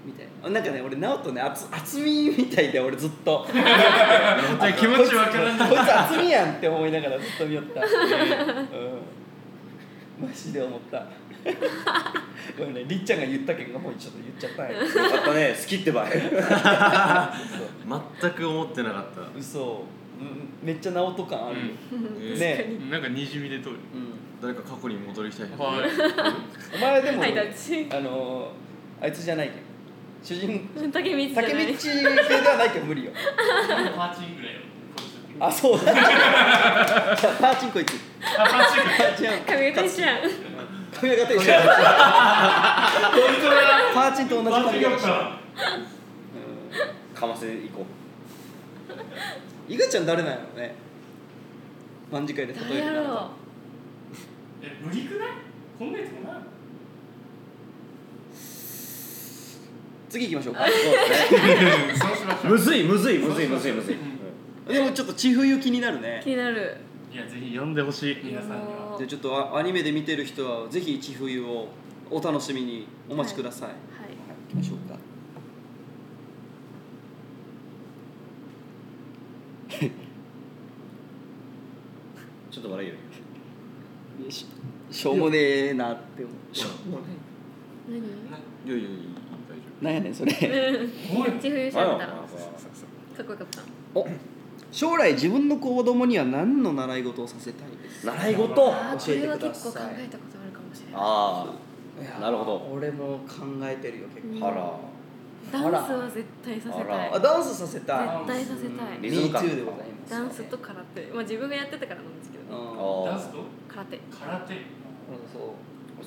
[SPEAKER 3] みたいななんかね俺直人ね厚厚みみたいで俺ずっと
[SPEAKER 6] 気持ちわからん
[SPEAKER 3] こいつ厚みやんって思いながらずっと見よった、うん、マジで思ったごめんねりっちゃんが言ったけんがもうちょっと言っちゃったんや
[SPEAKER 7] よかったね好きってば
[SPEAKER 4] 全く思ってなかった
[SPEAKER 3] 嘘うんめっちゃ直人感あるよ、
[SPEAKER 4] えー
[SPEAKER 3] ね
[SPEAKER 6] なんかにじみで通る
[SPEAKER 3] うん
[SPEAKER 4] 誰か過去に戻りたい人
[SPEAKER 6] はい
[SPEAKER 3] お前でも、
[SPEAKER 5] はいタッチ
[SPEAKER 3] あのーあいつじゃないけん主人
[SPEAKER 5] 竹光じゃな
[SPEAKER 3] 竹道
[SPEAKER 5] い
[SPEAKER 3] 系ではないけど無理よ
[SPEAKER 6] パーチンぐらいよ
[SPEAKER 3] あそうだじゃあパーチンコ行く
[SPEAKER 6] あパーチン
[SPEAKER 3] パーチン
[SPEAKER 5] 髪型じゃん
[SPEAKER 3] 髪型一緒や
[SPEAKER 6] 本当だ
[SPEAKER 3] パーチンと同じ髪
[SPEAKER 6] パーチンだ
[SPEAKER 3] 型
[SPEAKER 6] っ
[SPEAKER 3] 一緒
[SPEAKER 6] た
[SPEAKER 7] かませ行こ
[SPEAKER 3] 伊賀ちゃん誰なんやろうね万次会で例
[SPEAKER 5] 誰
[SPEAKER 3] え
[SPEAKER 5] や
[SPEAKER 3] るな
[SPEAKER 5] ろう
[SPEAKER 3] ら
[SPEAKER 6] え無理くないこんなやつもない
[SPEAKER 3] 次行きましょうか
[SPEAKER 7] うそうですね
[SPEAKER 6] そうしましょう
[SPEAKER 7] むずいむずいむずいむずいむずい
[SPEAKER 3] でもちょっと地冬気になるね
[SPEAKER 5] 気になる
[SPEAKER 6] いやぜひ読んでほしい皆さんには
[SPEAKER 3] じゃあちょっとあアニメで見てる人はぜひ地冬をお楽しみにお待ちください、
[SPEAKER 5] はい
[SPEAKER 3] はい、行きましょうか
[SPEAKER 7] ちょっと笑いよ
[SPEAKER 3] ししょうもねえなって思う
[SPEAKER 5] 何
[SPEAKER 4] いやいやいや大丈
[SPEAKER 3] なんやねんそれ
[SPEAKER 6] おい
[SPEAKER 5] めっちゃ冬し
[SPEAKER 7] あ
[SPEAKER 5] ゃった
[SPEAKER 7] ら
[SPEAKER 5] かっこよかった
[SPEAKER 3] お将来自分の子供には何の習い事をさせたいです
[SPEAKER 7] 習い事
[SPEAKER 5] あーこ
[SPEAKER 3] 教えて
[SPEAKER 5] れ
[SPEAKER 3] ください
[SPEAKER 5] は結構考えたことあるかもしれない
[SPEAKER 7] あ
[SPEAKER 3] いや
[SPEAKER 7] なるほど
[SPEAKER 3] 俺も考えてるよ結構
[SPEAKER 7] あは
[SPEAKER 5] ダンスは絶対させ
[SPEAKER 7] あ
[SPEAKER 5] たい
[SPEAKER 7] ら
[SPEAKER 3] あダンスさせたい
[SPEAKER 5] 絶対させたい
[SPEAKER 3] リ
[SPEAKER 7] リ
[SPEAKER 3] ズ
[SPEAKER 7] ズ
[SPEAKER 3] ム
[SPEAKER 7] ム感
[SPEAKER 3] でございます
[SPEAKER 5] ダンスと空手まあ自分がやってたからなんですけ
[SPEAKER 3] う
[SPEAKER 5] ど
[SPEAKER 7] ら
[SPEAKER 3] ん
[SPEAKER 7] あ
[SPEAKER 6] ダン
[SPEAKER 7] あ
[SPEAKER 6] スと
[SPEAKER 5] 空手
[SPEAKER 6] 空手
[SPEAKER 3] そ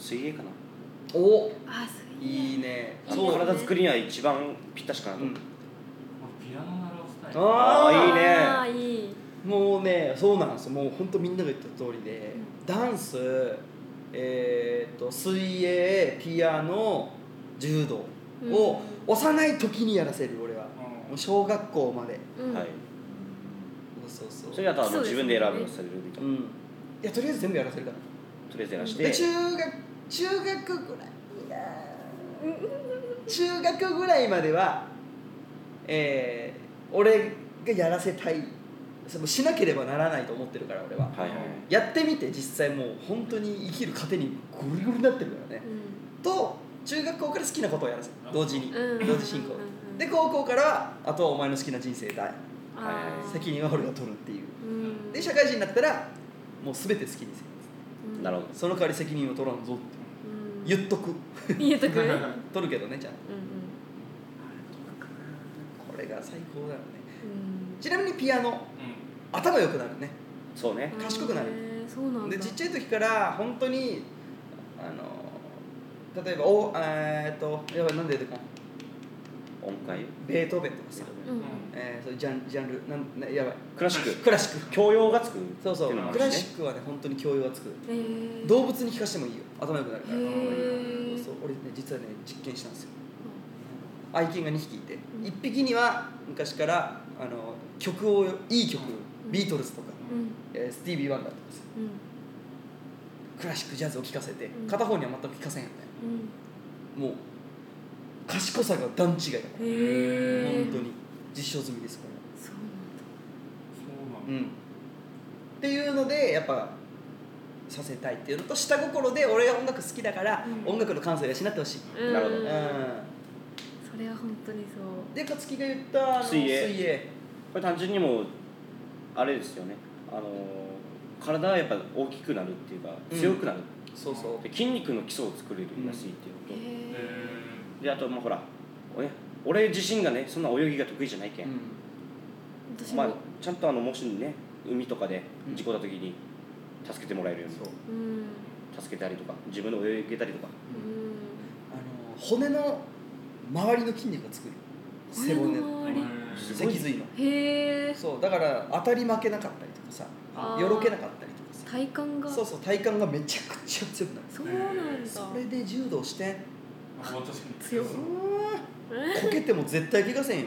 [SPEAKER 7] 水泳かな
[SPEAKER 3] うお
[SPEAKER 5] あーすごい
[SPEAKER 3] いいね
[SPEAKER 5] そう
[SPEAKER 7] 体作りには一番ぴったしかなと
[SPEAKER 3] う
[SPEAKER 7] 思うん
[SPEAKER 6] 俺ピアノ習わせたい
[SPEAKER 3] あー
[SPEAKER 5] あーいい
[SPEAKER 3] もうねそうなんですよもう本当みんなが言った通りで、ダンスえー、と水泳ピアノ柔道を幼い時にやらせる俺はもう小学校まで
[SPEAKER 5] うん
[SPEAKER 7] はい
[SPEAKER 3] そうそう
[SPEAKER 7] それあとはもう
[SPEAKER 5] そうです
[SPEAKER 7] 自
[SPEAKER 5] ね
[SPEAKER 7] 分で選ぶのされるみたいうなん
[SPEAKER 3] いやとりあえず全部やらせるから
[SPEAKER 7] とりあえずやらし
[SPEAKER 3] で
[SPEAKER 7] て
[SPEAKER 3] 中学中学ぐらいいやー中学ぐらいまではえー俺がやらせたいそのしなければならないと思ってるから俺は
[SPEAKER 7] はいはい
[SPEAKER 3] やってみて実際もう本当に生きる糧にゴリゴリになってるからねと中学校から好きなことをやらせる同時に
[SPEAKER 5] うんうん
[SPEAKER 3] 同時進行
[SPEAKER 5] うんうんうん
[SPEAKER 3] で高校からはあとはお前の好きな人生だ
[SPEAKER 5] あー
[SPEAKER 3] 責任は俺が取るっていう
[SPEAKER 5] うん
[SPEAKER 3] で社会人になったらもう全て好きにせよ
[SPEAKER 5] うん
[SPEAKER 7] なるほど
[SPEAKER 3] その代わり責任を取らんぞって
[SPEAKER 5] うん
[SPEAKER 3] 言っとく
[SPEAKER 5] 言っとくうんうん
[SPEAKER 3] 取るけどねちゃんとこれが最高だよね
[SPEAKER 5] うん
[SPEAKER 3] ちなみにピアノ頭良くなるね
[SPEAKER 7] そうね
[SPEAKER 3] 賢くなる
[SPEAKER 5] へーそうなんだ
[SPEAKER 3] でちっちゃい時から本当にあの例えばおえーっとやばいなんで出てこん
[SPEAKER 7] 音階
[SPEAKER 3] ベートーベンとかさ、
[SPEAKER 5] うん
[SPEAKER 3] えー、そういうジャンジャンルなんなやばい
[SPEAKER 7] クラシック
[SPEAKER 3] クラシック
[SPEAKER 7] 教養がつく
[SPEAKER 3] そうそ
[SPEAKER 7] って
[SPEAKER 3] う
[SPEAKER 7] いのもあ
[SPEAKER 3] ク
[SPEAKER 7] るし
[SPEAKER 3] ラ
[SPEAKER 7] ね
[SPEAKER 3] シックはね本当に教養がつく
[SPEAKER 5] へー
[SPEAKER 3] 動物に聞かしてもいいよ頭良くなるから
[SPEAKER 5] へー
[SPEAKER 3] そう俺ね実はね実験したんですよ愛犬が2匹いて1匹には昔からあの曲をいい曲ビートルズとか、
[SPEAKER 5] うん
[SPEAKER 3] えースティービー・ワンダーとかさ
[SPEAKER 5] うん
[SPEAKER 3] クラシックジャズを聴かせて
[SPEAKER 5] うん
[SPEAKER 3] 片方には全く聴かせんやった
[SPEAKER 5] うん
[SPEAKER 3] もう賢さが段違いだから
[SPEAKER 5] へえ
[SPEAKER 3] 本当に実証済みですこれは
[SPEAKER 5] そうなんだ
[SPEAKER 6] そう
[SPEAKER 3] うん、っていうのでやっぱさせたいっていうのと下心で俺は音楽好きだから、
[SPEAKER 5] うん
[SPEAKER 3] 音楽の感性を養ってほしい、
[SPEAKER 7] なるほど
[SPEAKER 5] うん
[SPEAKER 3] う
[SPEAKER 5] それは本当にそ
[SPEAKER 3] ん、で勝木が言ったあの
[SPEAKER 7] 水泳
[SPEAKER 3] 水泳
[SPEAKER 7] これ単純にもうあれですよねあの体はやっぱ大きくなるっていうか
[SPEAKER 3] うん
[SPEAKER 7] 強くなる、
[SPEAKER 3] そうそう
[SPEAKER 7] で筋肉の基礎を作れるらしいっていう
[SPEAKER 5] う
[SPEAKER 7] こと、
[SPEAKER 6] う
[SPEAKER 5] へえ
[SPEAKER 6] え
[SPEAKER 7] であとまあほらおね俺自身がねそんな泳ぎが得意じゃないけん、
[SPEAKER 5] 私
[SPEAKER 7] まあ
[SPEAKER 5] も、
[SPEAKER 7] ちゃんとあのもしね海とかで
[SPEAKER 3] うん
[SPEAKER 7] 事故った時に助けてもらえるように、
[SPEAKER 3] そう
[SPEAKER 5] うん
[SPEAKER 7] 助けたりとか自分で泳げたりとか
[SPEAKER 5] うん
[SPEAKER 3] あの骨の周りの筋肉が作る背骨の
[SPEAKER 5] これの周り
[SPEAKER 7] すごい
[SPEAKER 3] 脊髄の
[SPEAKER 5] へえ
[SPEAKER 3] そうだから当たり負けなかったりとかさ
[SPEAKER 5] あー
[SPEAKER 3] よろけなかったりとかさ
[SPEAKER 5] 体幹が
[SPEAKER 3] そうそう体幹がめちゃくちゃ強くなる
[SPEAKER 5] そうなんだ
[SPEAKER 3] それで柔道して
[SPEAKER 6] あ確かに
[SPEAKER 5] 強い うん
[SPEAKER 3] こけても絶対怪我せんよ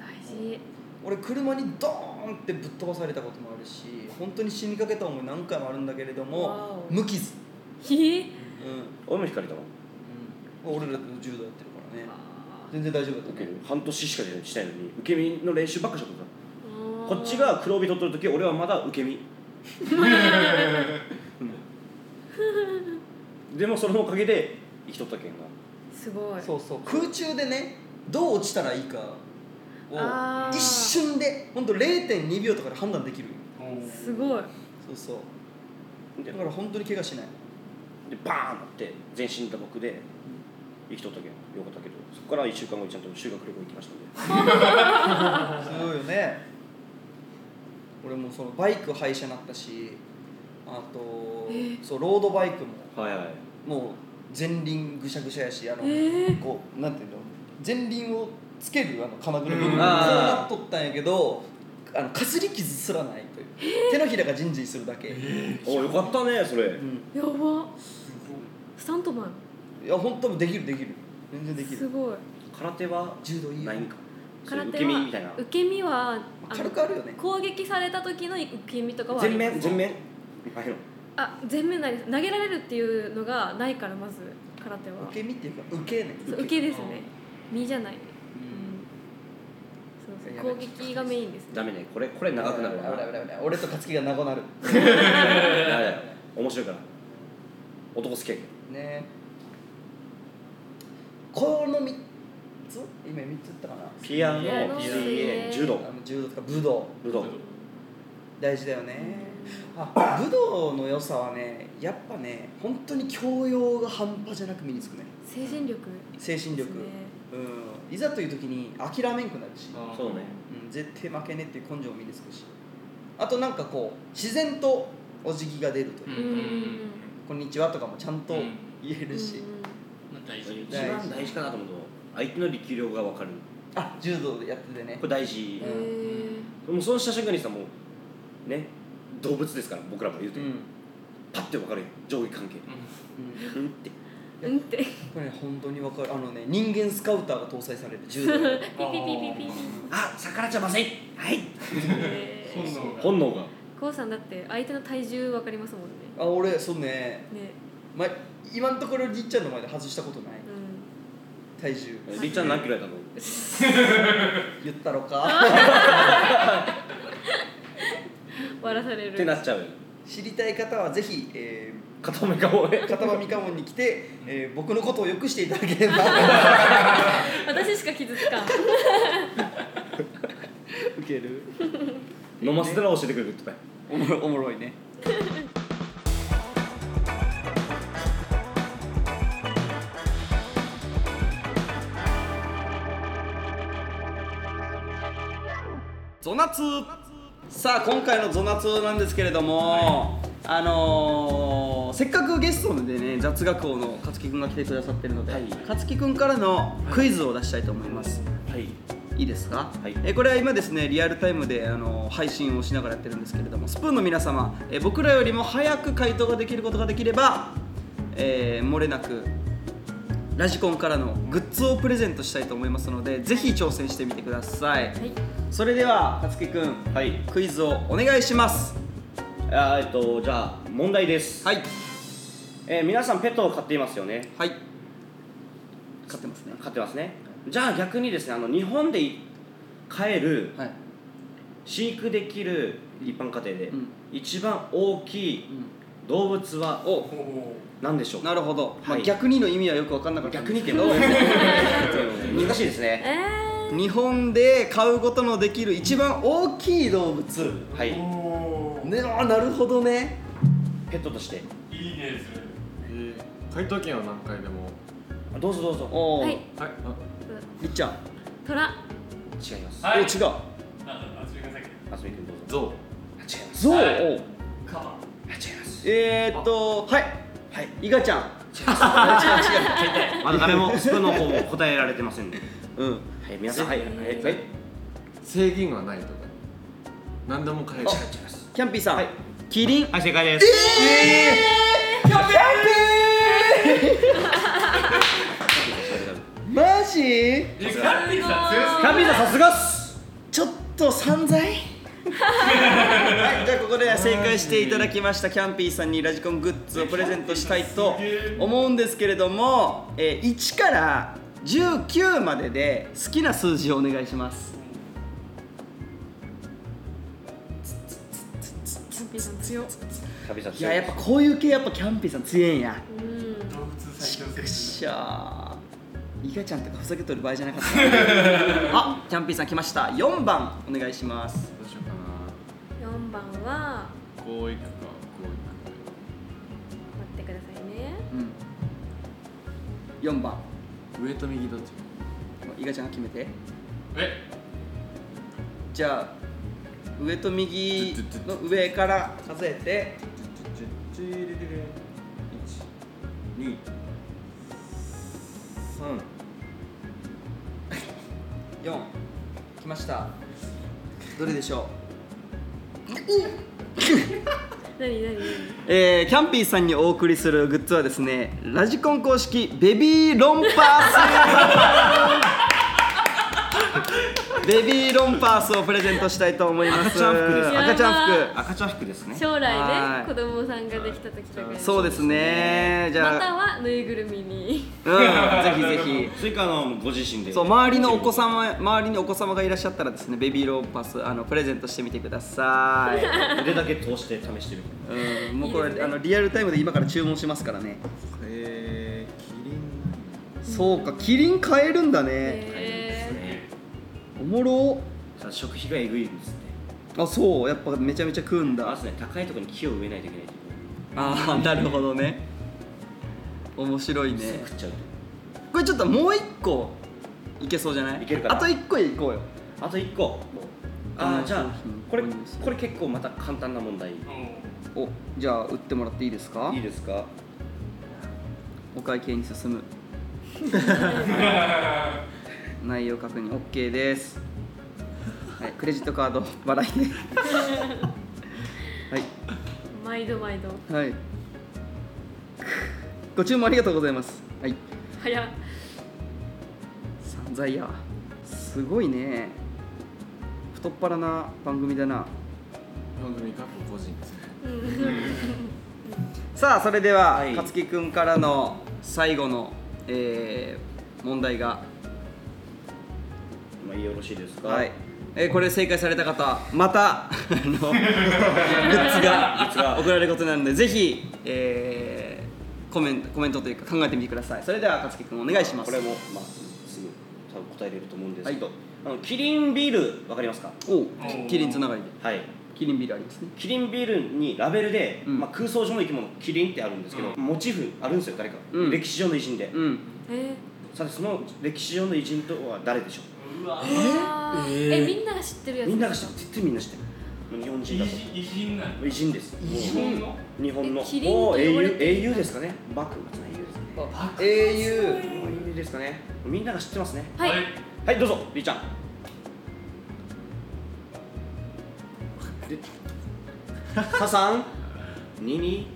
[SPEAKER 5] 大事
[SPEAKER 3] 俺車にドーンってぶっ飛ばされたこともあるし本当に死にかけた思い何回もあるんだけれども
[SPEAKER 5] わお
[SPEAKER 3] 無傷、
[SPEAKER 5] ひえ
[SPEAKER 3] う
[SPEAKER 7] 俺も引かれたもん
[SPEAKER 3] ん俺らと柔道やってるからね
[SPEAKER 5] あ
[SPEAKER 3] 全然大丈夫だった
[SPEAKER 7] 受け
[SPEAKER 3] ね
[SPEAKER 7] る半年しかしないのに受け身の練習ばっかしちゃった
[SPEAKER 5] ー
[SPEAKER 7] こっちが黒帯取ってる時俺はまだ受け身うんでもそのおかげで生きとったけんが
[SPEAKER 5] すごい
[SPEAKER 3] そうそう空中でねどう落ちたらいいかを
[SPEAKER 5] あー
[SPEAKER 3] 一瞬で本当0.2秒とかで判断できるよ
[SPEAKER 6] おー
[SPEAKER 5] すご
[SPEAKER 3] そ
[SPEAKER 5] い
[SPEAKER 3] うそう
[SPEAKER 7] で
[SPEAKER 3] だから本当に怪我しない
[SPEAKER 7] でバーンって全身打撲で生きとったけんよかったけどそこから1週間後にちゃんと修学旅行行きましたんです
[SPEAKER 3] ごいよね俺もそのバイク廃車になったしあと、
[SPEAKER 5] えー
[SPEAKER 3] そうロードバイクも
[SPEAKER 7] はいはい
[SPEAKER 3] もう前輪ぐしゃぐしゃやしあの、
[SPEAKER 5] ええ
[SPEAKER 3] こうなんていうの前輪をつけるあの金具の部分
[SPEAKER 6] うん
[SPEAKER 3] こうなっとったんやけどあのかすり傷すらないという手のひらがジンジンするだけ、
[SPEAKER 7] およかったねそれ、
[SPEAKER 3] うん、
[SPEAKER 5] やば
[SPEAKER 6] すごい
[SPEAKER 5] スタントマン
[SPEAKER 3] いや本当もうできるできる全然でき
[SPEAKER 5] す
[SPEAKER 3] る
[SPEAKER 5] ごい
[SPEAKER 7] 空手は
[SPEAKER 3] 柔道いいよ
[SPEAKER 7] ないんかそう
[SPEAKER 5] 空
[SPEAKER 7] いう
[SPEAKER 5] 手は
[SPEAKER 7] 受け身みたいな
[SPEAKER 5] 受け身はあ
[SPEAKER 3] 軽くあるよね
[SPEAKER 5] 攻撃された時の受け身とかはあり
[SPEAKER 7] 全
[SPEAKER 5] ます
[SPEAKER 7] 面全面前の
[SPEAKER 5] あ全面ないです投げられるっていうのがないからまず空手は
[SPEAKER 3] 受け身っていうか受けね
[SPEAKER 5] そう受けですね身じゃない、
[SPEAKER 3] うん
[SPEAKER 5] そう
[SPEAKER 3] い
[SPEAKER 5] そ
[SPEAKER 3] や
[SPEAKER 5] う攻撃がメインですね
[SPEAKER 7] ダメねこれこれ長くなるな
[SPEAKER 3] 危ない危ない危ない俺と勝木が長くなる
[SPEAKER 7] ダメだよ面白いから男好きやけど
[SPEAKER 3] ねこの3つ今3つ言ったかな
[SPEAKER 7] ピアノ
[SPEAKER 5] ピアノ水泳
[SPEAKER 7] PA 柔道
[SPEAKER 3] あの柔道とか武道
[SPEAKER 7] 武道
[SPEAKER 3] 大事だよねあ武道の良さはねやっぱね本当に教養が半端じゃなく身につくね
[SPEAKER 5] 精神力
[SPEAKER 3] 精神
[SPEAKER 5] です
[SPEAKER 3] 力、
[SPEAKER 5] ね
[SPEAKER 3] うんいざという時に諦めんくなるし、
[SPEAKER 6] あー
[SPEAKER 7] そうね
[SPEAKER 3] うん、絶対負けねっていう根性も身につくしあとなんかこう自然とお辞儀が出るというう、
[SPEAKER 6] ん
[SPEAKER 5] うんうん
[SPEAKER 3] 「こんにちは」とかもちゃんと
[SPEAKER 6] うん
[SPEAKER 3] 言えるし、
[SPEAKER 5] うん
[SPEAKER 6] まあ大事
[SPEAKER 7] 一番大事かなと思うのは相手の力量が分かる
[SPEAKER 3] あ柔道でやっててね
[SPEAKER 7] これ大事
[SPEAKER 5] へー
[SPEAKER 7] もうそうした瞬間にさもうね動物ですから僕らも言う
[SPEAKER 3] う
[SPEAKER 7] て、
[SPEAKER 3] ん、うん
[SPEAKER 7] パッて分かるやん上下関係うんって
[SPEAKER 5] うんってピ
[SPEAKER 3] これね本当に分かるあのね人間スカウターが搭載される柔道
[SPEAKER 5] ピピピピピ
[SPEAKER 7] あ逆らっちゃませんはい
[SPEAKER 5] へー
[SPEAKER 6] 本能が
[SPEAKER 7] 本能が
[SPEAKER 5] こうさんだって相手の体重わかりますもんね
[SPEAKER 3] あ俺そうね、
[SPEAKER 5] ね
[SPEAKER 3] ま、今のところりっちゃんの前で外したことない
[SPEAKER 5] うん
[SPEAKER 3] 体重
[SPEAKER 7] りっちゃん何キロやったの
[SPEAKER 3] 言ったろか
[SPEAKER 5] 割らされる
[SPEAKER 7] ってなっちゃうよ
[SPEAKER 3] 知りたい方はぜひ、え
[SPEAKER 7] 片目が多い
[SPEAKER 3] ー、片場みかもんに来て、えー僕のことをよくしていただければ
[SPEAKER 5] 私しか傷つかん
[SPEAKER 3] ウケる
[SPEAKER 7] 飲ませたら教えてくれるとか
[SPEAKER 3] おもろ おもろいねゾナツさあ今回のゾナツなんですけれども、あのーせっかくゲストでね雑学王の勝木くんが来てくださってるので、
[SPEAKER 7] はい
[SPEAKER 3] 勝木くんからのクイズを出したいと思います、
[SPEAKER 7] はい
[SPEAKER 3] いいですか、
[SPEAKER 7] はい
[SPEAKER 3] えーこれは今ですねリアルタイムであの配信をしながらやってるんですけれどもスプーンの皆様、えー僕らよりも早く回答ができることができれば、えー、漏れなくラジコンからのグッズをプレゼントしたいと思いますのでぜひ挑戦してみてください
[SPEAKER 5] はい
[SPEAKER 3] それではたつきくん
[SPEAKER 7] はい
[SPEAKER 3] クイズをお願いします
[SPEAKER 7] あーえっとじゃあ問題です、
[SPEAKER 3] はい
[SPEAKER 7] えー皆さんペットを飼っていますよね
[SPEAKER 3] はい勝ってますね
[SPEAKER 7] 飼ってますねじゃあ逆にですねあの日本でい飼える
[SPEAKER 3] はい
[SPEAKER 7] 飼育できる一般家庭で、
[SPEAKER 3] うん
[SPEAKER 7] 一番大きい動物は
[SPEAKER 3] お
[SPEAKER 7] 何でしょうか
[SPEAKER 3] なるほど、ま
[SPEAKER 7] は
[SPEAKER 3] あ、
[SPEAKER 7] い
[SPEAKER 3] 逆にの意味はよく分かんなかったん
[SPEAKER 7] 逆
[SPEAKER 3] で
[SPEAKER 7] にっ
[SPEAKER 3] す
[SPEAKER 7] て
[SPEAKER 3] け
[SPEAKER 7] ど
[SPEAKER 3] ど
[SPEAKER 7] ういう の難しいですね
[SPEAKER 5] えー、
[SPEAKER 3] 日本で飼うことのできる一番大きい動物
[SPEAKER 7] はい
[SPEAKER 3] ねあなるほどね
[SPEAKER 7] ペットとして
[SPEAKER 6] いいねそれ
[SPEAKER 4] 回答権は何回でも
[SPEAKER 7] あどうぞどうぞ
[SPEAKER 3] おお、
[SPEAKER 5] はい
[SPEAKER 4] はい
[SPEAKER 3] りっちゃん、
[SPEAKER 5] トラ
[SPEAKER 7] 違います
[SPEAKER 6] はい
[SPEAKER 3] お違う
[SPEAKER 6] ああすみません
[SPEAKER 7] あすみくんどう
[SPEAKER 4] ゾ
[SPEAKER 7] ぞあ違います
[SPEAKER 3] ゾウ、
[SPEAKER 6] はい
[SPEAKER 3] おう
[SPEAKER 6] カバ
[SPEAKER 7] あ違います
[SPEAKER 3] えー、っとはい
[SPEAKER 7] はい
[SPEAKER 3] いがちゃん
[SPEAKER 7] まだ誰もスプーンの方も答えられてませんね
[SPEAKER 3] うん
[SPEAKER 7] はい皆さんはいはいはいはい
[SPEAKER 4] ウ制限はないとか何でも買える
[SPEAKER 7] 違います
[SPEAKER 3] キャンピーさん、
[SPEAKER 7] はい
[SPEAKER 3] キリン
[SPEAKER 7] はい正解です
[SPEAKER 3] マジ
[SPEAKER 6] ーえカピさん強す
[SPEAKER 7] キャンピーさんさすがっす
[SPEAKER 3] ちょっと散財はい、じゃあここで正解していただきましたキャンピーさんにラジコングッズをプレゼントしたいと思うんですけれども、えー1から19までで好きな数字をお願いします
[SPEAKER 5] キャンピーさん強
[SPEAKER 7] キャンピーさん
[SPEAKER 3] いややっぱこういう系やっぱキャンピーさん強えんや
[SPEAKER 5] うん
[SPEAKER 6] 動物最強
[SPEAKER 3] くっ
[SPEAKER 6] す
[SPEAKER 3] しゃーイガちゃんとかふざけとる場合じゃ なかったあキャンピーさん来ました4番お願いします
[SPEAKER 4] どうしようかな
[SPEAKER 5] 4番は
[SPEAKER 4] こういくかこ
[SPEAKER 5] 待ってくださいね
[SPEAKER 3] うん4番
[SPEAKER 4] ういく上と右どっち
[SPEAKER 3] イガちゃんが決めて
[SPEAKER 6] え
[SPEAKER 3] じゃあ上と右の上から数えて
[SPEAKER 4] 二三
[SPEAKER 3] 4来ましたどれでしょ
[SPEAKER 5] 何何何
[SPEAKER 3] う、えー、キャンピーさんにお送りするグッズはですねラジコン公式ベビーロンパースベビーロンパースをプレゼントしたいと思います
[SPEAKER 7] 赤ちゃん服です
[SPEAKER 3] 赤ちゃん
[SPEAKER 5] やば
[SPEAKER 3] 服
[SPEAKER 5] ー
[SPEAKER 7] 赤ちゃん服ですね
[SPEAKER 5] 将来
[SPEAKER 3] は
[SPEAKER 5] ね
[SPEAKER 3] い
[SPEAKER 5] 子供さんができた時とかに
[SPEAKER 3] そうですねじ
[SPEAKER 5] また
[SPEAKER 3] ゃあ、
[SPEAKER 5] はぬいぐるみに
[SPEAKER 3] うん、ぜひぜひ
[SPEAKER 7] それからのご自身で
[SPEAKER 3] そう周りのお子様周りにお子様がいらっしゃったらですねベビーロンパースあのプレゼントしてみてください
[SPEAKER 7] 腕だけ通して試してる
[SPEAKER 3] うんもうこれ
[SPEAKER 5] いいですね
[SPEAKER 3] あのリアルタイムで今から注文しますからね、
[SPEAKER 4] えー、キリン
[SPEAKER 3] そうかキリン買えるんだね、
[SPEAKER 5] へ
[SPEAKER 7] ね
[SPEAKER 3] おもろ
[SPEAKER 7] さあ食費がえぐいんですね
[SPEAKER 3] あそうやっぱめちゃめちゃ食うん
[SPEAKER 7] ま
[SPEAKER 3] だ
[SPEAKER 7] ずね高いところに木を植えないといけないと
[SPEAKER 3] ああなるほどね面白いね
[SPEAKER 7] 食っちゃうと
[SPEAKER 3] これちょっともう一個いけそうじゃない
[SPEAKER 7] いけるかな
[SPEAKER 3] あと一個いこうよ
[SPEAKER 7] あと1個ああじゃあこれ
[SPEAKER 3] ここにです
[SPEAKER 7] これ結構また簡単な問題い
[SPEAKER 6] うん
[SPEAKER 3] おじゃあ売ってもらっていいですか
[SPEAKER 7] いですか
[SPEAKER 3] お会計に進む内容確認 OK です、はい、クレジットカード払いではい
[SPEAKER 5] ー毎度毎度
[SPEAKER 3] はい。ご注文ありがとうございます。はい。
[SPEAKER 5] 早っ
[SPEAKER 3] 散財や。すごいね。太っ腹な番組だな。
[SPEAKER 4] 番組かっこ個人ですね
[SPEAKER 3] さあ、それでは、
[SPEAKER 7] はい
[SPEAKER 3] 勝木くんからの最後の、えー問題が。
[SPEAKER 7] まあよろしいですか
[SPEAKER 3] はい。えーこれ正解された方、また、あ の、グッズ
[SPEAKER 7] グッズが
[SPEAKER 3] が送られることになるので、ぜひ、えーコメント、コメントというか考えてみてください。それでは、勝木くんお願いします。
[SPEAKER 7] これもまあすぐ多分答えれると思うんですけど
[SPEAKER 3] はい
[SPEAKER 7] あのキリンビールわかりますか
[SPEAKER 3] おうキリンつながりで。
[SPEAKER 7] はい
[SPEAKER 3] キリンビールありますね。
[SPEAKER 7] キリンビールにラベルで、
[SPEAKER 3] うん
[SPEAKER 7] まあ、空想上の生き物キリンってあるんですけど、
[SPEAKER 6] う
[SPEAKER 7] モチーフあるんですよ誰か、
[SPEAKER 3] うん
[SPEAKER 7] 歴史上の偉人で、
[SPEAKER 3] うん。
[SPEAKER 5] え
[SPEAKER 7] さてその歴史上の偉人とは誰でしょ
[SPEAKER 6] うわ
[SPEAKER 5] ーあーえみんなが知ってるや
[SPEAKER 7] う
[SPEAKER 5] つ
[SPEAKER 7] みんなが知ってる絶対みんな知ってる日本
[SPEAKER 6] 偉
[SPEAKER 7] 人だと
[SPEAKER 6] 人偉人なの
[SPEAKER 7] 偉人です
[SPEAKER 6] 偉人の
[SPEAKER 7] 日本の
[SPEAKER 5] えキリンと
[SPEAKER 7] お
[SPEAKER 5] 呼
[SPEAKER 7] ー英
[SPEAKER 5] ばれ
[SPEAKER 7] 雄
[SPEAKER 5] てる
[SPEAKER 7] 英雄ですかね幕末の英雄ですね
[SPEAKER 3] 英雄
[SPEAKER 7] 英雄ですかねみんなが知ってますね
[SPEAKER 5] はい
[SPEAKER 7] はいどうぞりーちゃんでササンニニ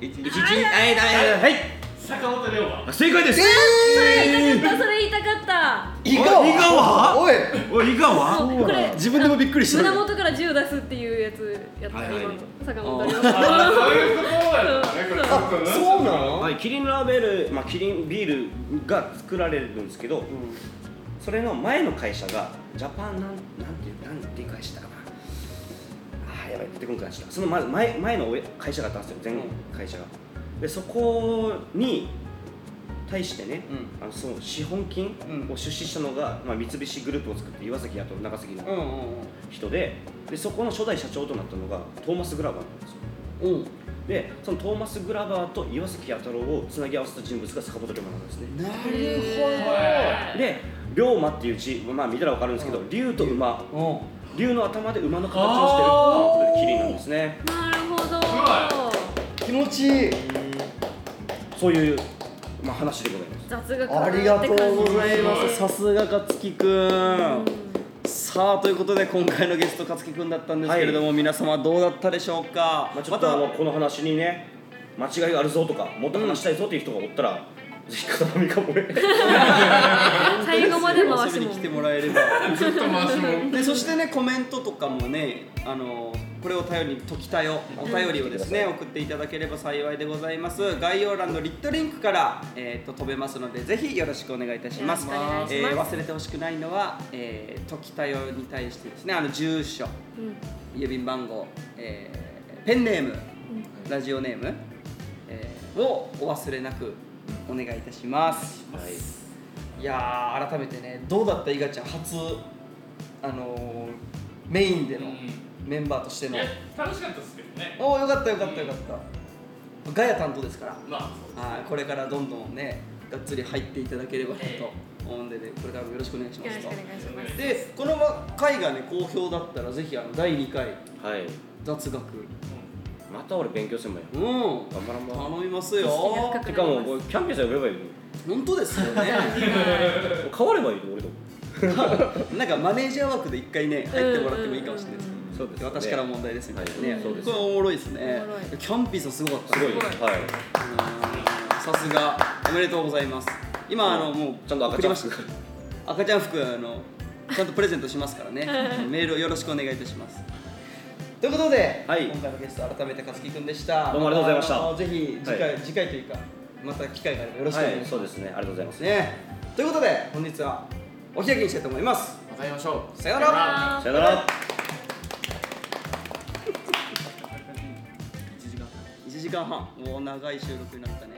[SPEAKER 4] 一
[SPEAKER 7] 一一はいダメだはい
[SPEAKER 6] 坂本龍馬
[SPEAKER 4] あ正解です
[SPEAKER 5] 言いたかったそれ言いたかった
[SPEAKER 3] 伊川
[SPEAKER 4] 伊川
[SPEAKER 3] おい
[SPEAKER 4] おい伊川
[SPEAKER 5] そうこれ
[SPEAKER 3] 自分でもびっくりした
[SPEAKER 5] 胸元から銃出すっていうやつやった、
[SPEAKER 4] はいはい
[SPEAKER 5] 今の坂本龍馬
[SPEAKER 6] あーそういうことなんだねこれ
[SPEAKER 3] あそうなの、
[SPEAKER 7] はい、キリンラベル、まあ、キリンビールが作られるんですけどそれの前の会社がジャパンなんなんていうなんていう会社だかなあーやばい出てこんくなっちゃったその前前前の会社があったんですよ前会社がでそこに対してね、あのその資本金を出資したのが、まあ、三菱グループを作って岩崎やと長崎の
[SPEAKER 3] うんうん
[SPEAKER 7] 人ででそこの初代社長となったのがトーマス・グラバーなんです
[SPEAKER 3] う
[SPEAKER 7] よ
[SPEAKER 3] んうん
[SPEAKER 7] でそのトーマス・グラバーと岩崎弥太郎をつなぎ合わせた人物が坂本龍馬なんですね
[SPEAKER 3] なる
[SPEAKER 7] で龍馬っていう字、まあ、見たら分かるんですけど、
[SPEAKER 3] うん
[SPEAKER 7] 龍と馬
[SPEAKER 3] ほど
[SPEAKER 7] 龍の頭で馬の形をしてるということでキリンなんですね
[SPEAKER 5] なるほど
[SPEAKER 3] うん気持ちいい
[SPEAKER 7] そういう、まあ、話でございます
[SPEAKER 5] 雑学
[SPEAKER 3] ありがとうございますすさすが勝木くんさあということで今回のゲスト勝木くんだったんですけれども、皆様どうだったでしょうか、
[SPEAKER 7] まあ、ちょっとあのこの話にね間違いがあるぞとかもっと話したいぞっていう人がおったら、ぜひ片身かもね
[SPEAKER 5] 最後まで回
[SPEAKER 3] 遊
[SPEAKER 5] し
[SPEAKER 3] び
[SPEAKER 5] も
[SPEAKER 3] に来てもらえれば
[SPEAKER 6] ずっと回しも
[SPEAKER 3] でそしてねコメントとかもねあのこれを頼りに「時たよ」お便りをですね送っていただければ幸いでございます概要欄のリットリンクから、えー、と飛べますのでぜひよろしくお願いいたします
[SPEAKER 5] よろしくお願いします
[SPEAKER 3] えー忘れてほしくないのは「えー、時たよ」に対してですねあの住所
[SPEAKER 5] うん
[SPEAKER 3] 郵便番号、えーペンネームラジオネーム、えーをお忘れなくお願いいたします、い、やー改めてねどうだった伊賀ちゃん初あのーメインでのメンバーとして
[SPEAKER 6] い
[SPEAKER 3] の、
[SPEAKER 6] や楽しかったですけどね
[SPEAKER 3] おおよかったよかったよかった、ガヤ担当ですから
[SPEAKER 6] まあそう
[SPEAKER 3] はいこれからどんどんねがっつり入っていただければなと思うんでねこれからもよろしくお願いしま
[SPEAKER 5] よろ
[SPEAKER 3] す
[SPEAKER 5] しく
[SPEAKER 3] と
[SPEAKER 5] お願いします
[SPEAKER 3] でこの回がね好評だったらぜひあの第2回
[SPEAKER 7] はい
[SPEAKER 3] 雑学
[SPEAKER 7] また俺勉強せんばよ
[SPEAKER 3] うん
[SPEAKER 7] 頑張らんば
[SPEAKER 3] 頼みますよ
[SPEAKER 5] 私が
[SPEAKER 7] てかもうこれキャンピーさん呼べばいいの
[SPEAKER 3] 本当ですよ ね
[SPEAKER 7] 変わればいいの俺と
[SPEAKER 3] なんかマネージャー枠で一回ね入ってもらってもいいかもしれないですね
[SPEAKER 7] そうですね
[SPEAKER 3] 私から問題ですみたいな
[SPEAKER 7] は
[SPEAKER 3] ね
[SPEAKER 7] いそうです
[SPEAKER 3] これおもろいですね
[SPEAKER 5] おもろい
[SPEAKER 3] キャンピーさんすごかった
[SPEAKER 7] す
[SPEAKER 3] ね
[SPEAKER 7] ごいですはい
[SPEAKER 3] うんさすがおめでとうございます今あのもう
[SPEAKER 7] ちゃんと赤ちゃん
[SPEAKER 3] 送りました赤ちゃん服あのちゃんとプレゼントしますから ねメールをよろしくお願いいたしますということで、
[SPEAKER 7] はい
[SPEAKER 3] 今回のゲスト改めて勝木くんでした
[SPEAKER 7] どうもありがとうございました
[SPEAKER 3] あのぜひ次回、
[SPEAKER 7] はい
[SPEAKER 3] 次回というかまた機会があればよろしくお願いし
[SPEAKER 7] は
[SPEAKER 3] ま
[SPEAKER 7] い
[SPEAKER 3] す、
[SPEAKER 7] そうですねありがとうございます
[SPEAKER 3] ねということで本日はお開きにしたいと思います
[SPEAKER 6] また会いましょう
[SPEAKER 3] さよなら
[SPEAKER 7] さよなら
[SPEAKER 6] 1時間半
[SPEAKER 3] 1時間半もう長い収録になったね